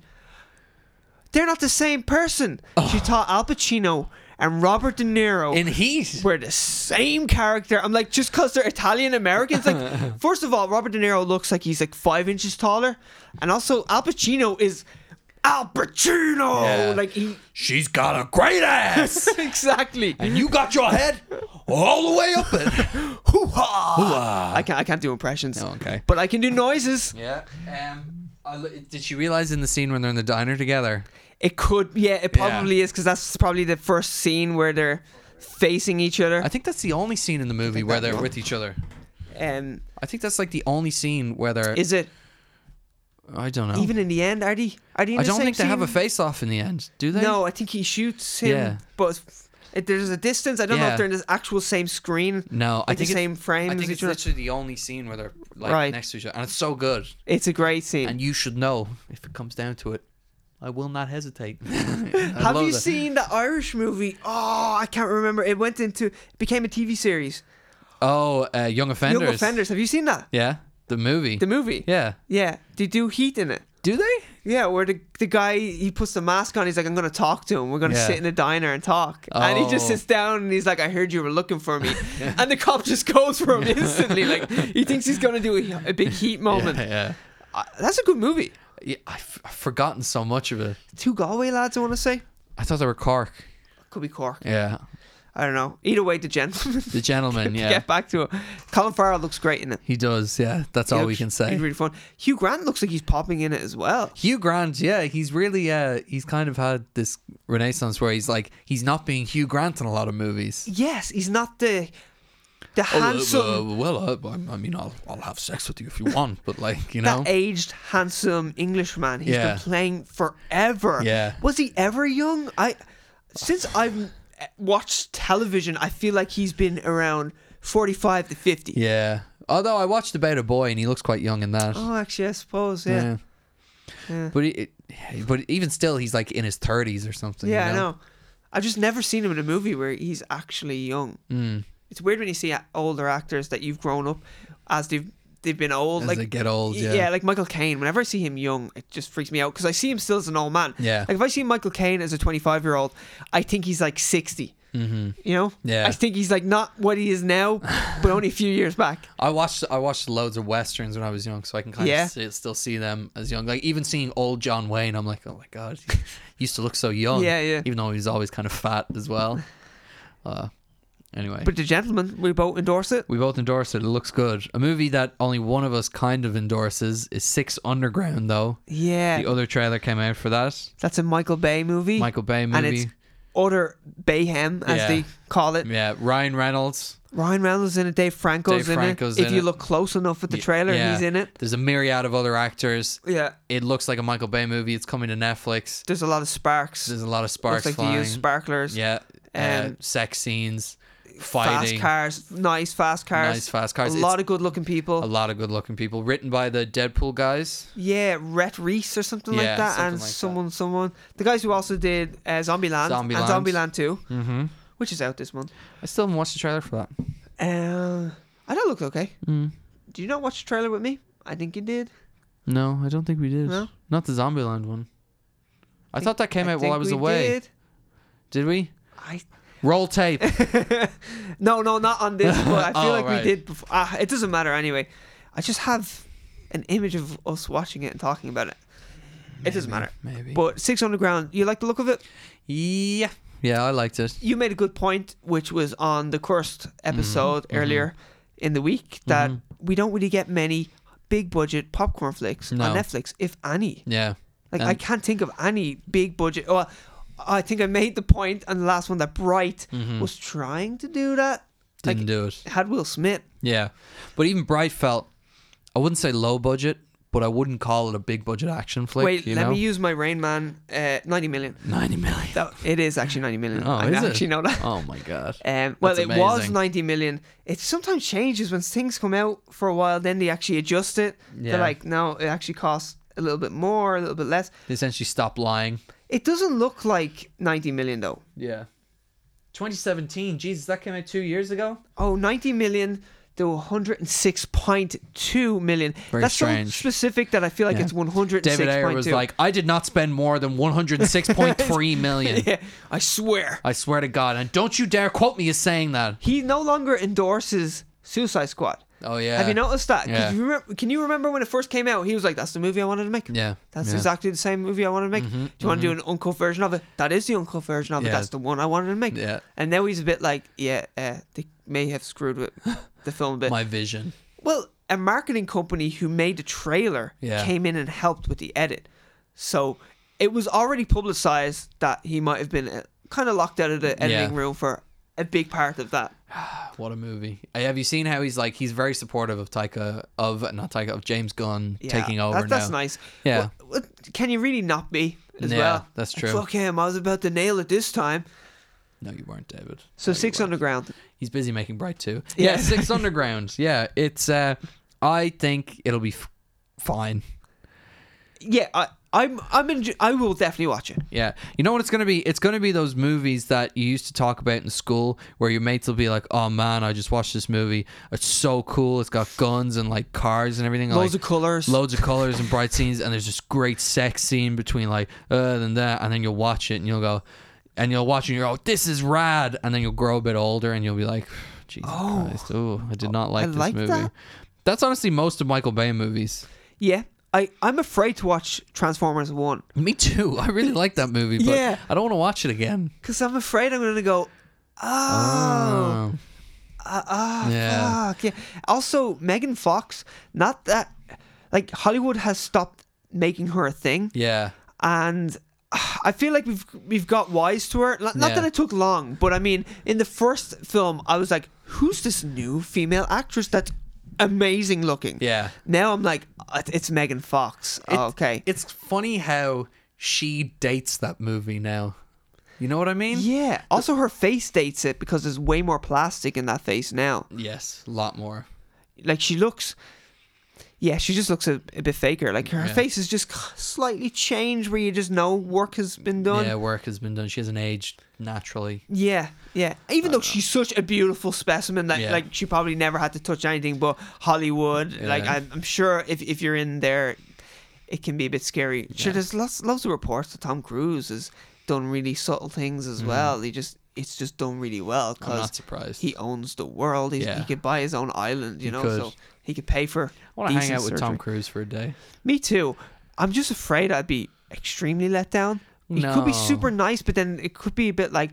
[SPEAKER 2] They're not the same person.
[SPEAKER 1] Oh.
[SPEAKER 2] She thought Al Pacino and Robert De Niro
[SPEAKER 1] In Heat.
[SPEAKER 2] were the same character. I'm like, just because they're Italian Americans, like, first of all, Robert De Niro looks like he's like five inches taller, and also Al Pacino is Al Pacino.
[SPEAKER 1] Yeah.
[SPEAKER 2] Like he
[SPEAKER 1] She's got a great ass.
[SPEAKER 2] exactly.
[SPEAKER 1] and you got your head all the way up it.
[SPEAKER 2] Hoo ha! I can't. I can't do impressions.
[SPEAKER 1] Oh, okay.
[SPEAKER 2] But I can do noises.
[SPEAKER 1] Yeah. Um. I li- did she realize in the scene when they're in the diner together?
[SPEAKER 2] It could. Yeah, it
[SPEAKER 1] Yeah.
[SPEAKER 2] probably is because that's probably the first scene where they're facing each other.
[SPEAKER 1] I think that's the only scene in the movie where they're with each other.
[SPEAKER 2] Um,
[SPEAKER 1] I think that's like the only scene where they're.
[SPEAKER 2] is it
[SPEAKER 1] I don't know.
[SPEAKER 2] even in the end? Are they? Are they? In
[SPEAKER 1] I
[SPEAKER 2] the
[SPEAKER 1] don't
[SPEAKER 2] same
[SPEAKER 1] think they have a
[SPEAKER 2] scene?
[SPEAKER 1] face off in the end, do they?
[SPEAKER 2] No, I think he shoots him.
[SPEAKER 1] Yeah.
[SPEAKER 2] But it, there's a distance. I don't know
[SPEAKER 1] Yeah.
[SPEAKER 2] if they're in the actual same screen.
[SPEAKER 1] No, I
[SPEAKER 2] like
[SPEAKER 1] think
[SPEAKER 2] the
[SPEAKER 1] it's-
[SPEAKER 2] same frame
[SPEAKER 1] I
[SPEAKER 2] as
[SPEAKER 1] think
[SPEAKER 2] each
[SPEAKER 1] it's
[SPEAKER 2] other.
[SPEAKER 1] literally the only scene where they're like
[SPEAKER 2] Right.
[SPEAKER 1] next to each other, and it's so good.
[SPEAKER 2] It's a great scene.
[SPEAKER 1] And you should know if it comes down to it. I will not hesitate.
[SPEAKER 2] have you seen the Irish movie? Oh, I can't remember. It went into it became a TV series.
[SPEAKER 1] Oh, uh, Young Offenders.
[SPEAKER 2] Young Offenders. Have you seen that?
[SPEAKER 1] Yeah, the movie.
[SPEAKER 2] The movie.
[SPEAKER 1] yeah.
[SPEAKER 2] Yeah. They do heat in it.
[SPEAKER 1] Do they?
[SPEAKER 2] Yeah, where the the guy he puts the mask on. He's like, I'm gonna talk to him. We're gonna
[SPEAKER 1] Yeah.
[SPEAKER 2] sit in a diner and talk. And he just
[SPEAKER 1] Oh.
[SPEAKER 2] sits down and he's like, I heard you were looking for me. And the cop just goes for him instantly. Like he thinks he's gonna do a, a big heat moment.
[SPEAKER 1] Yeah, yeah.
[SPEAKER 2] Uh, that's a good movie.
[SPEAKER 1] yeah I've, I've forgotten so much of it.
[SPEAKER 2] Two Galway lads, I want to say.
[SPEAKER 1] I thought they were Cork.
[SPEAKER 2] Could be Cork.
[SPEAKER 1] Yeah,
[SPEAKER 2] I don't know. Either way, the gentleman.
[SPEAKER 1] the gentleman. Yeah,
[SPEAKER 2] Get back to it. Colin Farrell looks great in it.
[SPEAKER 1] he does. Yeah, that's all we can say.
[SPEAKER 2] He's really fun. Hugh Grant looks like he's popping in it as well.
[SPEAKER 1] Hugh Grant, yeah, he's really uh he's kind of had this renaissance where he's like he's not being Hugh Grant in a lot of movies.
[SPEAKER 2] Yes, he's not the the handsome,
[SPEAKER 1] well, uh, I mean, I'll I'll have sex with you if you want, but like you
[SPEAKER 2] that aged, handsome Englishman. He's
[SPEAKER 1] Yeah.
[SPEAKER 2] been playing forever.
[SPEAKER 1] Yeah.
[SPEAKER 2] Was he ever young? I since I've eh, watched television, I feel like he's been around forty-five to fifty.
[SPEAKER 1] yeah. Although I watched about a boy and he looks quite young in that.
[SPEAKER 2] Oh, actually, I suppose. Yeah.
[SPEAKER 1] yeah. But he, it, but even still, he's like in his thirties or something.
[SPEAKER 2] Yeah,
[SPEAKER 1] you
[SPEAKER 2] I know. I've just never seen him in a movie where he's actually young. Mm. It's weird when you see a- older actors that you've grown up as they've they've been old.
[SPEAKER 1] As
[SPEAKER 2] like
[SPEAKER 1] they get old,
[SPEAKER 2] y-
[SPEAKER 1] yeah.
[SPEAKER 2] like Michael Caine. Whenever I see him young, it just freaks me out because I see him still as an old man.
[SPEAKER 1] Yeah.
[SPEAKER 2] Like if I see Michael Caine as a 25 year old, I think he's like 60. Mm-hmm. You know.
[SPEAKER 1] Yeah.
[SPEAKER 2] I think he's like not what he is now, but only a few years back.
[SPEAKER 1] I watched I watched loads of westerns when I was young, so I can kind
[SPEAKER 2] Yeah.
[SPEAKER 1] of see, still see them as young. Like even seeing old John Wayne, I'm like, oh my god, he used to look so young.
[SPEAKER 2] Yeah, yeah.
[SPEAKER 1] Even though he was always kind of fat as well. Uh, anyway,
[SPEAKER 2] But the gentleman, we both endorse it.
[SPEAKER 1] we both endorse it. It looks good. A movie that only one of us kind of endorses is Six Underground, though.
[SPEAKER 2] Yeah.
[SPEAKER 1] The other trailer came out for that
[SPEAKER 2] That's a Michael Bay movie.
[SPEAKER 1] Michael Bay movie.
[SPEAKER 2] And it's utter Bayhem as
[SPEAKER 1] Yeah.
[SPEAKER 2] they call it.
[SPEAKER 1] yeah, Ryan Reynolds.
[SPEAKER 2] Ryan Reynolds in it. Dave Franco's
[SPEAKER 1] Dave
[SPEAKER 2] in
[SPEAKER 1] Franco's
[SPEAKER 2] it. if
[SPEAKER 1] in
[SPEAKER 2] you
[SPEAKER 1] it.
[SPEAKER 2] look close enough at the trailer,
[SPEAKER 1] Yeah.
[SPEAKER 2] he's in it.
[SPEAKER 1] There's a myriad of other actors.
[SPEAKER 2] Yeah,
[SPEAKER 1] It looks like a Michael Bay movie. It's coming to Netflix.
[SPEAKER 2] there's a lot of sparks.
[SPEAKER 1] There's a lot of
[SPEAKER 2] Looks
[SPEAKER 1] sparks
[SPEAKER 2] like
[SPEAKER 1] flying.
[SPEAKER 2] they use sparklers.
[SPEAKER 1] Yeah. uh,
[SPEAKER 2] Um,
[SPEAKER 1] sex scenes,
[SPEAKER 2] fast
[SPEAKER 1] fighting,
[SPEAKER 2] cars, nice fast cars,
[SPEAKER 1] nice fast cars.
[SPEAKER 2] a
[SPEAKER 1] It's
[SPEAKER 2] lot of good looking people.
[SPEAKER 1] a lot of good looking people. Written by the Deadpool guys.
[SPEAKER 2] yeah, Rhett Reese or something
[SPEAKER 1] Yeah,
[SPEAKER 2] like that,
[SPEAKER 1] something
[SPEAKER 2] and
[SPEAKER 1] like that.
[SPEAKER 2] someone, someone, the guys who also did uh, Zombieland,
[SPEAKER 1] Zombieland.
[SPEAKER 2] and Zombieland Two,
[SPEAKER 1] Mm-hmm.
[SPEAKER 2] which is out this month.
[SPEAKER 1] I still haven't watched the trailer for that.
[SPEAKER 2] Um, I don't look okay.
[SPEAKER 1] Hmm.
[SPEAKER 2] Do you not watch the trailer with me? I think you did.
[SPEAKER 1] No, I don't think we did.
[SPEAKER 2] No?
[SPEAKER 1] Not the Zombieland one. I,
[SPEAKER 2] think-
[SPEAKER 1] thought that came
[SPEAKER 2] I
[SPEAKER 1] out while I
[SPEAKER 2] think
[SPEAKER 1] was
[SPEAKER 2] we
[SPEAKER 1] away. Did.
[SPEAKER 2] Did.
[SPEAKER 1] we?
[SPEAKER 2] I
[SPEAKER 1] Roll tape.
[SPEAKER 2] No, no, not on this. But I
[SPEAKER 1] Oh,
[SPEAKER 2] feel like
[SPEAKER 1] right.
[SPEAKER 2] we did. Before. Ah, it doesn't matter anyway. I just have an image of us watching it and talking about it. It doesn't matter.
[SPEAKER 1] Maybe.
[SPEAKER 2] But Six Underground, you like the look of it?
[SPEAKER 1] yeah. Yeah, I liked it.
[SPEAKER 2] You made a good point, which was on the cursed
[SPEAKER 1] Mm-hmm.
[SPEAKER 2] episode earlier in the week, that we don't really get many big budget popcorn flicks
[SPEAKER 1] No.
[SPEAKER 2] on Netflix, if any.
[SPEAKER 1] Yeah.
[SPEAKER 2] Like I
[SPEAKER 1] And-
[SPEAKER 2] can't think of any big budget. Well, I think I made the point and the last one that Bright
[SPEAKER 1] Mm-hmm.
[SPEAKER 2] was trying to do that.
[SPEAKER 1] Didn't
[SPEAKER 2] like,
[SPEAKER 1] do it.
[SPEAKER 2] Had Will Smith.
[SPEAKER 1] Yeah, but even Bright felt I wouldn't say low budget, but I wouldn't call it a big budget action flick.
[SPEAKER 2] Wait,
[SPEAKER 1] you
[SPEAKER 2] let
[SPEAKER 1] know?
[SPEAKER 2] me use my Rain Man. Uh, ninety million.
[SPEAKER 1] ninety million.
[SPEAKER 2] That, it is actually ninety million.
[SPEAKER 1] oh,
[SPEAKER 2] I
[SPEAKER 1] is
[SPEAKER 2] actually
[SPEAKER 1] it?
[SPEAKER 2] know that.
[SPEAKER 1] Oh my god.
[SPEAKER 2] Um, well,
[SPEAKER 1] That's
[SPEAKER 2] it was
[SPEAKER 1] amazing.
[SPEAKER 2] 90 million. It sometimes changes when things come out for a while, then they actually adjust it.
[SPEAKER 1] Yeah.
[SPEAKER 2] They're like, no, it actually costs a little bit more, a little bit less.
[SPEAKER 1] They essentially stopped lying.
[SPEAKER 2] It doesn't look like 90 million, though.
[SPEAKER 1] Yeah. 2017. Jesus, that came out two years ago.
[SPEAKER 2] Oh, 90 million to 106.2 million.
[SPEAKER 1] Very
[SPEAKER 2] That's
[SPEAKER 1] strange.
[SPEAKER 2] so specific that I feel like
[SPEAKER 1] Yeah.
[SPEAKER 2] it's 106.2.
[SPEAKER 1] David Ayer was like, I did not spend more than 106.3 million.
[SPEAKER 2] yeah, I swear.
[SPEAKER 1] I swear to God. And don't you dare quote me as saying that.
[SPEAKER 2] He no longer endorses Suicide Squad.
[SPEAKER 1] Oh, yeah.
[SPEAKER 2] Have you noticed that? Can
[SPEAKER 1] Yeah.
[SPEAKER 2] you remember, can you remember when it first came out? He was like, "That's the movie I wanted to make."
[SPEAKER 1] Yeah,
[SPEAKER 2] that's
[SPEAKER 1] yeah. Mm-hmm.
[SPEAKER 2] exactly the same movie I wanted to make. do you want to do an uncut version of it? That is the uncut version of it.
[SPEAKER 1] Yeah.
[SPEAKER 2] That's the one I wanted to make.
[SPEAKER 1] Yeah.
[SPEAKER 2] And now he's a bit like, "Yeah, uh, they may have screwed with the film a bit."
[SPEAKER 1] My vision.
[SPEAKER 2] well, a marketing company who made the trailer
[SPEAKER 1] Yeah.
[SPEAKER 2] came in and helped with the edit, so it was already publicized that he might have been uh, kind of locked out of the editing room for a big part of that.
[SPEAKER 1] What a movie. Uh, Have you seen how he's like, he's very supportive of Taika, of, not Taika, of James Gunn
[SPEAKER 2] Yeah,
[SPEAKER 1] taking over
[SPEAKER 2] that- That's
[SPEAKER 1] now.
[SPEAKER 2] nice.
[SPEAKER 1] Yeah.
[SPEAKER 2] Wha- wha- can you really not be as
[SPEAKER 1] Yeah,
[SPEAKER 2] well?
[SPEAKER 1] that's
[SPEAKER 2] Like,
[SPEAKER 1] true.
[SPEAKER 2] Fuck him! I was about to nail it this time.
[SPEAKER 1] No, you weren't, David. No,
[SPEAKER 2] So
[SPEAKER 1] you
[SPEAKER 2] six
[SPEAKER 1] weren't.
[SPEAKER 2] underground.
[SPEAKER 1] He's busy making Bright too.
[SPEAKER 2] Yeah.
[SPEAKER 1] Yeah, Six Underground. Yeah, it's, uh, I think it'll be f- fine.
[SPEAKER 2] Yeah, I, I'm. I'm. Enjo- I will definitely watch it.
[SPEAKER 1] Yeah. You know what it's going to be? It's going to be those movies that you used to talk about in school where your mates will be like, oh man, I just watched this movie. It's so cool. It's got guns and like cars and everything.
[SPEAKER 2] Loads
[SPEAKER 1] like,
[SPEAKER 2] of colours.
[SPEAKER 1] Loads of colors and bright scenes. And there's this great sex scene between like, uh, and that. And then you'll watch it and you'll go, and you'll watch it and you go, this is rad. And then you'll grow a bit older and you'll be like, Jesus
[SPEAKER 2] Oh.
[SPEAKER 1] Christ. Oh, I did not like
[SPEAKER 2] I
[SPEAKER 1] this
[SPEAKER 2] like
[SPEAKER 1] movie.
[SPEAKER 2] that.
[SPEAKER 1] That's honestly most of Michael Bay movies.
[SPEAKER 2] Yeah, I. I'm afraid to watch Transformers One
[SPEAKER 1] Me too. I really like that movie, but
[SPEAKER 2] Yeah.
[SPEAKER 1] I don't want to watch it again.
[SPEAKER 2] because I'm afraid I'm gonna go. Oh,
[SPEAKER 1] Um,
[SPEAKER 2] ah, ah,
[SPEAKER 1] Yeah.
[SPEAKER 2] fuck yeah. Also, Megan Fox. Not that, like Hollywood has stopped making her a thing.
[SPEAKER 1] Yeah.
[SPEAKER 2] and I feel like we've we've got wise to her. Not, not
[SPEAKER 1] Yeah.
[SPEAKER 2] that it took long, but I mean, in the first film, I was like, "Who's this new female actress that's amazing looking?"
[SPEAKER 1] Yeah.
[SPEAKER 2] Now I'm like, "It- "It's Megan Fox." Oh,
[SPEAKER 1] It-
[SPEAKER 2] okay.
[SPEAKER 1] It's funny how she dates that movie now. You know what I mean?
[SPEAKER 2] yeah. Also, her face dates it because there's way more plastic in that face now.
[SPEAKER 1] Yes, a lot more.
[SPEAKER 2] Like she looks. Yeah, she just looks a, a bit faker. Like her
[SPEAKER 1] Yeah.
[SPEAKER 2] face is just slightly changed, where you just know work has been done.
[SPEAKER 1] Yeah, work has been done. She hasn't aged naturally.
[SPEAKER 2] Yeah, yeah. Even though she's such a beautiful specimen that
[SPEAKER 1] Yeah.
[SPEAKER 2] like she probably never had to touch anything but Hollywood. Like
[SPEAKER 1] Yeah.
[SPEAKER 2] I'm, I'm sure if, if you're in there, it can be a bit scary. Sure, there's lots lots of reports that Tom Cruise has done really subtle things as well. He just it's just done really well
[SPEAKER 1] Mm. I'm not
[SPEAKER 2] because
[SPEAKER 1] surprised.
[SPEAKER 2] he owns the world. He's, He
[SPEAKER 1] Yeah.
[SPEAKER 2] could buy his own island, you know.
[SPEAKER 1] could.
[SPEAKER 2] So he could pay for.
[SPEAKER 1] I want to hang
[SPEAKER 2] decent
[SPEAKER 1] out with Tom
[SPEAKER 2] surgery.
[SPEAKER 1] Cruise for a day.
[SPEAKER 2] Me too. I'm just afraid I'd be extremely let down. He could be
[SPEAKER 1] No.
[SPEAKER 2] super nice, but then it could be a bit like,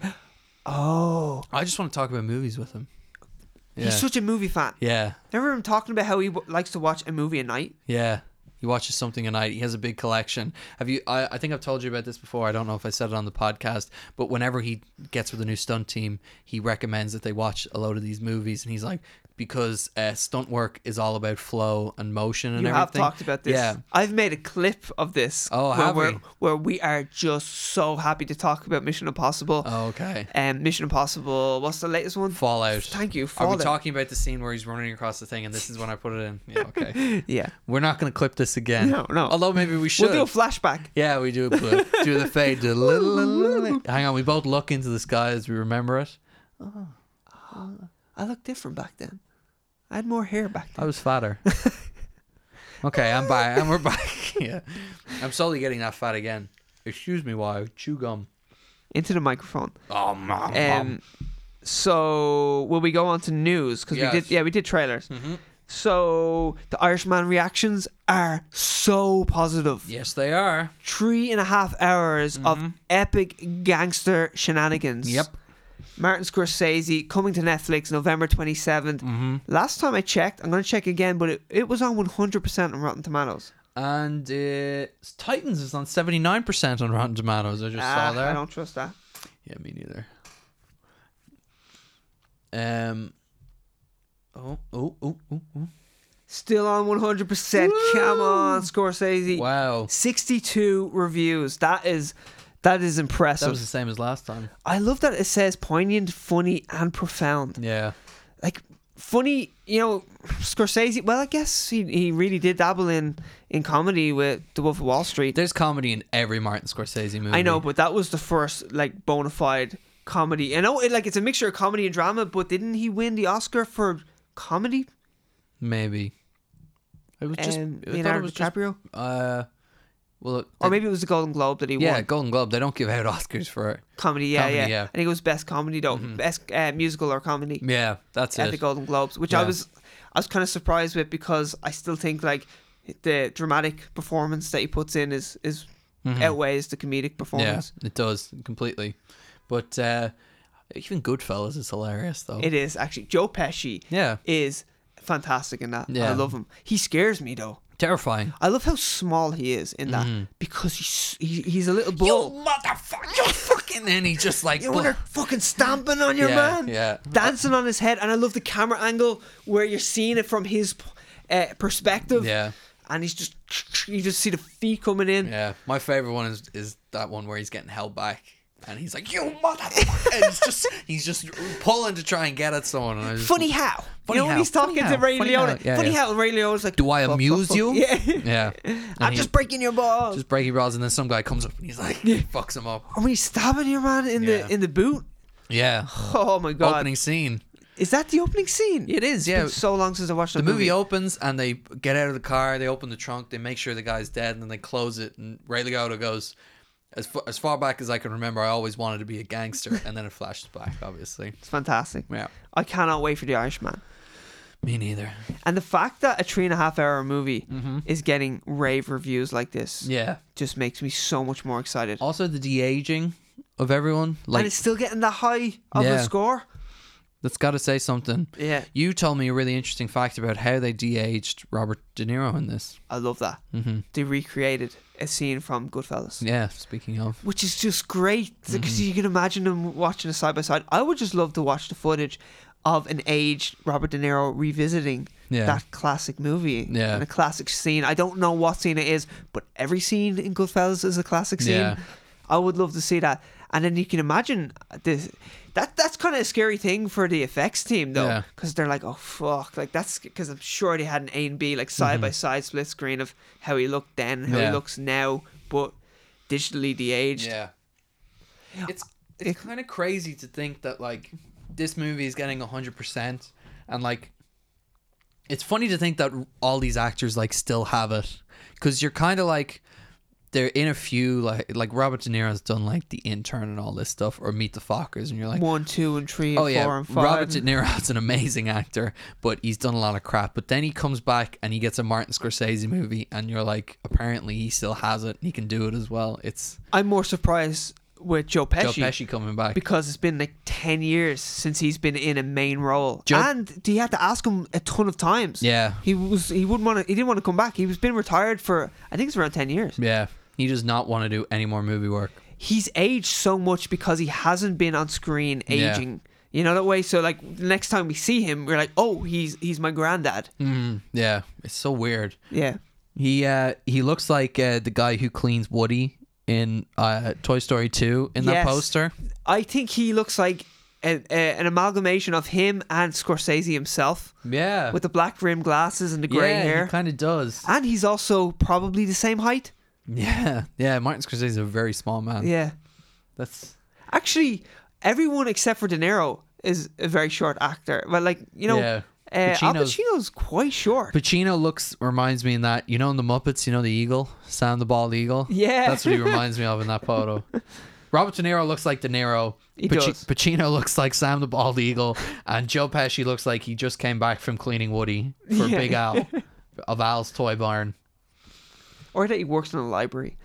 [SPEAKER 2] oh.
[SPEAKER 1] I just want to talk about movies with him. Yeah.
[SPEAKER 2] He's such a movie fan.
[SPEAKER 1] yeah.
[SPEAKER 2] Remember him talking about how he w- likes to watch a movie a night?
[SPEAKER 1] Yeah. He watches something a night. He has a big collection. Have you I, I think I've told you about this before. I don't know if I said it on the podcast, but whenever he gets with a new stunt team, he recommends that they watch a load of these movies and he's like because uh, stunt work is all about flow and motion and
[SPEAKER 2] You
[SPEAKER 1] everything.
[SPEAKER 2] have talked about this.
[SPEAKER 1] Yeah.
[SPEAKER 2] I've made a clip of this.
[SPEAKER 1] Oh,
[SPEAKER 2] where
[SPEAKER 1] have
[SPEAKER 2] we're,
[SPEAKER 1] we?
[SPEAKER 2] Where we are just so happy to talk about Mission Impossible.
[SPEAKER 1] Oh, okay.
[SPEAKER 2] Um, Mission Impossible. What's the latest one?
[SPEAKER 1] Fallout.
[SPEAKER 2] Thank you.
[SPEAKER 1] Are
[SPEAKER 2] Fallout.
[SPEAKER 1] we talking about the scene where he's running across the thing and this is when I put it in? Yeah, okay.
[SPEAKER 2] Yeah.
[SPEAKER 1] We're not going to clip this again.
[SPEAKER 2] No, no.
[SPEAKER 1] Although maybe we should.
[SPEAKER 2] We'll do a flashback.
[SPEAKER 1] yeah, we do a clip. do the fade. Do little, little, little. Hang on, we both look into the sky as we remember it.
[SPEAKER 2] I looked different back then. I had more hair back
[SPEAKER 1] I
[SPEAKER 2] then.
[SPEAKER 1] was fatter. okay, I'm back. And we're back. yeah. I'm slowly getting that fat again. Excuse me while I chew gum.
[SPEAKER 2] Into the microphone.
[SPEAKER 1] Oh, mom.
[SPEAKER 2] Um, so will we go on to news? Because
[SPEAKER 1] Yes. Mm-hmm.
[SPEAKER 2] we did, yeah, we did trailers. So the Irishman reactions are so positive.
[SPEAKER 1] yes, they are.
[SPEAKER 2] Three and a half hours of epic gangster shenanigans.
[SPEAKER 1] Mm-hmm. Yep.
[SPEAKER 2] Martin Scorsese coming to Netflix November 27th.
[SPEAKER 1] Mm-hmm.
[SPEAKER 2] Last time I checked, I'm going to check again, but it, it was on 100% on Rotten Tomatoes.
[SPEAKER 1] And uh, Titans is on 79% on Rotten Tomatoes. I just
[SPEAKER 2] Ah,
[SPEAKER 1] saw that.
[SPEAKER 2] I don't trust that.
[SPEAKER 1] Yeah, me neither. Um. Oh, oh, oh, oh, oh.
[SPEAKER 2] Still on 100%. Come on, Scorsese.
[SPEAKER 1] Wow.
[SPEAKER 2] 62 reviews. That is that is impressive.
[SPEAKER 1] That was the same as last time.
[SPEAKER 2] I love that it says poignant, funny, and profound.
[SPEAKER 1] Yeah.
[SPEAKER 2] Like funny, you know, Scorsese. Well, I guess he, he really did dabble in in comedy with The Wolf of Wall Street.
[SPEAKER 1] There's comedy in every Martin Scorsese movie.
[SPEAKER 2] I know, but that was the first like bona fide comedy. I know, it, like it's a mixture of comedy and drama. But didn't he win the Oscar for comedy?
[SPEAKER 1] Maybe. It was just.
[SPEAKER 2] Um,
[SPEAKER 1] I thought
[SPEAKER 2] Leonardo
[SPEAKER 1] it was just,
[SPEAKER 2] DiCaprio,
[SPEAKER 1] uh, well, it-
[SPEAKER 2] or maybe it was the Golden Globe that he
[SPEAKER 1] yeah,
[SPEAKER 2] won.
[SPEAKER 1] Golden Globe. They don't give out Oscars for it.
[SPEAKER 2] Comedy, yeah,
[SPEAKER 1] Comedy,
[SPEAKER 2] yeah,
[SPEAKER 1] yeah. Mm-hmm.
[SPEAKER 2] I think it was best comedy though, best uh, musical or comedy.
[SPEAKER 1] Yeah, that's
[SPEAKER 2] at
[SPEAKER 1] it.
[SPEAKER 2] the Golden Globes, which I
[SPEAKER 1] Yeah.
[SPEAKER 2] was I was kind of surprised with because I still think like the dramatic performance that he puts in is is outweighs the comedic
[SPEAKER 1] Mm-hmm. yeah,
[SPEAKER 2] performance.
[SPEAKER 1] it does completely. But uh, even Goodfellas is hilarious though.
[SPEAKER 2] It is actually Joe Pesci
[SPEAKER 1] yeah,
[SPEAKER 2] is fantastic in that. I
[SPEAKER 1] Yeah.
[SPEAKER 2] love him. He scares me though.
[SPEAKER 1] terrifying.
[SPEAKER 2] I love how small he is in that because he's he, he's a little bull.
[SPEAKER 1] Mm-hmm. You motherfucker! You fucking. And he just like.
[SPEAKER 2] You, when they're fucking stamping on your
[SPEAKER 1] Yeah,
[SPEAKER 2] man,
[SPEAKER 1] yeah.
[SPEAKER 2] dancing on his head, and I love the camera angle where you're seeing it from his uh, perspective.
[SPEAKER 1] Yeah.
[SPEAKER 2] and he's just you just see the feet coming in.
[SPEAKER 1] Yeah, my favorite one is is that one where he's getting held back, and he's like, "You motherfucker!" and he's just he's just pulling to try and get at someone. And I just-
[SPEAKER 2] Funny how.
[SPEAKER 1] Funny
[SPEAKER 2] you know when
[SPEAKER 1] how,
[SPEAKER 2] he's talking
[SPEAKER 1] funny
[SPEAKER 2] to
[SPEAKER 1] how,
[SPEAKER 2] Ray
[SPEAKER 1] funny
[SPEAKER 2] Liotta.
[SPEAKER 1] how, yeah,
[SPEAKER 2] funny
[SPEAKER 1] yeah.
[SPEAKER 2] how Ray Liotta's like,
[SPEAKER 1] Do I
[SPEAKER 2] "Fuck, fuck,
[SPEAKER 1] amuse
[SPEAKER 2] fuck."
[SPEAKER 1] you?
[SPEAKER 2] Yeah.
[SPEAKER 1] Yeah,
[SPEAKER 2] I'm
[SPEAKER 1] And he-
[SPEAKER 2] just breaking your balls.
[SPEAKER 1] just breaking balls, and then some guy comes up and he's like, fucks him up.
[SPEAKER 2] Are we stabbing your man in
[SPEAKER 1] Yeah.
[SPEAKER 2] the in the boot?
[SPEAKER 1] Yeah,
[SPEAKER 2] Oh my god!
[SPEAKER 1] opening scene.
[SPEAKER 2] Is that the opening scene?
[SPEAKER 1] It is,
[SPEAKER 2] It's been
[SPEAKER 1] yeah.
[SPEAKER 2] so long since I watched
[SPEAKER 1] The
[SPEAKER 2] the
[SPEAKER 1] movie opens and they get out of the car. They open the trunk. They make sure the guy's dead, and then they close it. And Ray Liotta goes, "As far, as far back as I can remember, I always wanted to be a gangster." And then it flashes back, obviously.
[SPEAKER 2] It's fantastic.
[SPEAKER 1] Yeah,
[SPEAKER 2] I cannot wait for The Irishman.
[SPEAKER 1] me neither.
[SPEAKER 2] And the fact that a three and a half hour movie is getting rave reviews like this
[SPEAKER 1] Mm-hmm. Yeah.
[SPEAKER 2] just makes me so much more excited.
[SPEAKER 1] Also, the de aging of everyone, like
[SPEAKER 2] and it's still getting the high of
[SPEAKER 1] Yeah.
[SPEAKER 2] the score.
[SPEAKER 1] that's got to say something.
[SPEAKER 2] Yeah,
[SPEAKER 1] You told me a really interesting fact about how they de-aged Robert De Niro in this.
[SPEAKER 2] I love that. Mm-hmm. They recreated a scene from Goodfellas,
[SPEAKER 1] Yeah, speaking of,
[SPEAKER 2] which is just great because
[SPEAKER 1] Mm-hmm.
[SPEAKER 2] you can imagine them watching it side by side. I would just love to watch the footage of an aged Robert De Niro revisiting
[SPEAKER 1] Yeah.
[SPEAKER 2] that classic movie
[SPEAKER 1] Yeah.
[SPEAKER 2] and a classic scene. I don't know what scene it is, but every scene in Goodfellas is a classic scene.
[SPEAKER 1] Yeah.
[SPEAKER 2] I would love to see that. And then you can imagine this. That that's kind of a scary thing for the effects team though,
[SPEAKER 1] Yeah.
[SPEAKER 2] because they're like, oh fuck, like that's because I'm sure they had an A and B like side by side split screen of how he looked then, how
[SPEAKER 1] Mm-hmm. Yeah.
[SPEAKER 2] he looks now, but digitally de-aged.
[SPEAKER 1] yeah, it's it's kind of crazy to think that like this movie is getting hundred percent, and like it's funny to think that all these actors like still have it because you're kind of like they're in a few like like Robert De Niro's done like The Intern and all this stuff or Meet the Fockers, and you're like.
[SPEAKER 2] One, two, and three, and
[SPEAKER 1] Oh
[SPEAKER 2] four,
[SPEAKER 1] yeah,
[SPEAKER 2] and five.
[SPEAKER 1] Robert De Niro's an amazing actor, but he's done a lot of crap. But then he comes back and he gets a Martin Scorsese movie, and you're like, apparently he still has it. He can do it as well. It's
[SPEAKER 2] I'm more surprised with Joe Pesci,
[SPEAKER 1] Joe Pesci coming back.
[SPEAKER 2] because it's been like ten years since he's been in a main role,
[SPEAKER 1] Joe-
[SPEAKER 2] and he had to ask him a ton of times.
[SPEAKER 1] yeah,
[SPEAKER 2] He was he wouldn't want to he didn't want to come back. He was been retired for I think it's around ten years.
[SPEAKER 1] yeah. He does not want to do any more movie work.
[SPEAKER 2] He's aged so much because he hasn't been on screen
[SPEAKER 1] Yeah.
[SPEAKER 2] aging. You know that way. So like the next time we see him, we're like, oh, he's he's my granddad.
[SPEAKER 1] Mm, yeah, it's so weird.
[SPEAKER 2] Yeah,
[SPEAKER 1] He uh, he looks like uh, the guy who cleans Woody in uh, Toy Story Two in
[SPEAKER 2] Yes.
[SPEAKER 1] that poster.
[SPEAKER 2] I think he looks like a, a, an amalgamation of him and Scorsese himself
[SPEAKER 1] Yeah,
[SPEAKER 2] with the black rimmed glasses and the grey
[SPEAKER 1] yeah,
[SPEAKER 2] hair.
[SPEAKER 1] he kind of does.
[SPEAKER 2] and he's also probably the same height.
[SPEAKER 1] Yeah, yeah. Martin Scorsese is a very small man.
[SPEAKER 2] Yeah.
[SPEAKER 1] that's
[SPEAKER 2] Actually, everyone except for De Niro is a very short actor. But like you know,
[SPEAKER 1] Yeah.
[SPEAKER 2] uh, Al
[SPEAKER 1] Pacino's-
[SPEAKER 2] Pacino's quite short.
[SPEAKER 1] Pacino looks reminds me in that you know in the Muppets you know the eagle Sam the bald eagle
[SPEAKER 2] Yeah.
[SPEAKER 1] that's what he reminds me of in that photo. Robert De Niro looks like De Niro.
[SPEAKER 2] He does.
[SPEAKER 1] Pacino looks like Sam the bald eagle, and Joe Pesci looks like he just came back from cleaning Woody for
[SPEAKER 2] Yeah.
[SPEAKER 1] Big Al of Al's toy barn.
[SPEAKER 2] or that he works in a library.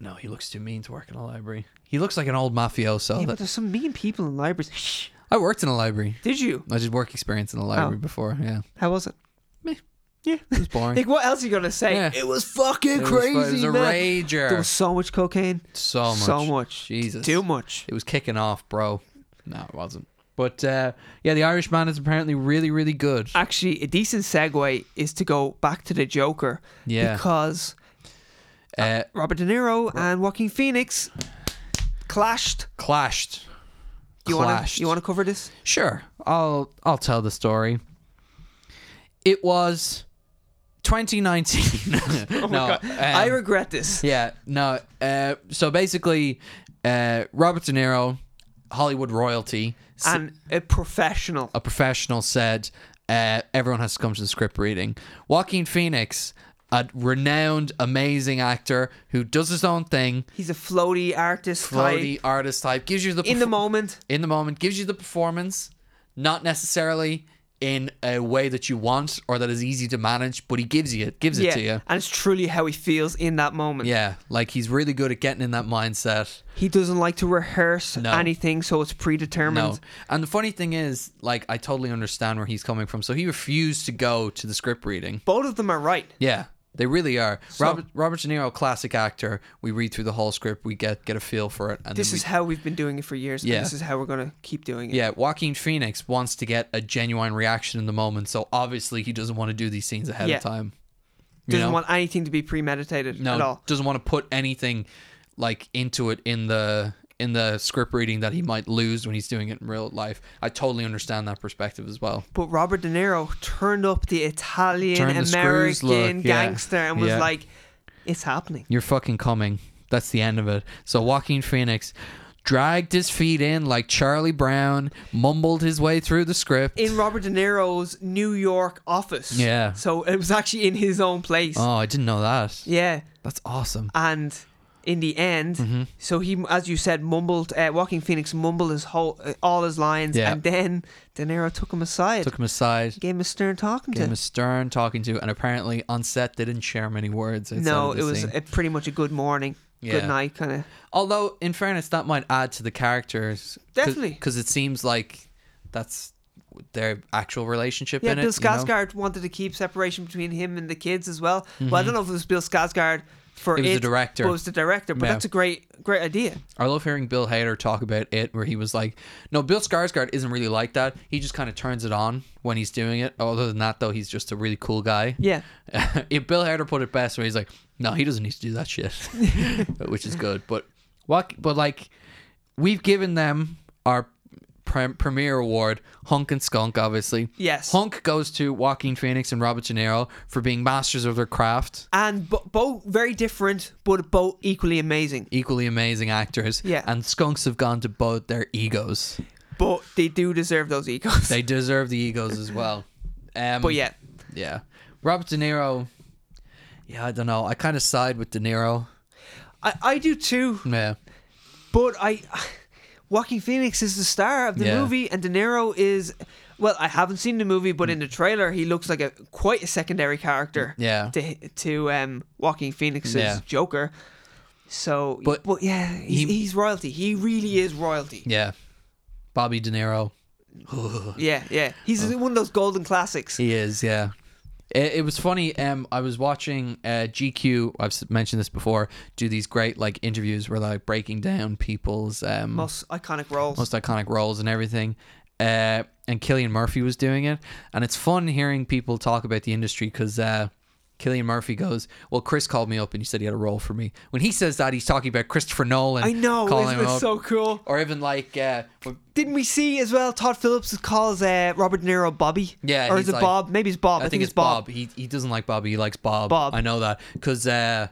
[SPEAKER 1] No, he looks too mean to work in a library. He looks like an old mafioso.
[SPEAKER 2] Yeah, but
[SPEAKER 1] that,
[SPEAKER 2] there's some mean people in libraries. Shh.
[SPEAKER 1] I worked in a library.
[SPEAKER 2] Did you?
[SPEAKER 1] I did work experience in a library
[SPEAKER 2] Oh.
[SPEAKER 1] before. Yeah,
[SPEAKER 2] How was it?
[SPEAKER 1] Meh.
[SPEAKER 2] Yeah.
[SPEAKER 1] it was boring.
[SPEAKER 2] Like, what else are you gonna say?
[SPEAKER 1] Yeah.
[SPEAKER 2] It was fucking
[SPEAKER 1] It was-
[SPEAKER 2] crazy,
[SPEAKER 1] It was a
[SPEAKER 2] man.
[SPEAKER 1] rager.
[SPEAKER 2] There was so much cocaine.
[SPEAKER 1] so much.
[SPEAKER 2] So much.
[SPEAKER 1] Jesus.
[SPEAKER 2] Too much.
[SPEAKER 1] It was kicking off, bro. No, it wasn't. But uh, yeah, the Irishman is apparently really, really good.
[SPEAKER 2] Actually, a decent segue is to go back to the Joker.
[SPEAKER 1] Yeah.
[SPEAKER 2] Because
[SPEAKER 1] Uh,
[SPEAKER 2] Robert De Niro and Joaquin Phoenix clashed.
[SPEAKER 1] clashed.
[SPEAKER 2] Do you
[SPEAKER 1] clashed.
[SPEAKER 2] wanna you wanna cover this?
[SPEAKER 1] Sure, I'll I'll tell the story. It was 2019. no, um,
[SPEAKER 2] Oh I regret this.
[SPEAKER 1] yeah, no. Uh, so basically, uh, Robert De Niro, Hollywood royalty, s-
[SPEAKER 2] And a professional.
[SPEAKER 1] a professional said, uh, everyone has to come to the script reading. Joaquin Phoenix, a renowned, amazing actor who does his own thing,
[SPEAKER 2] He's a floaty artist
[SPEAKER 1] floaty
[SPEAKER 2] type.
[SPEAKER 1] artist type, gives you the
[SPEAKER 2] In the
[SPEAKER 1] perf-
[SPEAKER 2] moment.
[SPEAKER 1] in the moment, gives you the performance, not necessarily in a way that you want or that is easy to manage, but he gives you it, gives it
[SPEAKER 2] Yeah.
[SPEAKER 1] to you.
[SPEAKER 2] And it's truly how he feels in that moment.
[SPEAKER 1] Yeah, like he's really good at getting in that mindset.
[SPEAKER 2] He doesn't like to rehearse
[SPEAKER 1] No.
[SPEAKER 2] anything, so it's predetermined.
[SPEAKER 1] No. And the funny thing is, like, I totally understand where he's coming from. So he refused to go to the script reading.
[SPEAKER 2] Both of them are right.
[SPEAKER 1] Yeah, they really are. Robert Robert De Niro, classic actor. We read through the whole script, we get get a feel for it, and
[SPEAKER 2] This
[SPEAKER 1] then
[SPEAKER 2] is
[SPEAKER 1] we,
[SPEAKER 2] how we've been doing it for years.
[SPEAKER 1] Yeah.
[SPEAKER 2] And this is how we're gonna keep doing it.
[SPEAKER 1] yeah. Joaquin Phoenix wants to get a genuine reaction in the moment, so obviously he doesn't want to do these scenes ahead
[SPEAKER 2] Yeah.
[SPEAKER 1] of time. You
[SPEAKER 2] Doesn't
[SPEAKER 1] know?
[SPEAKER 2] want anything to be premeditated
[SPEAKER 1] no,
[SPEAKER 2] at all.
[SPEAKER 1] doesn't want to put anything like into it in the in the script reading that he might lose when he's doing it in real life. I totally understand that perspective as well.
[SPEAKER 2] But Robert De Niro turned up the Italian
[SPEAKER 1] Turned the screws
[SPEAKER 2] American
[SPEAKER 1] look, yeah.
[SPEAKER 2] gangster and was
[SPEAKER 1] Yeah.
[SPEAKER 2] like, "It's happening."
[SPEAKER 1] You're fucking coming. That's the end of it. So Joaquin Phoenix dragged his feet in like Charlie Brown, mumbled his way through the script.
[SPEAKER 2] In Robert De Niro's New York office.
[SPEAKER 1] Yeah.
[SPEAKER 2] So it was actually in his own place.
[SPEAKER 1] oh, I didn't know that.
[SPEAKER 2] Yeah.
[SPEAKER 1] That's awesome.
[SPEAKER 2] and in the end,
[SPEAKER 1] Mm-hmm.
[SPEAKER 2] so he, as you said, mumbled. Uh, Walking Phoenix mumbled his whole, uh, all his lines,
[SPEAKER 1] Yeah.
[SPEAKER 2] and then De Niro took him aside,
[SPEAKER 1] Took him aside,
[SPEAKER 2] gave him a stern talking
[SPEAKER 1] gave
[SPEAKER 2] to.
[SPEAKER 1] him a stern talking to, and apparently on set they didn't share many words. outside
[SPEAKER 2] no,
[SPEAKER 1] of the
[SPEAKER 2] it was
[SPEAKER 1] scene.
[SPEAKER 2] a, pretty much a good morning,
[SPEAKER 1] Yeah.
[SPEAKER 2] good night kind of.
[SPEAKER 1] Although, in fairness, that might add to the characters.
[SPEAKER 2] Definitely.
[SPEAKER 1] Because it seems like that's their actual relationship
[SPEAKER 2] Yeah,
[SPEAKER 1] in
[SPEAKER 2] Bill
[SPEAKER 1] it. you know?
[SPEAKER 2] Skarsgård wanted to keep separation between him and the kids as well. Well, I don't know if it was Bill Skarsgård for
[SPEAKER 1] Mm-hmm. It was the
[SPEAKER 2] It,
[SPEAKER 1] director.
[SPEAKER 2] but it was the director, but
[SPEAKER 1] Yeah.
[SPEAKER 2] that's a great, great idea.
[SPEAKER 1] I love hearing Bill Hader talk about it, where he was like, "No, Bill Skarsgård isn't really like that. He just kind of turns it on when he's doing it. Other than that, though, he's just a really cool guy."
[SPEAKER 2] Yeah,
[SPEAKER 1] if Bill Hader put it best, where he's like, "No, he doesn't need to do that shit," which is good. But what? But like, we've given them our prim- premier award, Hunk and Skunk, obviously.
[SPEAKER 2] Yes.
[SPEAKER 1] Hunk goes to Joaquin Phoenix and Robert De Niro for being masters of their craft.
[SPEAKER 2] and bo- both very different, but both equally amazing.
[SPEAKER 1] Equally amazing actors,
[SPEAKER 2] Yeah.
[SPEAKER 1] And skunks have gone to both their egos.
[SPEAKER 2] But they do deserve those egos.
[SPEAKER 1] They deserve the egos as well. Um,
[SPEAKER 2] but yeah,
[SPEAKER 1] yeah. Robert De Niro. Yeah, I don't know. I kind of side with De Niro.
[SPEAKER 2] I, I do too.
[SPEAKER 1] Yeah,
[SPEAKER 2] But I, Joaquin Phoenix is the star of the
[SPEAKER 1] Yeah.
[SPEAKER 2] movie, and De Niro is. Well, I haven't seen the movie, but in the trailer, he looks like a quite a secondary character.
[SPEAKER 1] Yeah.
[SPEAKER 2] To to um, Joaquin Phoenix's
[SPEAKER 1] Yeah.
[SPEAKER 2] Joker. So,
[SPEAKER 1] But
[SPEAKER 2] but, yeah, he's,
[SPEAKER 1] he-
[SPEAKER 2] he's royalty. He really is royalty.
[SPEAKER 1] yeah. Bobby De Niro.
[SPEAKER 2] Yeah, yeah. He's one of those golden classics.
[SPEAKER 1] He is. Yeah. It, it was funny. Um, I was watching uh, GQ. I've s- mentioned this before. Do these great like interviews where they're like breaking down people's um,
[SPEAKER 2] most iconic roles.
[SPEAKER 1] most iconic roles and everything. Uh, and Killian Murphy was doing it, and it's fun hearing people talk about the industry because uh, Killian Murphy goes, "Well, Chris called me up and he said he had a role for me." When he says that, he's talking about Christopher Nolan.
[SPEAKER 2] I know.
[SPEAKER 1] calling
[SPEAKER 2] Isn't
[SPEAKER 1] him
[SPEAKER 2] it
[SPEAKER 1] up.
[SPEAKER 2] so cool?
[SPEAKER 1] Or even like, uh, when-
[SPEAKER 2] Didn't we see as well? Todd Phillips calls uh, Robert De Niro Bobby.
[SPEAKER 1] Yeah,
[SPEAKER 2] Or
[SPEAKER 1] he's
[SPEAKER 2] is it
[SPEAKER 1] like-
[SPEAKER 2] Bob? Maybe it's Bob.
[SPEAKER 1] I, think, it's Bob. He he doesn't like Bobby. He likes Bob.
[SPEAKER 2] Bob.
[SPEAKER 1] I know that because uh,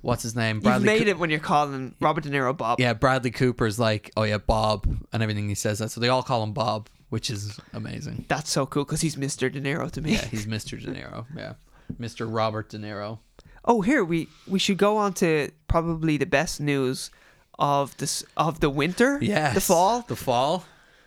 [SPEAKER 1] what's his name?
[SPEAKER 2] You've made
[SPEAKER 1] Coo-
[SPEAKER 2] it when you're calling Robert De Niro Bob.
[SPEAKER 1] Yeah, Bradley Cooper's like, oh yeah, Bob, and everything he says that. So they all call him Bob, which is amazing.
[SPEAKER 2] That's so cool because he's Mr. De Niro to me.
[SPEAKER 1] Yeah, he's Mr. De Niro. Yeah, Mr. Robert De Niro.
[SPEAKER 2] Oh, here we we should go on to probably the best news of this of the winter.
[SPEAKER 1] Yes.
[SPEAKER 2] The fall.
[SPEAKER 1] The fall.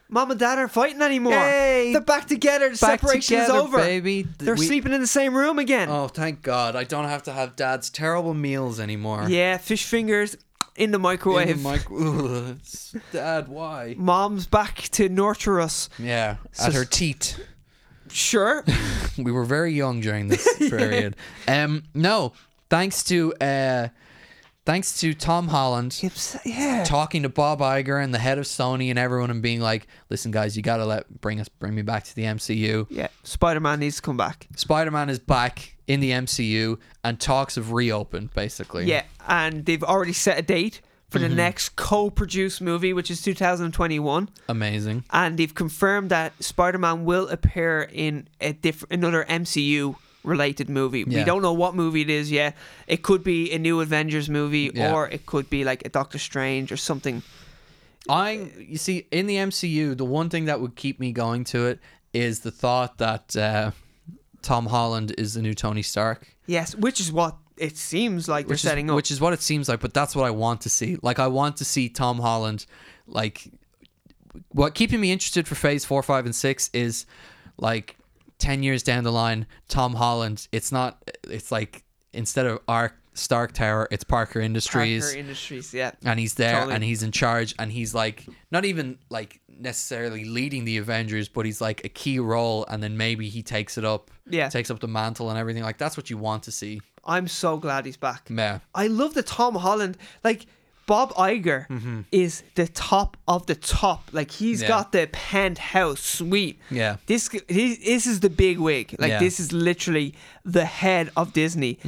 [SPEAKER 2] mom and dad aren't fighting anymore.
[SPEAKER 1] Yay!
[SPEAKER 2] They're back together. The
[SPEAKER 1] Back
[SPEAKER 2] separation
[SPEAKER 1] together,
[SPEAKER 2] is over.
[SPEAKER 1] baby. Th-
[SPEAKER 2] They're
[SPEAKER 1] we-
[SPEAKER 2] sleeping in the same room again.
[SPEAKER 1] Oh, thank God! I don't have to have dad's terrible meals anymore.
[SPEAKER 2] Yeah, fish fingers in the microwave.
[SPEAKER 1] In the micro- Dad, why?
[SPEAKER 2] Mom's back to nurture us.
[SPEAKER 1] Yeah,
[SPEAKER 2] So-
[SPEAKER 1] at her teat.
[SPEAKER 2] Sure.
[SPEAKER 1] we were very young during this period. Um, no, thanks to uh, thanks to Tom Holland
[SPEAKER 2] It's- yeah.
[SPEAKER 1] talking to Bob Iger and the head of Sony and everyone and being like, "Listen, guys, you gotta let bring us bring me back to the MCU."
[SPEAKER 2] Yeah. Spider Man needs to come back.
[SPEAKER 1] Spider Man is back in the MCU and talks have reopened basically.
[SPEAKER 2] Yeah. And they've already set a date for
[SPEAKER 1] Mm-hmm.
[SPEAKER 2] the next co produced movie, which is 2021.
[SPEAKER 1] amazing.
[SPEAKER 2] And they've confirmed that Spider Man will appear in a diff- another MCU related movie. We
[SPEAKER 1] Yeah.
[SPEAKER 2] don't know what movie it is yet. It could be a new Avengers movie
[SPEAKER 1] Yeah.
[SPEAKER 2] or it could be like a Doctor Strange or something.
[SPEAKER 1] I you see in the MCU the one thing that would keep me going to it is the thought that uh, Tom Holland is the new Tony Stark.
[SPEAKER 2] Yes, which is what it seems like
[SPEAKER 1] which
[SPEAKER 2] they're setting
[SPEAKER 1] is,
[SPEAKER 2] up.
[SPEAKER 1] which is what it seems like. But that's what I want to see. Like I want to see Tom Holland. Like what keeping me interested for Phase Four, Five, and Six is like ten years down the line. Tom Holland. It's not. It's like instead of Ark Stark Tower, it's Parker Industries.
[SPEAKER 2] Parker Industries, yeah.
[SPEAKER 1] and he's there
[SPEAKER 2] Totally.
[SPEAKER 1] and he's in charge and he's like not even like necessarily leading the Avengers but he's like a key role and then maybe he takes it up
[SPEAKER 2] Yeah.
[SPEAKER 1] takes up the mantle and everything like that's what you want to see
[SPEAKER 2] I'm so glad he's back.
[SPEAKER 1] yeah
[SPEAKER 2] I love that Tom Holland, like Bob Iger, is the top of the top. Like he's
[SPEAKER 1] Mm-hmm. Yeah.
[SPEAKER 2] got the penthouse suite.
[SPEAKER 1] Yeah.
[SPEAKER 2] this g- he- this is the big wig. Like
[SPEAKER 1] Yeah. Mm-hmm.
[SPEAKER 2] this is literally the head of Disney.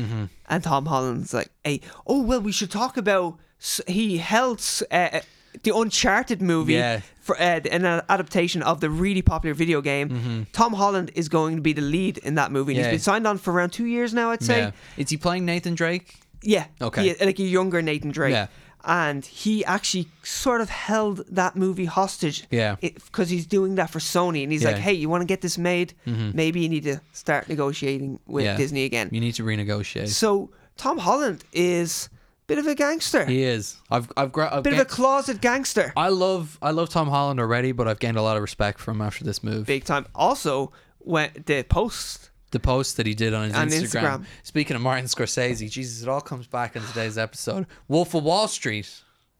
[SPEAKER 2] And Tom Holland's like, hey, oh well, we should talk about. s- He held s- uh, the Uncharted movie.
[SPEAKER 1] Yeah.
[SPEAKER 2] For uh, an adaptation of the really popular video game, Tom Holland is going to be the lead in that movie. and
[SPEAKER 1] Mm-hmm. Yeah.
[SPEAKER 2] He's been signed on for around two years now, I'd say.
[SPEAKER 1] yeah. is he playing Nathan Drake
[SPEAKER 2] Yeah.
[SPEAKER 1] Okay.
[SPEAKER 2] Yeah, like a younger Nathan Drake.
[SPEAKER 1] Yeah.
[SPEAKER 2] And he actually sort of held that movie hostage.
[SPEAKER 1] Yeah.
[SPEAKER 2] Because he's doing that for Sony. And he's like,
[SPEAKER 1] Yeah. Mm-hmm.
[SPEAKER 2] hey, you want to get this made? Maybe you need to start negotiating with
[SPEAKER 1] Yeah.
[SPEAKER 2] Disney again.
[SPEAKER 1] You need to renegotiate.
[SPEAKER 2] So Tom Holland is a bit of a gangster.
[SPEAKER 1] he is. I've I've, gra- I've
[SPEAKER 2] bit
[SPEAKER 1] gained,
[SPEAKER 2] of a closet gangster.
[SPEAKER 1] I love I love Tom Holland already, but I've gained a lot of respect for him after this move.
[SPEAKER 2] Big time. Also, when the post.
[SPEAKER 1] The post that he did on his
[SPEAKER 2] On
[SPEAKER 1] Instagram.
[SPEAKER 2] Instagram.
[SPEAKER 1] Speaking of Martin Scorsese, Jesus, it all comes back in today's episode. Wolf of Wall Street.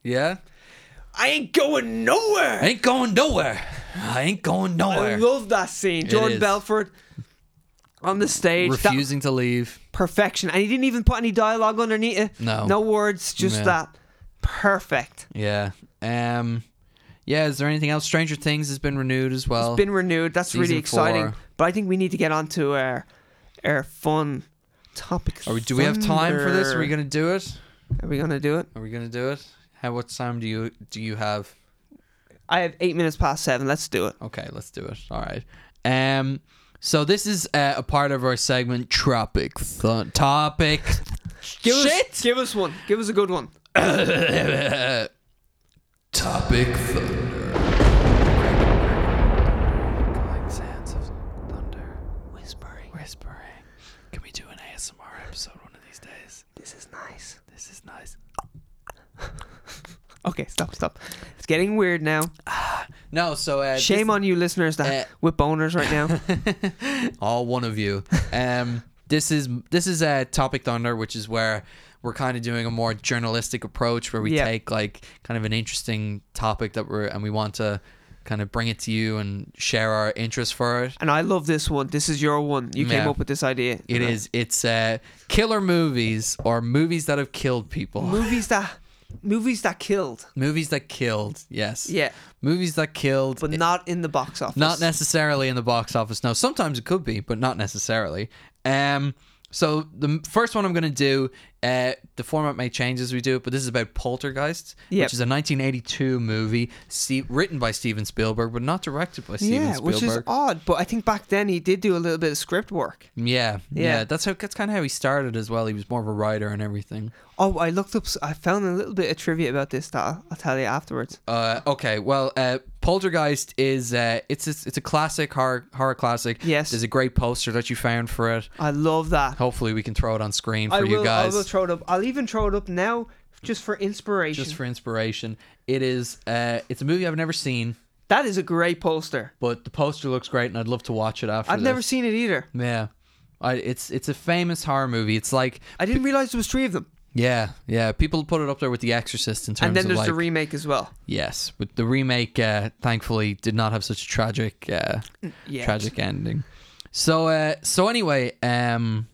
[SPEAKER 1] Yeah,
[SPEAKER 2] I ain't going nowhere.
[SPEAKER 1] I ain't going nowhere. I ain't going
[SPEAKER 2] I
[SPEAKER 1] nowhere.
[SPEAKER 2] love that scene. Jordan
[SPEAKER 1] is.
[SPEAKER 2] Belfort on the stage. That-
[SPEAKER 1] Refusing to leave.
[SPEAKER 2] perfection. And he didn't even put any dialogue underneath it.
[SPEAKER 1] No.
[SPEAKER 2] No words, just
[SPEAKER 1] Yeah.
[SPEAKER 2] that. Perfect.
[SPEAKER 1] Yeah. Um. Yeah. Is there anything else? Stranger Things has been renewed as well.
[SPEAKER 2] Been renewed. That's really
[SPEAKER 1] Season
[SPEAKER 2] exciting.
[SPEAKER 1] four.
[SPEAKER 2] But I think we need to get on to our, our fun topic.
[SPEAKER 1] Are we, do we have time for this? Are we
[SPEAKER 2] thunder.
[SPEAKER 1] gonna do it?
[SPEAKER 2] Are we gonna do it?
[SPEAKER 1] Are we gonna do it? How? What time do you do you have?
[SPEAKER 2] I have eight minutes past seven. Let's do it.
[SPEAKER 1] Okay, let's do it. All right. Um. So this is uh, a part of our segment Tropic Thun Topic.
[SPEAKER 2] Give
[SPEAKER 1] Shit.
[SPEAKER 2] Us, give us one. Give us a good one.
[SPEAKER 1] Topic Thunder. Like sounds of thunder
[SPEAKER 2] Whispering.
[SPEAKER 1] whispering. Can we do an ASMR episode one of these days?
[SPEAKER 2] This is nice.
[SPEAKER 1] This is nice.
[SPEAKER 2] Okay, stop, stop. It's getting weird now.
[SPEAKER 1] No, so uh,
[SPEAKER 2] Shame on you, listeners, that
[SPEAKER 1] Uh,
[SPEAKER 2] with boners right now.
[SPEAKER 1] all one of you. Um, this is this is a topic thunder, which is where we're kind of doing a more journalistic approach, where we
[SPEAKER 2] Yeah.
[SPEAKER 1] take like kind of an interesting topic that we're and we want to kind of bring it to you and share our interest for it.
[SPEAKER 2] and I love this one. This is your one. You came
[SPEAKER 1] Yeah.
[SPEAKER 2] up with this idea.
[SPEAKER 1] It is it's uh, killer movies or movies that have killed people,
[SPEAKER 2] movies that movies that killed,
[SPEAKER 1] movies that killed. Yes,
[SPEAKER 2] Yeah.
[SPEAKER 1] movies that killed,
[SPEAKER 2] but not in the box office.
[SPEAKER 1] Not necessarily in the box office. No, sometimes it could be, but not necessarily. Um, so the m- first one I'm going to do, uh, the format may change as we do it, but this is about Poltergeist,
[SPEAKER 2] Yep.
[SPEAKER 1] which is a 1982 movie Ste written by Steven Spielberg, but not directed by Steven
[SPEAKER 2] Yeah,
[SPEAKER 1] Spielberg. Mm,
[SPEAKER 2] which is odd, but I think back then he did do a little bit of script work.
[SPEAKER 1] yeah, yeah,
[SPEAKER 2] Yeah.
[SPEAKER 1] That's how. That's kind of how he started as well. He was more of a writer and everything.
[SPEAKER 2] Oh, I looked up. s- I found a little bit of trivia about this that I'll, I'll tell you afterwards.
[SPEAKER 1] Uh, okay, well, uh, Poltergeist is uh, it's a, it's a classic horror horror classic.
[SPEAKER 2] Yes.
[SPEAKER 1] there's a great poster that you found for it.
[SPEAKER 2] I love that.
[SPEAKER 1] Hopefully, we can throw it on screen for
[SPEAKER 2] I
[SPEAKER 1] you
[SPEAKER 2] will.
[SPEAKER 1] guys.
[SPEAKER 2] I will throw it up. I'll even throw it up now, just for inspiration.
[SPEAKER 1] just for inspiration. It is. Uh, it's a movie I've never seen.
[SPEAKER 2] That is a great poster.
[SPEAKER 1] But the poster looks great, and I'd love to watch it after.
[SPEAKER 2] I've never
[SPEAKER 1] this.
[SPEAKER 2] seen it either.
[SPEAKER 1] Yeah, I, it's it's a famous horror movie. It's like
[SPEAKER 2] I didn't realize there was three of them.
[SPEAKER 1] yeah, yeah. People put it up there with The Exorcist in terms
[SPEAKER 2] And then
[SPEAKER 1] of
[SPEAKER 2] there's
[SPEAKER 1] like
[SPEAKER 2] the remake as well.
[SPEAKER 1] yes, but the remake uh, thankfully did not have such a tragic uh,
[SPEAKER 2] Yeah.
[SPEAKER 1] tragic ending. So uh, so anyway, um,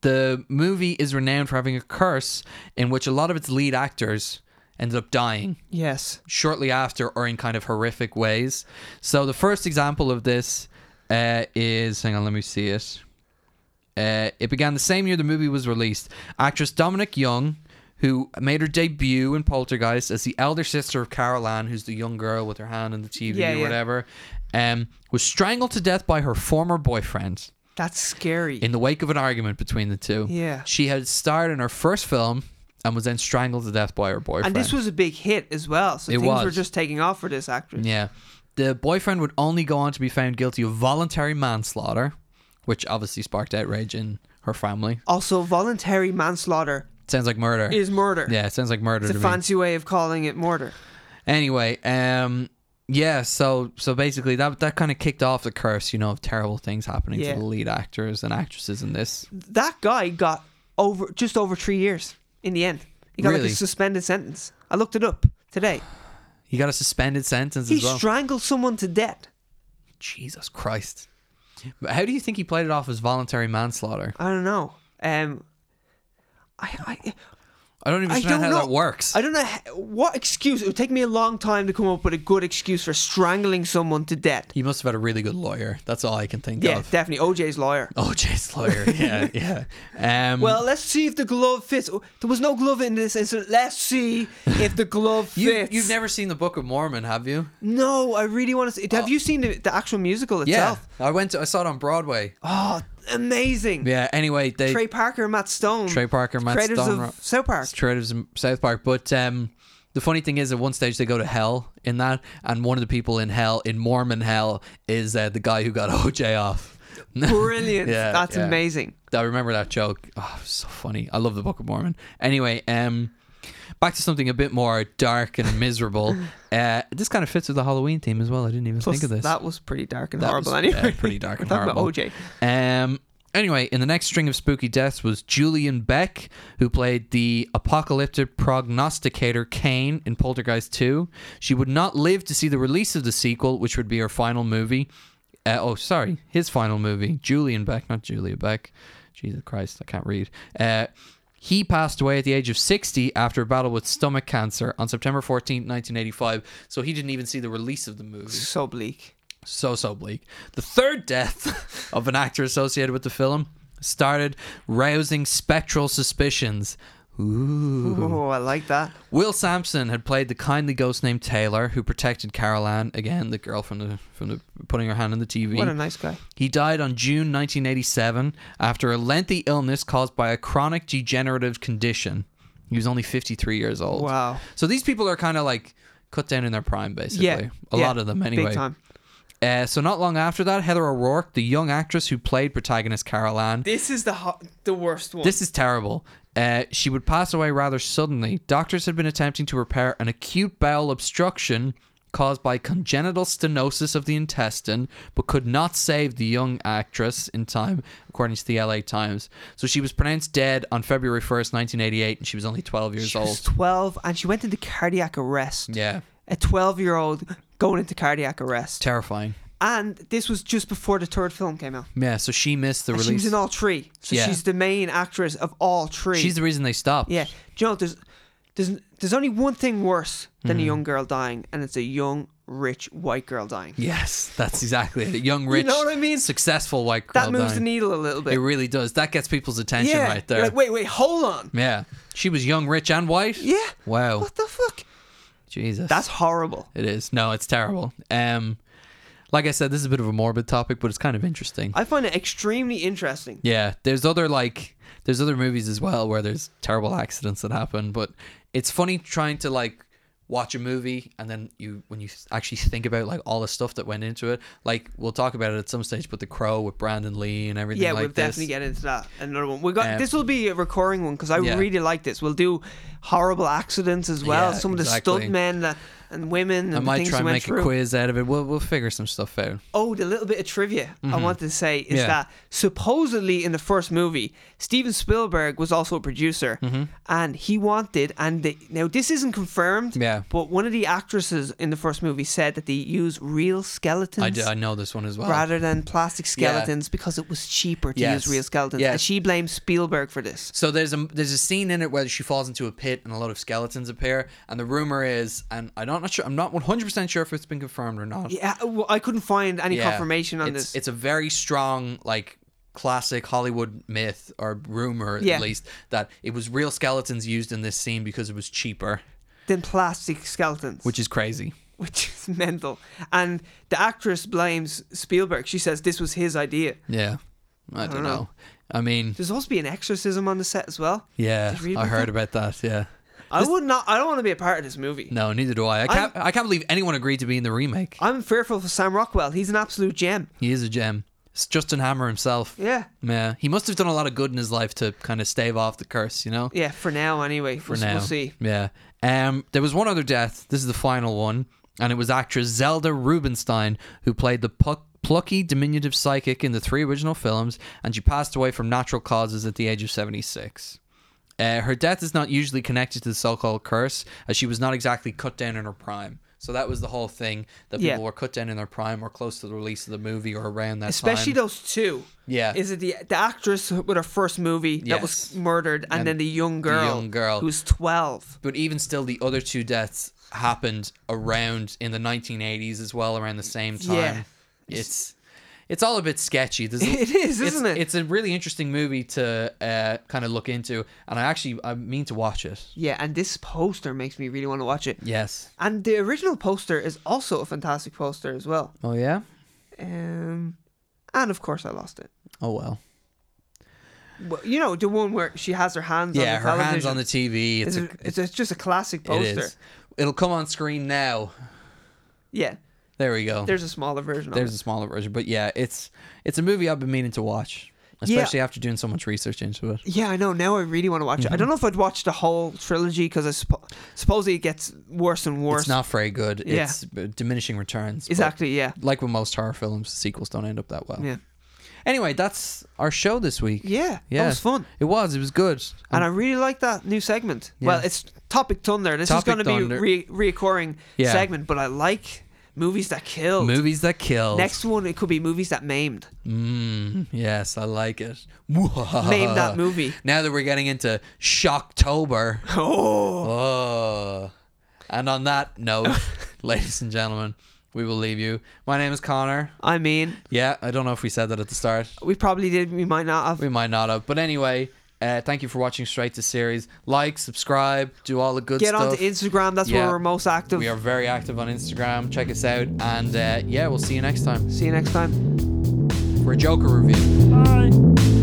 [SPEAKER 1] the movie is renowned for having a curse in which a lot of its lead actors ended up dying
[SPEAKER 2] Yes.
[SPEAKER 1] shortly after or in kind of horrific ways. So the first example of this uh, is hang on, let me see it. Uh, it began the same year the movie was released. Actress Dominic Young, who made her debut in Poltergeist as the elder sister of Carol Ann, who's the young girl with her hand on the TV
[SPEAKER 2] Yeah,
[SPEAKER 1] or
[SPEAKER 2] yeah.
[SPEAKER 1] whatever, um, was strangled to death by her former boyfriend
[SPEAKER 2] That's scary.
[SPEAKER 1] in the wake of an argument between the two.
[SPEAKER 2] Yeah.
[SPEAKER 1] She had starred in her first film and was then strangled to death by her boyfriend.
[SPEAKER 2] and this was a big hit as well. So
[SPEAKER 1] It
[SPEAKER 2] things were
[SPEAKER 1] was.
[SPEAKER 2] just taking off for this actress.
[SPEAKER 1] Yeah. The boyfriend would only go on to be found guilty of voluntary manslaughter, which obviously sparked outrage in her family.
[SPEAKER 2] Also, voluntary manslaughter
[SPEAKER 1] Sounds like murder.
[SPEAKER 2] is murder.
[SPEAKER 1] yeah, it sounds like murder
[SPEAKER 2] It's
[SPEAKER 1] to
[SPEAKER 2] a
[SPEAKER 1] me.
[SPEAKER 2] fancy way of calling it murder.
[SPEAKER 1] Anyway, um yeah, so so basically that that kind of kicked off the curse, you know, of terrible things happening
[SPEAKER 2] Yeah.
[SPEAKER 1] to the lead actors and actresses in this.
[SPEAKER 2] That guy got over just over three years in the end. He got like
[SPEAKER 1] Really?
[SPEAKER 2] a suspended sentence. I looked it up today.
[SPEAKER 1] He got a suspended sentence
[SPEAKER 2] He
[SPEAKER 1] as well.
[SPEAKER 2] strangled someone to death.
[SPEAKER 1] Jesus Christ. But how do you think he played it off as voluntary manslaughter?
[SPEAKER 2] I don't know. Um, I, I
[SPEAKER 1] I don't even
[SPEAKER 2] I
[SPEAKER 1] understand
[SPEAKER 2] don't
[SPEAKER 1] how
[SPEAKER 2] know.
[SPEAKER 1] that works.
[SPEAKER 2] I don't know h- what excuse. It would take me a long time to come up with a good excuse for strangling someone to death.
[SPEAKER 1] he must have had a really good lawyer. That's all I can think
[SPEAKER 2] Yeah,
[SPEAKER 1] of.
[SPEAKER 2] definitely OJ's lawyer.
[SPEAKER 1] Oh, Jay's lawyer. Yeah, yeah. Um,
[SPEAKER 2] Well, let's see if the glove fits. Oh, There was no glove in this incident. Let's see if the glove
[SPEAKER 1] you,
[SPEAKER 2] fits.
[SPEAKER 1] you've never seen the Book of Mormon, have you?
[SPEAKER 2] No, I really want to see. Have you seen the, the actual musical
[SPEAKER 1] Oh. Yeah,
[SPEAKER 2] itself?
[SPEAKER 1] I went. To, I saw it on Broadway.
[SPEAKER 2] Oh, amazing.
[SPEAKER 1] Yeah. Anyway, they
[SPEAKER 2] Trey Parker and Matt Stone.
[SPEAKER 1] Trey Parker, Matt
[SPEAKER 2] creators
[SPEAKER 1] Stone, Ro-
[SPEAKER 2] of South Park.
[SPEAKER 1] it's creators in South Park. But um, the funny thing is, at one stage they go to hell in that, and one of the people in hell, in Mormon hell, is uh, the guy who got OJ off.
[SPEAKER 2] Brilliant.
[SPEAKER 1] Yeah,
[SPEAKER 2] That's
[SPEAKER 1] yeah.
[SPEAKER 2] amazing.
[SPEAKER 1] I remember that joke. Oh, it was so funny. I love the Book of Mormon. Anyway, um, back to something a bit more dark and miserable. uh, this kind of fits with the Halloween theme as well. I didn't even
[SPEAKER 2] Plus,
[SPEAKER 1] think of this.
[SPEAKER 2] That was pretty dark and
[SPEAKER 1] That
[SPEAKER 2] horrible.
[SPEAKER 1] was,
[SPEAKER 2] anyway,
[SPEAKER 1] yeah, pretty dark and
[SPEAKER 2] We're talking
[SPEAKER 1] horrible.
[SPEAKER 2] About OJ.
[SPEAKER 1] Um. Anyway, in the next string of spooky deaths was Julian Beck, who played the apocalyptic prognosticator Kane in Poltergeist 2. She would not live to see the release of the sequel, which would be her final movie. Uh, oh, sorry, his final movie. Julian Beck, not Julia Beck. Jesus Christ, I can't read. Uh, he passed away at the age of 60 after a battle with stomach cancer on September 14, 1985. So he didn't even see the release of the movie.
[SPEAKER 2] So bleak.
[SPEAKER 1] So, so bleak. The third death of an actor associated with the film started rousing spectral suspicions. Ooh.
[SPEAKER 2] Oh, I like that.
[SPEAKER 1] Will Sampson had played the kindly ghost named Taylor, who protected Carol Ann, again, the girl from the from the putting her hand on the TV.
[SPEAKER 2] What a nice guy.
[SPEAKER 1] He died on June 1987 after a lengthy illness caused by a chronic degenerative condition. He was only 53 years old.
[SPEAKER 2] Wow.
[SPEAKER 1] So these people are kind of like cut down in their prime, basically.
[SPEAKER 2] Yeah.
[SPEAKER 1] A
[SPEAKER 2] yeah,
[SPEAKER 1] lot of them, anyway.
[SPEAKER 2] Big time.
[SPEAKER 1] Uh, so not long after that, Heather O'Rourke, the young actress who played protagonist Carol Ann,
[SPEAKER 2] This is the ho- the worst one.
[SPEAKER 1] this is terrible. Uh, she would pass away rather suddenly. Doctors had been attempting to repair an acute bowel obstruction caused by congenital stenosis of the intestine, but could not save the young actress in time, according to the LA Times. So she was pronounced dead on February 1st, 1988, and she was only 12 years
[SPEAKER 2] she
[SPEAKER 1] old.
[SPEAKER 2] was 12 and she went into cardiac arrest.
[SPEAKER 1] yeah,
[SPEAKER 2] A 12 year old going into cardiac arrest.
[SPEAKER 1] terrifying.
[SPEAKER 2] And this was just before the third film came out.
[SPEAKER 1] Yeah, so she missed the
[SPEAKER 2] And she
[SPEAKER 1] release.
[SPEAKER 2] was in all three. So
[SPEAKER 1] Yeah.
[SPEAKER 2] she's the main actress of all three.
[SPEAKER 1] She's the reason they stopped.
[SPEAKER 2] yeah. Do you know, there's, there's, there's only one thing worse than a
[SPEAKER 1] Mm-hmm.
[SPEAKER 2] young girl dying, and it's a young, rich, white girl dying.
[SPEAKER 1] Yes, that's exactly it. A young, rich,
[SPEAKER 2] know what I mean?
[SPEAKER 1] successful white girl.
[SPEAKER 2] That moves
[SPEAKER 1] dying.
[SPEAKER 2] the needle a little bit.
[SPEAKER 1] It really does. That gets people's attention
[SPEAKER 2] yeah.
[SPEAKER 1] right
[SPEAKER 2] You're
[SPEAKER 1] there. Mm.
[SPEAKER 2] like, wait, wait, hold on.
[SPEAKER 1] yeah, she was young, rich, and white.
[SPEAKER 2] Yeah.
[SPEAKER 1] Wow.
[SPEAKER 2] What the fuck?
[SPEAKER 1] Jesus.
[SPEAKER 2] That's horrible.
[SPEAKER 1] it is. No, it's terrible. Um, like I said, this is a bit of a morbid topic, but it's kind of interesting.
[SPEAKER 2] I find it extremely interesting.
[SPEAKER 1] yeah, there's other like there's other movies as well where there's terrible accidents that happen, but it's funny trying to like watch a movie and then you when you actually think about like all the stuff that went into it. Like we'll talk about it at some stage, but The Crow with Brandon Lee and everything
[SPEAKER 2] Yeah,
[SPEAKER 1] like
[SPEAKER 2] we'll
[SPEAKER 1] this.
[SPEAKER 2] definitely get into that. Another one. We got
[SPEAKER 1] Um,
[SPEAKER 2] this will be a recurring one because I
[SPEAKER 1] Yeah.
[SPEAKER 2] really like this. We'll do horrible accidents as well.
[SPEAKER 1] Yeah,
[SPEAKER 2] Some of the
[SPEAKER 1] exactly.
[SPEAKER 2] stuntmen that and women. And
[SPEAKER 1] I
[SPEAKER 2] the
[SPEAKER 1] might
[SPEAKER 2] things
[SPEAKER 1] try
[SPEAKER 2] we
[SPEAKER 1] and
[SPEAKER 2] went
[SPEAKER 1] make
[SPEAKER 2] through.
[SPEAKER 1] a quiz out of it. We'll we'll figure some stuff out.
[SPEAKER 2] Oh, the little bit of trivia I wanted to say is
[SPEAKER 1] Mm-hmm. Yeah.
[SPEAKER 2] that supposedly in the first movie, Steven Spielberg was also a producer,
[SPEAKER 1] Mm-hmm.
[SPEAKER 2] and he wanted and they, now this isn't confirmed.
[SPEAKER 1] Yeah.
[SPEAKER 2] But one of the actresses in the first movie said that they use real skeletons.
[SPEAKER 1] I, d- I know this one as well.
[SPEAKER 2] Rather than plastic skeletons, because it was cheaper to
[SPEAKER 1] Oh. Yes.
[SPEAKER 2] use real skeletons,
[SPEAKER 1] Yes.
[SPEAKER 2] and she blames Spielberg for this.
[SPEAKER 1] So there's a there's a scene in it where she falls into a pit and a lot of skeletons appear, and the rumor is, and I don't not sure, I'm not 100 percent sure if it's been confirmed or not.
[SPEAKER 2] Yeah, well, I couldn't find any
[SPEAKER 1] Yeah.
[SPEAKER 2] confirmation on
[SPEAKER 1] it's,
[SPEAKER 2] this.
[SPEAKER 1] It's a very strong like classic Hollywood myth or rumor
[SPEAKER 2] Yeah.
[SPEAKER 1] at least that it was real skeletons used in this scene because it was cheaper,
[SPEAKER 2] then plastic skeletons,
[SPEAKER 1] which is crazy.
[SPEAKER 2] which is mental. And the actress blames Spielberg. She says this was his idea.
[SPEAKER 1] Yeah, I, don't, know.
[SPEAKER 2] dunno.
[SPEAKER 1] I mean,
[SPEAKER 2] There's supposed to be an exorcism on the set as well.
[SPEAKER 1] yeah,
[SPEAKER 2] Did you read
[SPEAKER 1] I
[SPEAKER 2] about
[SPEAKER 1] heard about that. Yeah,
[SPEAKER 2] I would not. I don't want to be a part of this movie.
[SPEAKER 1] no, neither do I. I can't I'm, I can not believe anyone agreed to be in the remake.
[SPEAKER 2] I'm fearful for Sam Rockwell. He's an absolute gem.
[SPEAKER 1] He is a gem. It's Justin Hammer himself.
[SPEAKER 2] Yeah.
[SPEAKER 1] Yeah, he must have done a lot of good in his life to kind of stave off the curse, you know.
[SPEAKER 2] Yeah. For now, anyway.
[SPEAKER 1] For
[SPEAKER 2] we'll,
[SPEAKER 1] now,
[SPEAKER 2] we'll see.
[SPEAKER 1] Yeah. Um, there was one other death. This is the final one, and it was actress Zelda Rubinstein who played the pu- plucky, diminutive psychic in the three original films, and she passed away from natural causes at the age of seventy-six. Uh, her death is not usually connected to the so-called curse, as she was not exactly cut down in her prime. So that was the whole thing that
[SPEAKER 2] Yeah.
[SPEAKER 1] people were cut down in their prime, or close to the release of the movie, or around that
[SPEAKER 2] Especially
[SPEAKER 1] time.
[SPEAKER 2] those two.
[SPEAKER 1] Yeah.
[SPEAKER 2] Is it the the actress with her first movie that
[SPEAKER 1] Yes.
[SPEAKER 2] was murdered, and,
[SPEAKER 1] And
[SPEAKER 2] then the young girl,
[SPEAKER 1] young girl.
[SPEAKER 2] who's twelve?
[SPEAKER 1] but even still, the other two deaths happened around in the 1980s as well, around the same time.
[SPEAKER 2] Yeah.
[SPEAKER 1] It's it's all a bit sketchy. There's a-
[SPEAKER 2] It
[SPEAKER 1] it's-
[SPEAKER 2] is, isn't it?
[SPEAKER 1] It's a really interesting movie to uh, kind of look into, and I actually I mean to watch it.
[SPEAKER 2] Yeah. And this poster makes me really want to watch it.
[SPEAKER 1] Yes.
[SPEAKER 2] And the original poster is also a fantastic poster as well.
[SPEAKER 1] Oh yeah.
[SPEAKER 2] Um, and of course, I lost it.
[SPEAKER 1] Oh well.
[SPEAKER 2] Well, you know the one where she has her hands.
[SPEAKER 1] Yeah,
[SPEAKER 2] on the
[SPEAKER 1] her hands on
[SPEAKER 2] television.
[SPEAKER 1] the TV. It's
[SPEAKER 2] It's,
[SPEAKER 1] a,
[SPEAKER 2] a- it's, it's just a classic
[SPEAKER 1] it
[SPEAKER 2] poster.
[SPEAKER 1] is. It'll come on screen now.
[SPEAKER 2] Yeah,
[SPEAKER 1] There we go.
[SPEAKER 2] there's a smaller version.
[SPEAKER 1] There's
[SPEAKER 2] of
[SPEAKER 1] a smaller version, but yeah, it's it's a movie I've been meaning to watch,
[SPEAKER 2] Yeah.
[SPEAKER 1] especially after doing so much research into it.
[SPEAKER 2] it. Yeah, I know. Now I really want to watch it.
[SPEAKER 1] Mm-hmm.
[SPEAKER 2] I don't know if I'd watch the whole trilogy because I suppo- suppose it gets worse and worse.
[SPEAKER 1] It's not very good.
[SPEAKER 2] Yeah.
[SPEAKER 1] It's uh, diminishing returns. but
[SPEAKER 2] exactly. Yeah,
[SPEAKER 1] Like with most horror films, sequels don't end up that well.
[SPEAKER 2] yeah,
[SPEAKER 1] Anyway, that's our show this week.
[SPEAKER 2] yeah.
[SPEAKER 1] Yeah. Um,
[SPEAKER 2] That was fun,
[SPEAKER 1] It was. It was good.
[SPEAKER 2] and I really like that new segment. Well, it's topic thunder. This
[SPEAKER 1] Topic
[SPEAKER 2] is going to
[SPEAKER 1] Thunder.
[SPEAKER 2] be re- reoccurring
[SPEAKER 1] Yeah.
[SPEAKER 2] segment, but I like movies that kill.
[SPEAKER 1] movies that kill.
[SPEAKER 2] Next one, it could be movies that maimed.
[SPEAKER 1] Mm, yes, I like it.
[SPEAKER 2] Name that movie.
[SPEAKER 1] Now that we're getting into Shocktober.
[SPEAKER 2] Oh.
[SPEAKER 1] Oh. And on that note, ladies and gentlemen, we will leave you. My name is Connor.
[SPEAKER 2] I mean,
[SPEAKER 1] Yeah, I don't know if we said that at the start.
[SPEAKER 2] we probably did. We might not have.
[SPEAKER 1] We might not have. But anyway, uh, thank you for watching Straight to Series. Like, subscribe, do all the good
[SPEAKER 2] Get
[SPEAKER 1] stuff.
[SPEAKER 2] onto Instagram. That's
[SPEAKER 1] Yeah.
[SPEAKER 2] where we're most active.
[SPEAKER 1] we are very active on Instagram. Check us out. And uh, yeah, we'll see you next time
[SPEAKER 2] See you next time.
[SPEAKER 1] for a Joker review.
[SPEAKER 3] Bye.